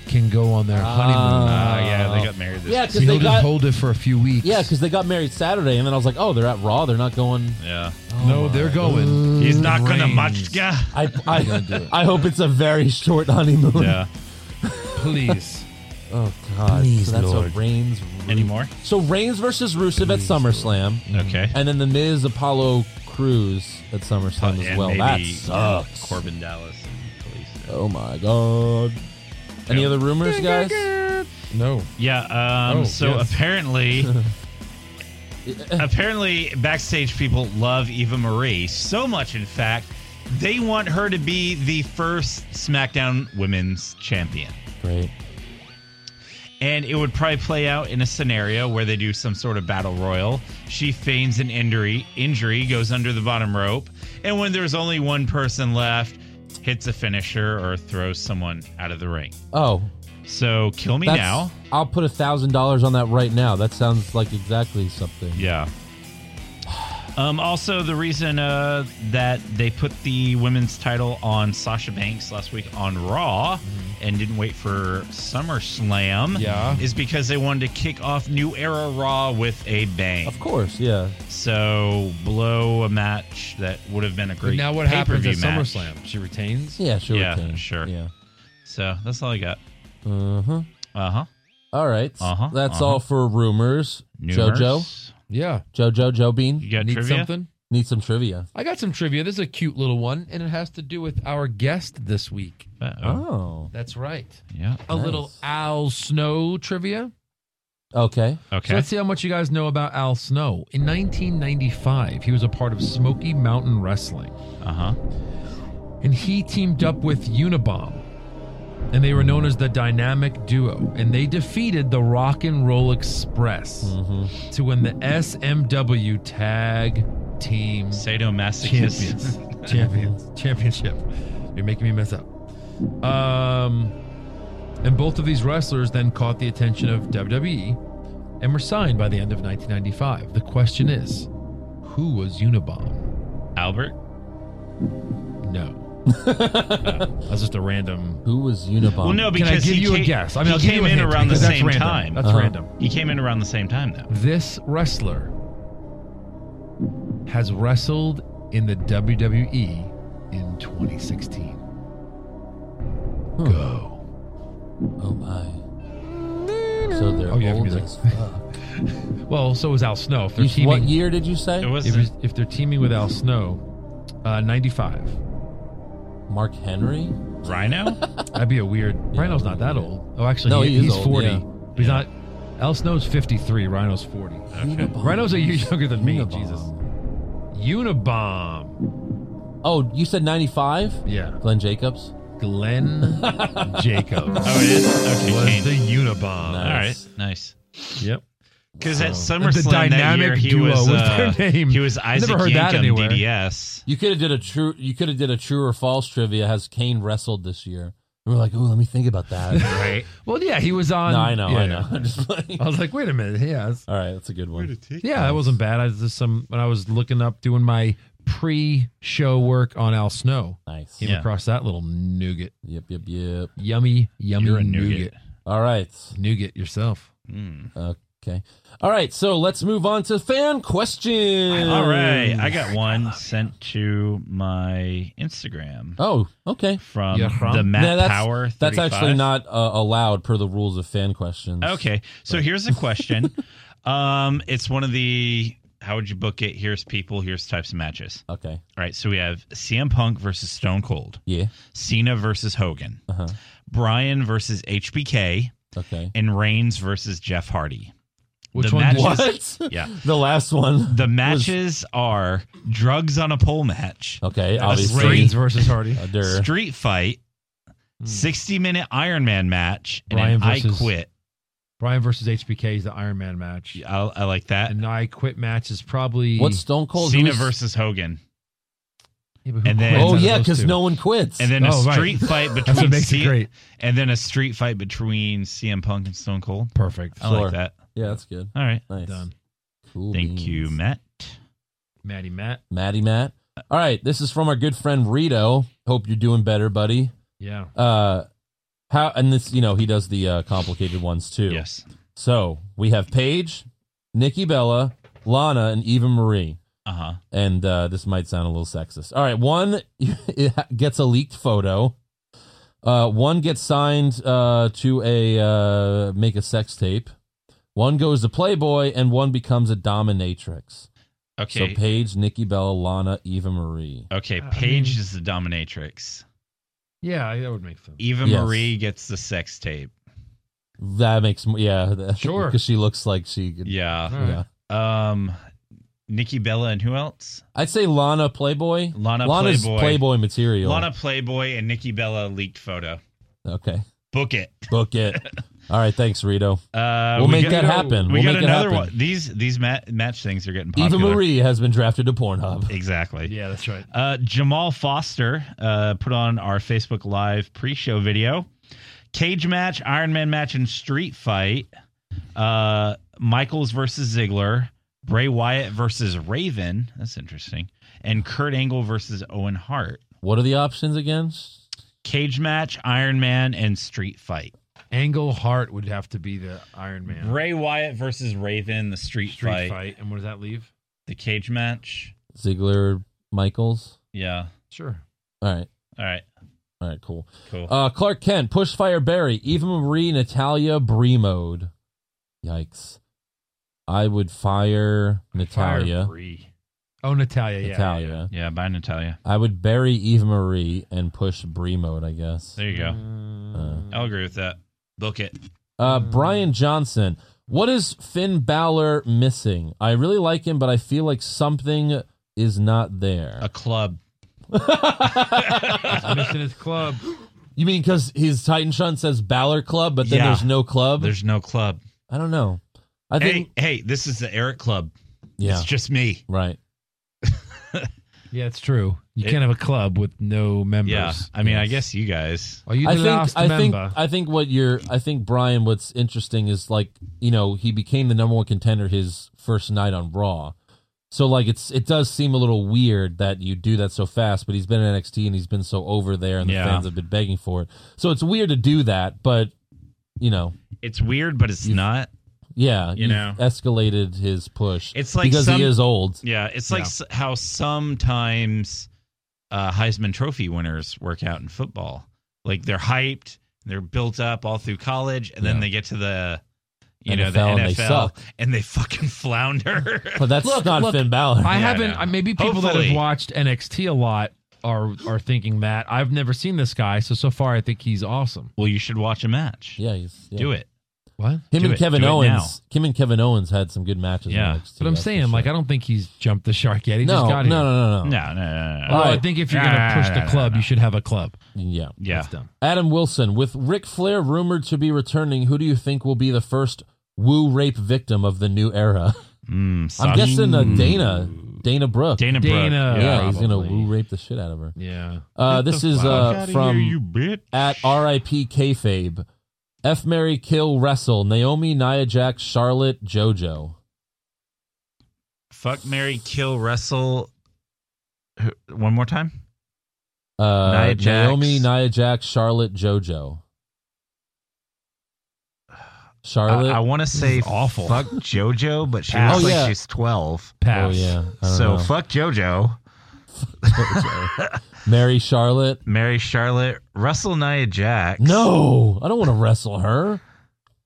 S8: can go on their honeymoon.
S2: Uh,
S1: Ah, yeah, they got
S2: married
S1: this Yeah, 'cause
S8: You know,
S1: they
S8: just
S1: got-
S8: hold it for a few weeks.
S1: Yeah, because they got married Saturday, and then I was like, oh, they're at Raw. They're not going.
S2: Yeah.
S8: no, they're going.
S2: He's not gonna
S8: Reigns.
S2: much. Yeah.
S1: I,
S8: gonna do
S1: I,
S8: it.
S1: I hope it's a very short honeymoon.
S2: Yeah.
S8: Please.
S1: Oh God!
S8: Please,
S1: so that's
S8: Lord.
S1: a Reigns
S2: anymore.
S1: So Reigns versus Rusev at SummerSlam.
S2: Okay.
S1: and then the Miz Apollo Cruz at SummerSlam as
S2: Uh, And
S1: well.
S2: maybe
S1: That
S2: yeah,
S1: sucks.
S2: Corbin Dallas and police.
S1: Oh my God! Any other rumors, guys?
S8: No.
S2: Yeah. Um,
S1: Oh,
S2: so
S1: yes.
S2: apparently, apparently, backstage people love Eva Marie so much. In fact, they want her to be the first SmackDown Women's Champion.
S1: Great.
S2: And it would probably play out in a scenario where they do some sort of battle royal. She feigns an injury, injury goes under the bottom rope, and when there's only one person left, hits a finisher or throws someone out of the ring.
S1: Oh,
S2: So kill me
S1: that's-
S2: now.
S1: I'll put a thousand dollars on that right now. That sounds like exactly something.
S2: Yeah. Um, also, the reason uh, that they put the women's title on Sasha Banks last week on Raw
S8: Mm-hmm.
S2: and didn't wait for SummerSlam
S1: Yeah.
S2: is because they wanted to kick off New Era Raw with a bang. Of
S1: course, yeah.
S2: So blow a match that would have been a
S8: But
S2: great
S8: now what happens at
S2: pay-per-view match.
S8: SummerSlam? She retains?
S1: Yeah, sure.
S2: Yeah, sure. Yeah. So that's all I got.
S1: Uh huh.
S2: Uh huh.
S1: All right.
S2: Uh-huh,
S1: That's
S2: uh-huh.
S1: all for rumors.
S2: Rumors.
S1: JoJo.
S8: Yeah.
S1: JoJo, Joe Bean.
S2: You got
S8: Need trivia? something?
S1: Need some trivia.
S8: I got some trivia. This is a cute little one, and it has to do with our guest this week.
S1: Oh.
S8: That's right.
S2: Uh, Yeah.
S8: A little Al Snow trivia.
S1: Okay.
S8: So let's see how much you guys know about Al Snow. In 1995, he was a part of Smoky Mountain Wrestling.
S2: Uh huh.
S8: And he teamed up with Unabomb. And they were known as the Dynamic Duo. And they defeated the Rock and Roll Express to win the SMW Tag Team
S2: Sadomasochist.
S8: Champions. Champions. Championship. You're making me mess up. Um, and both of these wrestlers then caught the attention of WWE and were signed by the end of 1995. The question is who was Unabomb?
S2: Albert?
S8: No. That's just a random.
S1: Who was Unabomb?
S2: Well, no, because
S8: Um, Can I give
S2: he
S8: you
S2: ca-
S8: a guess? I mean,
S2: he
S8: I'll give
S2: came
S8: you a
S2: in
S8: hint,
S2: around the
S8: because that's
S2: same
S8: random.
S2: time.
S8: That's
S2: Uh-huh.
S8: random.
S2: He came in around the same time, though.
S8: This wrestler has wrestled in the WWE in 2016. Go.
S1: Oh my. So they're
S8: Oh, you have
S1: old
S8: music.
S1: as fuck.
S8: Well, so was Al Snow. If they're
S1: You-
S8: teaming,
S1: what year did you say? It was-
S8: if, it's- if they're teaming with Al Snow, uh, 95.
S1: Mark Henry?
S2: Rhino? Oh,
S8: That'd be a weird. Rhino's not that old. Oh, actually,
S1: No,
S8: he-
S1: he is
S8: he's
S1: old,
S8: 40.
S1: yeah.
S8: But He's not. Al Snow's 53. Rhino's 40.
S1: Unabomb.
S8: Rhino's a year younger than me. Jesus. Unabomb.
S1: Oh, you said 95?
S8: Yeah.
S1: Glenn Jacobs?
S8: Glenn Jacobs.
S2: Oh, it is? Okay,
S8: Was
S2: Kane.
S8: the Unabomb.
S2: All right. Nice.
S8: Yep.
S2: Because at
S8: So-
S2: SummerSlam
S8: The
S2: that
S8: dynamic
S2: year, he
S8: duo
S2: was,
S8: was
S2: uh,
S8: their name.
S2: He was
S8: I
S2: Isaac
S8: never heard that
S2: Yankem
S8: anywhere.
S2: DDS.
S1: You could have did a true. You could have did a true or false trivia. Has Kane wrestled this year? And we're like, oh, let me think about that.
S2: Right.
S8: Well, yeah, he was on.
S1: No, I know,
S8: yeah,
S1: I know.
S8: yeah.
S1: I'm just playing.
S8: I was like, wait a minute. Yeah. that's-
S1: All right, that's a good one.
S8: Yeah, that wasn't bad. I was just some when I was looking up doing my pre-show work on Al Snow.
S1: Nice.
S8: Came
S1: Yeah.
S8: across that little nougat.
S1: Yep, yep, yep.
S8: Yummy, yummy
S1: You're a nougat.
S8: nougat.
S1: All right,
S8: nougat yourself.
S1: Okay. All right, so let's move on to fan questions.
S2: All right. I got one sent to my Instagram.
S1: Oh, okay.
S2: From the Matt
S1: No, that's,
S2: Power.
S1: That's
S2: 35.
S1: actually not uh, allowed per the rules of fan questions.
S2: Okay. So here's a question. um, it's one of the how would you book it? Here's people, here's types of matches.
S1: Okay. All
S2: right. So we have CM Punk versus Stone Cold.
S1: Yeah.
S2: Cena versus Hogan.
S1: Uh-huh.
S2: Brian versus HBK.
S1: Okay.
S2: And Reigns versus Jeff Hardy.
S1: Which
S2: the
S1: one did-
S2: matches,
S1: What?
S2: Yeah.
S1: The last one.
S2: The matches are drugs on a pole match.
S1: Okay,
S2: a
S1: obviously.
S2: street-
S1: Reigns versus Hardy. Uh, duh.
S2: Street fight. 60 minute Iron Man match. And
S8: Hmm. Bryan
S2: an I
S8: versus-
S2: quit.
S8: Brian versus HBK is the Iron Man match.
S2: I, I like that.
S8: And I Quit match is probably
S2: Cena versus Hogan.
S8: Yeah, but who
S2: and
S8: quits
S2: then-
S8: out
S1: oh
S8: of
S1: yeah,
S8: those
S1: because
S8: two?
S1: no one quits.
S2: And then a
S8: Oh, right.
S2: street fight between
S8: That's what makes it
S2: C-
S8: great.
S2: And then a street fight between CM Punk and Stone Cold.
S8: Perfect.
S2: I
S8: Sure.
S2: like that.
S1: Yeah, that's good.
S2: All right.
S1: Nice.
S8: Done.
S1: Cool
S2: Thank you, Matt.
S8: Maddie Matt.
S1: Matty Matt. All right, this is from our good friend Rito. Hope you're doing better, buddy.
S8: Yeah.
S1: Uh, how and this, you know, he does the uh, complicated ones too.
S2: Yes.
S1: So we have Paige, Nikki Bella, Lana, and Eva Marie.
S2: Uh-huh.
S1: And uh, this might sound a little sexist. All right, one gets a leaked photo. Uh, one gets signed uh, to a uh, make a sex tape. One goes to Playboy, and one becomes a dominatrix.
S2: Okay.
S1: So Paige, Nikki Bella, Lana, Eva Marie.
S2: Okay,
S8: I
S2: Paige
S1: mm.
S8: mean-
S2: is the dominatrix.
S8: Yeah, that would make sense.
S2: Eva
S1: Yes.
S2: Marie gets the sex tape.
S1: That makes m- yeah that-
S2: Sure.
S1: because she looks like she could-
S2: Yeah. Um Nikki Bella and who else?
S1: I'd say Lana Playboy.
S2: Lana
S1: Lana's
S2: Playboy.
S1: material.
S2: Lana Playboy and Nikki Bella leaked photo.
S1: Okay.
S2: Book it.
S1: Book it. All right, thanks, Rito.
S2: Uh,
S1: we'll
S2: we
S1: make
S2: got-
S1: that happen.
S2: We
S1: will
S2: got
S1: make
S2: another
S1: it happen.
S2: one. These these ma- match things are getting popular.
S1: Eva Marie has been drafted to Pornhub.
S2: Exactly.
S8: Yeah, that's right.
S2: Uh, Jamal Foster uh, put on our Facebook Live pre-show video. Cage match, Iron Man match, and street fight. Uh, Michaels versus Ziggler. Bray Wyatt versus Raven. That's interesting. And Kurt Angle versus Owen Hart.
S1: What are the options again?
S2: Cage match, Iron Man, and street fight.
S8: Angle Hart would have to be the Iron Man.
S2: Bray Wyatt versus Raven, the street,
S8: Street
S2: fight.
S8: fight. And what does that leave?
S2: The cage match.
S1: Ziggler, Michaels.
S2: Yeah.
S8: Sure.
S1: All right.
S2: All right.
S1: All right, cool.
S2: Cool.
S1: Uh, Clark Kent, Push Fire Barry, Eva Marie, Natalia, Bree mode. Yikes. I would fire Natalia.
S8: Bree. Oh, Natalia. Yeah.
S1: Natalia.
S2: Yeah, by Natalia.
S1: I would bury Eva Marie and push Bree mode, I guess.
S2: There you go. I'll agree with that. Book it.
S1: Uh, Brian Johnson. What is Finn Balor missing? I really like him, but I feel like something is not there. A
S2: club.
S8: He's missing his club.
S1: You mean because his Titan Shun says Balor Club, but then
S2: Yeah.
S1: there's no club?
S2: There's no club.
S1: I don't know. I think.
S2: hey, hey, this is the Eric Club.
S1: Yeah.
S2: It's just me.
S1: Right.
S8: Yeah, it's true. You
S2: It-
S8: can't have a club with no members.
S2: Yeah. I mean, I guess you guys.
S8: Oh, you
S1: I
S8: the
S1: think
S8: last
S1: I think
S8: member.
S1: I think what you're I think Brian what's interesting is like you know he became the number one contender his first night on Raw, so like it's it does seem a little weird that you do that so fast. But he's been in NXT and he's been so over there, and the
S2: Yeah.
S1: fans have been begging for it. So it's weird to do that, but you know
S2: It's weird, but it's not.
S1: yeah
S2: You
S1: you've
S2: know.
S1: escalated his push.
S2: It's like
S1: because
S2: some-
S1: he is old.
S2: Yeah, it's like
S1: Yeah.
S2: s how sometimes uh, Heisman Trophy winners work out in football. Like they're hyped, they're built up all through college, and then
S1: Yeah.
S2: they get to the you know the
S1: NFL, and
S2: NFL
S1: they suck.
S2: and they fucking flounder.
S1: But that's
S8: Look,
S1: not
S8: look,
S1: Finn Balor.
S8: I
S2: Yeah,
S8: haven't.
S2: no.
S8: I maybe people that
S2: Hopefully.
S8: have watched NXT a lot are are thinking that I've never seen this guy. So so far, I think he's awesome.
S2: Well, you should watch a match.
S1: Yeah, he's, yeah.
S2: Do it.
S8: What?
S1: Him
S8: Do
S1: and
S8: it.
S1: Kevin
S8: Do it
S1: Owens. Him and Kevin Owens had some good matches. in NXT,
S8: but I'm
S1: that's for
S8: saying, like, I don't think he's jumped the shark yet. He
S1: No,
S8: just got
S1: no,
S8: here.
S1: no, no, no.
S2: No, no, no, no.
S8: Although I think if you're gonna push the club, you should have a club.
S1: Yeah.
S2: Yeah.
S1: Adam Wilson, with Ric Flair rumored to be returning, who do you think will be the first woo rape victim of the new era?
S2: Sasha.
S1: I'm guessing uh, Dana, Dana Brooke.
S2: Dana Brooke, Dana,
S1: yeah,
S2: yeah.
S1: he's gonna
S2: probably.
S1: woo rape the shit out of her.
S8: Yeah.
S1: Uh,
S2: Get
S1: this
S2: the
S1: is
S2: fuck
S1: uh,
S2: outta
S1: from
S2: here, you bitch.
S1: at RIP kayfabe. F Mary Kill Wrestle Naomi Nia Jax Charlotte JoJo.
S2: Fuck Mary Kill Wrestle. Who- One more time.
S1: Uh,
S2: Nia Jax.
S1: Naomi Nia Jax Charlotte JoJo. Charlotte.
S2: I, want to say awful. Fuck JoJo, but she looks
S1: Oh,
S2: like
S1: yeah.
S2: she's twelve.
S1: Pass. Oh, yeah. I don't
S2: So
S1: know.
S2: fuck JoJo.
S1: Mary Charlotte.
S2: Mary Charlotte. Russell Nia Jax.
S1: No, I don't want to wrestle her.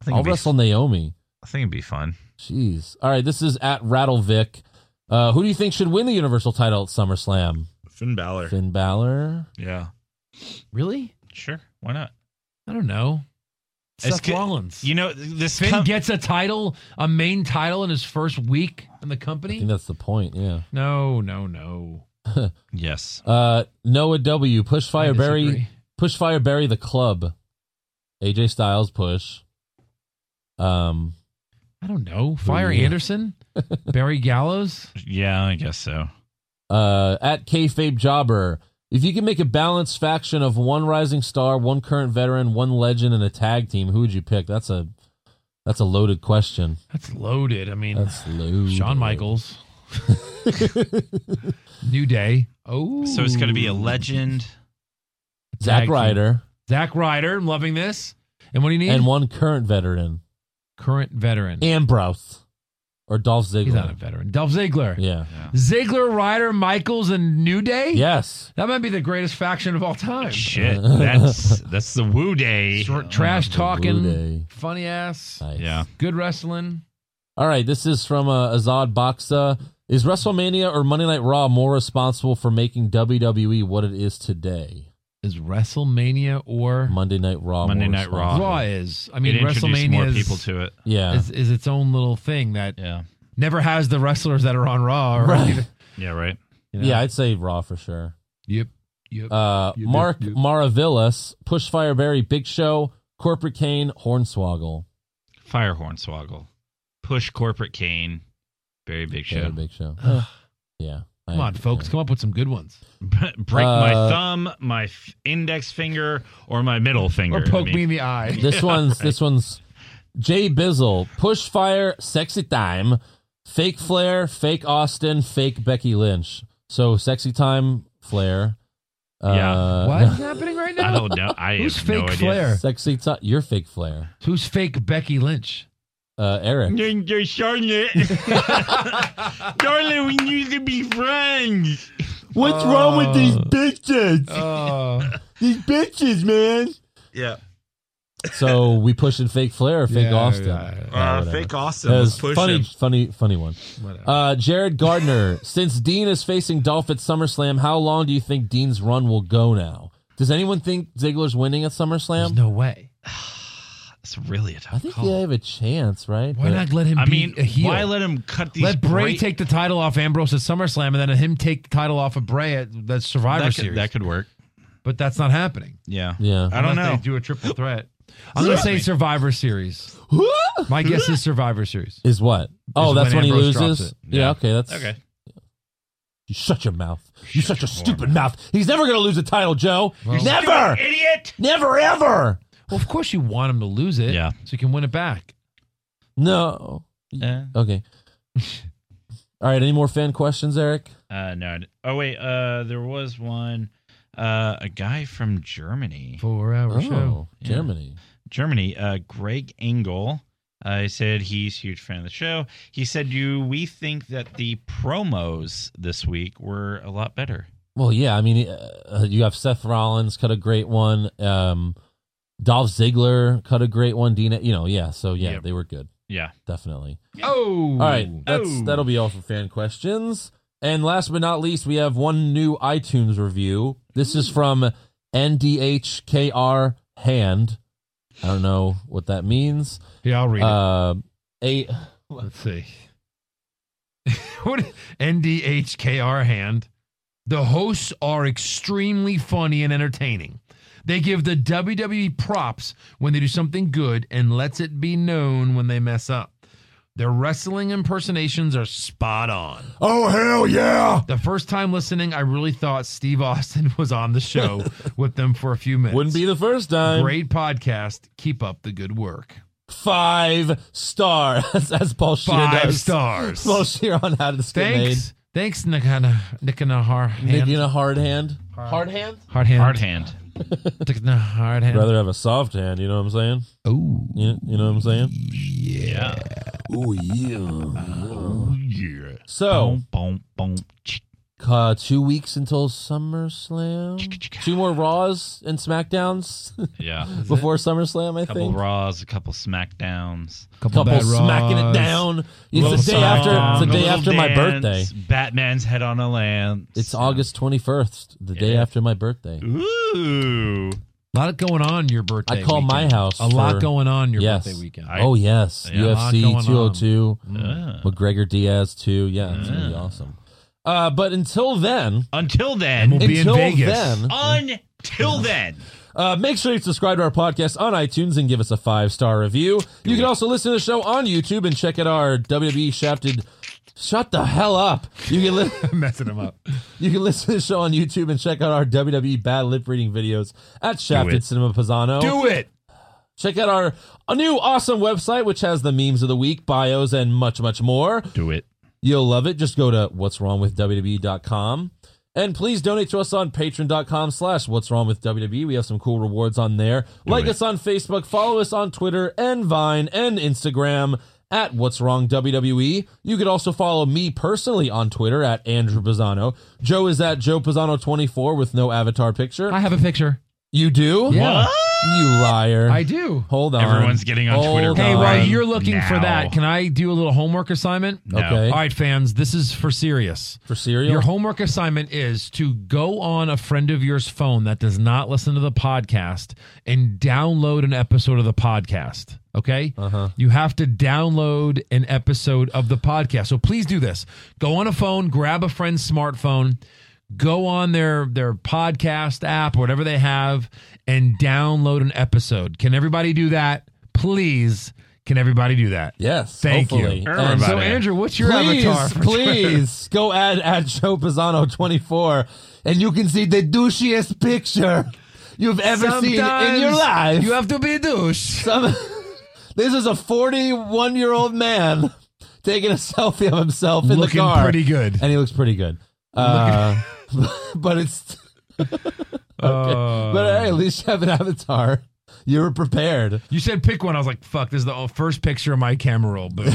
S2: I think
S1: I'll
S2: it'd be-
S1: wrestle Naomi.
S2: I think it'd be fun.
S1: Jeez. All right, this is at Rattlevic. Uh, who do you think should win the Universal title at SummerSlam?
S2: Finn Balor.
S1: Finn Balor.
S2: Yeah.
S8: Really?
S2: Sure. Why not?
S8: I don't know.
S2: It's
S8: Seth
S2: good-
S8: Rollins.
S2: You know this.
S8: Finn
S2: com-
S8: gets a title, a main title in his first week in the
S1: I think
S8: company.
S1: that's the point. Yeah.
S8: No, no, no.
S2: yes.
S1: Uh, Noah W. Push Fire
S8: disagree.
S1: Barry. Push Fire Barry the club. AJ Styles push. Um,
S8: I don't know. Fire
S1: Yeah.
S8: Anderson, Barry Gallows.
S2: Yeah, I guess so.
S1: uh, at kayfabe jobber. If you can make a balanced faction of one rising star, one current veteran, one legend, and a tag team, who would you pick? That's a that's a loaded question.
S8: That's loaded. I mean,
S1: That's loaded.
S8: Shawn Michaels, New Day. Oh,
S2: So it's gonna be a legend.
S1: Zack
S8: Tag team.
S1: Ryder
S8: Zach Ryder. I'm loving this. And what do you need?
S1: and one current veteran,
S8: current veteran.
S1: Ambrose or Dolph Ziggler.
S8: He's not a veteran. Dolph Ziggler.
S1: Yeah.
S8: Ziggler, Ryder, Michaels, and New Day.
S1: Yes.
S8: That might be the greatest faction of all time.
S2: Oh, Shit. That's that's the Woo Day. Oh,
S8: Short trash
S1: Blue
S8: talking,
S1: Day.
S8: funny ass,
S1: Nice.
S2: Yeah.
S8: good wrestling.
S1: All right, this is from uh, Azad Boxa. Is WrestleMania or Monday Night Raw more responsible for making WWE what it is today?
S8: Is WrestleMania or
S1: Monday Night Raw.
S2: Monday
S1: more
S2: Night Raw.
S1: responsible?
S8: Raw is. I mean,
S2: it introduced
S8: WrestleMania
S2: more
S8: is-
S2: people to it.
S1: Yeah.
S8: is, is its own little thing that
S2: Yeah.
S8: never has the wrestlers that are on Raw. Or
S1: Right.
S2: Yeah. Right.
S8: Yeah.
S1: Yeah, I'd say Raw for sure.
S8: Yep. Yep.
S1: Uh, Mark Maravillas, Push Fire Barry, Big Show, Corporate Kane, Hornswoggle.
S2: Fire Hornswoggle. Push Corporate Kane. Very big show.
S1: Very big show. yeah.
S8: Come on, folks, come up with some good ones.
S2: Break my
S1: Uh,
S2: thumb, my f- index finger, or my middle finger.
S8: Or poke me in the eye.
S1: This
S2: Yeah,
S1: one's
S2: right.
S1: this one's Jay Bizzle, Push Fire, Sexy Time, Fake Flair, Fake Austin, Fake Becky Lynch. So Sexy Time, Flair. uh,
S2: Yeah.
S8: What's happening right now?
S2: I don't know. I
S8: Who's
S2: have
S8: fake
S2: no idea.
S8: Flair?
S1: Sexy Time. You're Fake Flair.
S8: Who's fake Becky Lynch?
S1: Uh, Eric.
S2: Ninja Charlotte. Charlotte, we need to be friends.
S1: What's wrong with
S8: Oh.
S1: these bitches? these bitches, man.
S2: Yeah.
S1: So we pushing fake Flair or fake
S2: Yeah,
S1: Austin?
S2: yeah, yeah.
S1: Or
S2: Uh,
S1: whatever.
S2: fake Austin
S1: That
S2: was
S1: was
S2: pushing.
S1: funny, funny, funny one. Uh, Jared Gardner. since Dean is facing Dolph at SummerSlam, how long do you think Dean's run will go now? Does anyone think Ziggler's winning at SummerSlam?
S8: no way.
S2: That's really a tough
S1: I think they have a chance, right?
S8: Why
S1: But-
S8: not let him?
S2: I
S8: be
S2: mean,
S8: a heel?
S2: why let him cut these
S8: Let Bray
S2: great-
S8: take the title off Ambrose at SummerSlam, and then him take the title off of Bray at the Survivor
S2: that,
S8: Series.
S2: could, that could work.
S8: but that's not happening.
S2: Yeah.
S1: Yeah.
S2: I don't
S8: Unless
S2: know.
S8: They do a triple threat. I'm gonna say Survivor Series.
S2: Uh,
S8: My guess is Survivor Series.
S1: Is what? Oh,
S8: Is
S1: that's
S8: when
S1: when, he
S8: Ambrose drops
S1: loses.
S8: it.
S1: Yeah.
S8: Yeah.
S1: Okay. That's
S8: Okay.
S1: You shut your mouth. You shut your stupid mouth. He's never gonna lose a title, Joe. never.
S2: idiot.
S1: Never ever.
S8: Well, of course you want him to lose it. Yeah. So you can win it back.
S1: No. Okay. All right. Any more fan questions, Eric?
S2: Uh, no. I d- Oh wait. Uh, there was one. Uh, a guy from Germany.
S8: Four-hour
S1: Oh, show. Germany.
S2: Germany. Uh, Greg Engel. Uh, he said he's a huge fan of the show. He said, "Do we think that the promos this week were a lot better?"
S1: Well, yeah. I mean, uh, you have Seth Rollins cut a great one. Um, Dolph Ziggler cut a great one. Dina, you know, yeah. So yeah,
S2: Yep.
S1: they were good.
S2: Yeah.
S1: definitely.
S8: Oh.
S1: All right, that's
S8: Oh.
S1: that'll be all for fan questions. And last but not least, we have one new iTunes review. This is from NDHKR Hand. I don't know what that means.
S8: Yeah, I'll read it.
S1: uh, it. A
S8: Let's see. what NDHKR hand? The hosts are extremely funny and entertaining. They give the WWE props when they do something good and lets it be known when they mess up. Their wrestling impersonations are spot on.
S14: Oh, hell yeah.
S8: The first time listening, I really thought Steve Austin was on the show with them for a few minutes.
S1: Wouldn't be the first time.
S8: Great podcast. Keep up the good work.
S1: Five stars. That's Paul Shear
S8: Five
S1: does.
S8: stars.
S1: Paul Shear on how this get made.
S8: Thanks. Thanks, Nikana Nikanahar hand.
S1: Nikana hard hand. Hard hand.
S8: Hard hand.
S2: Hard hand.
S8: Nikana hard hand.
S1: Rather have a soft hand. You know what I'm saying?
S8: Oh,
S1: yeah, you know what I'm saying?
S2: Yeah.
S1: Oh yeah.
S2: Yeah.
S1: So,
S2: Boom, boom, boom.
S1: uh, two weeks until SummerSlam. Two more Raws and SmackDowns.
S2: Yeah.
S1: Before SummerSlam, I
S2: couple
S1: think.
S2: Raws, a couple Smackdowns,
S1: Couple Couple bad smacking it Raws. down. It's
S2: Little
S1: the day after- it's the
S2: Smackdown,
S1: day
S2: a little
S1: after my
S2: dance, Batman's head on a lamp.
S1: It's August 21st, the day after my birthday.
S2: Ooh.
S8: A lot going on your birthday.
S1: I call my
S8: weekend.
S1: house.
S8: A lot
S1: for-
S8: going on your
S1: Yes.
S8: birthday weekend.
S1: oh yes,
S8: Yeah, a lot going on.
S1: UFC 202,
S2: Mm.
S1: McGregor Diaz 2. Yeah, it's gonna be awesome. Uh, but until then,
S2: Until then,
S1: we'll be in Until Vegas. then.
S2: Until then.
S1: Uh, make sure you subscribe to our podcast on iTunes and give us a five star review. you can also listen to the show on YouTube and check out our WWE Shafted. Shut the hell up! You can li-
S8: messing them up.
S1: You can listen to the show on YouTube and check out our WWE bad lip reading videos at Shafted
S8: it.
S1: Cinema Pisano.
S2: Oh.
S8: Do it.
S1: Check out our a new awesome website, which has the memes of the week, bios, and much, much more.
S2: Do it.
S1: You'll love it. Just go to what's wrong with WWE.com. And please donate to us on patreon.com slash what's wrong with WWE. We have some cool rewards on there. like us on Facebook, follow us on Twitter and Vine and Instagram at what's wrong WWE. You could also follow me personally on Twitter at Andrew Pisano. Joe is at Joe Pisano24 with no avatar picture.
S8: I have a picture.
S1: You do?
S8: Yeah.
S1: You liar.
S8: I do.
S1: Hold on.
S2: Everyone's getting on
S1: Hold
S2: Twitter um,
S8: Hey,
S1: on.
S8: while you're looking for
S2: now.
S8: that, can I do a little homework assignment?
S1: No. Okay.
S8: All right, fans, this is for serious.
S1: For serial?
S8: Your homework assignment is to go on a friend of yours' phone that does not listen to the podcast and download an episode of the podcast. Okay? Uh-huh. You have to download an episode of the podcast. So please do this. Go on a phone, grab a friend's smartphone, go on their their podcast app or whatever they have and download an episode. Can everybody do that? Please, can everybody do that?
S1: Yes.
S8: Thank
S1: hopefully.
S8: you. And so Andrew, what's your
S1: please,
S8: avatar? for
S1: Please go add at Joe Pisano twenty four, and you can see the douchiest picture you've ever seen in your
S8: Sometimes
S1: life.
S8: you have to be a douche.
S1: Some, this is a forty one year old man taking a selfie of himself in
S8: Looking
S1: the car,
S8: pretty good.
S1: and he looks pretty good. Uh, but it's okay.
S8: Uh,
S1: but hey, at least you have an avatar. You were prepared.
S8: You said pick one. I was like, fuck, this is the first picture of my camera roll. Boom.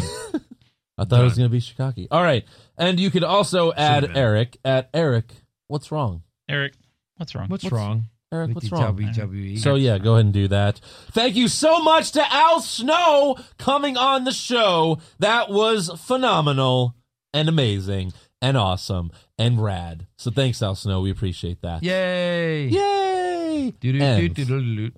S1: I thought it was going to be Shikaki. All right. And you could also add Eric at Eric. What's wrong?
S2: Eric, what's wrong?
S8: What's wrong?
S1: Eric,
S8: With
S1: what's
S8: the E.
S1: wrong?
S8: WWE.
S1: So yeah, go ahead and do that. Thank you so much to Al Snow coming on the show. That was phenomenal and amazing and awesome and rad. So thanks, Al Snow. We appreciate that.
S8: Yay!
S1: Yay!
S8: Doo-doo-doo, doo-doo-doo.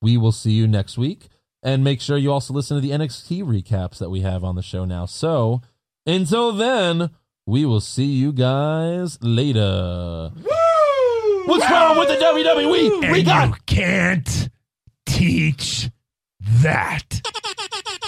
S1: We will see you next week. And make sure you also listen to the NXT recaps that we have on the show now. So until then, we will see you guys later. What's wrong with the E? WWE?
S7: And
S1: We got
S7: you can't teach that.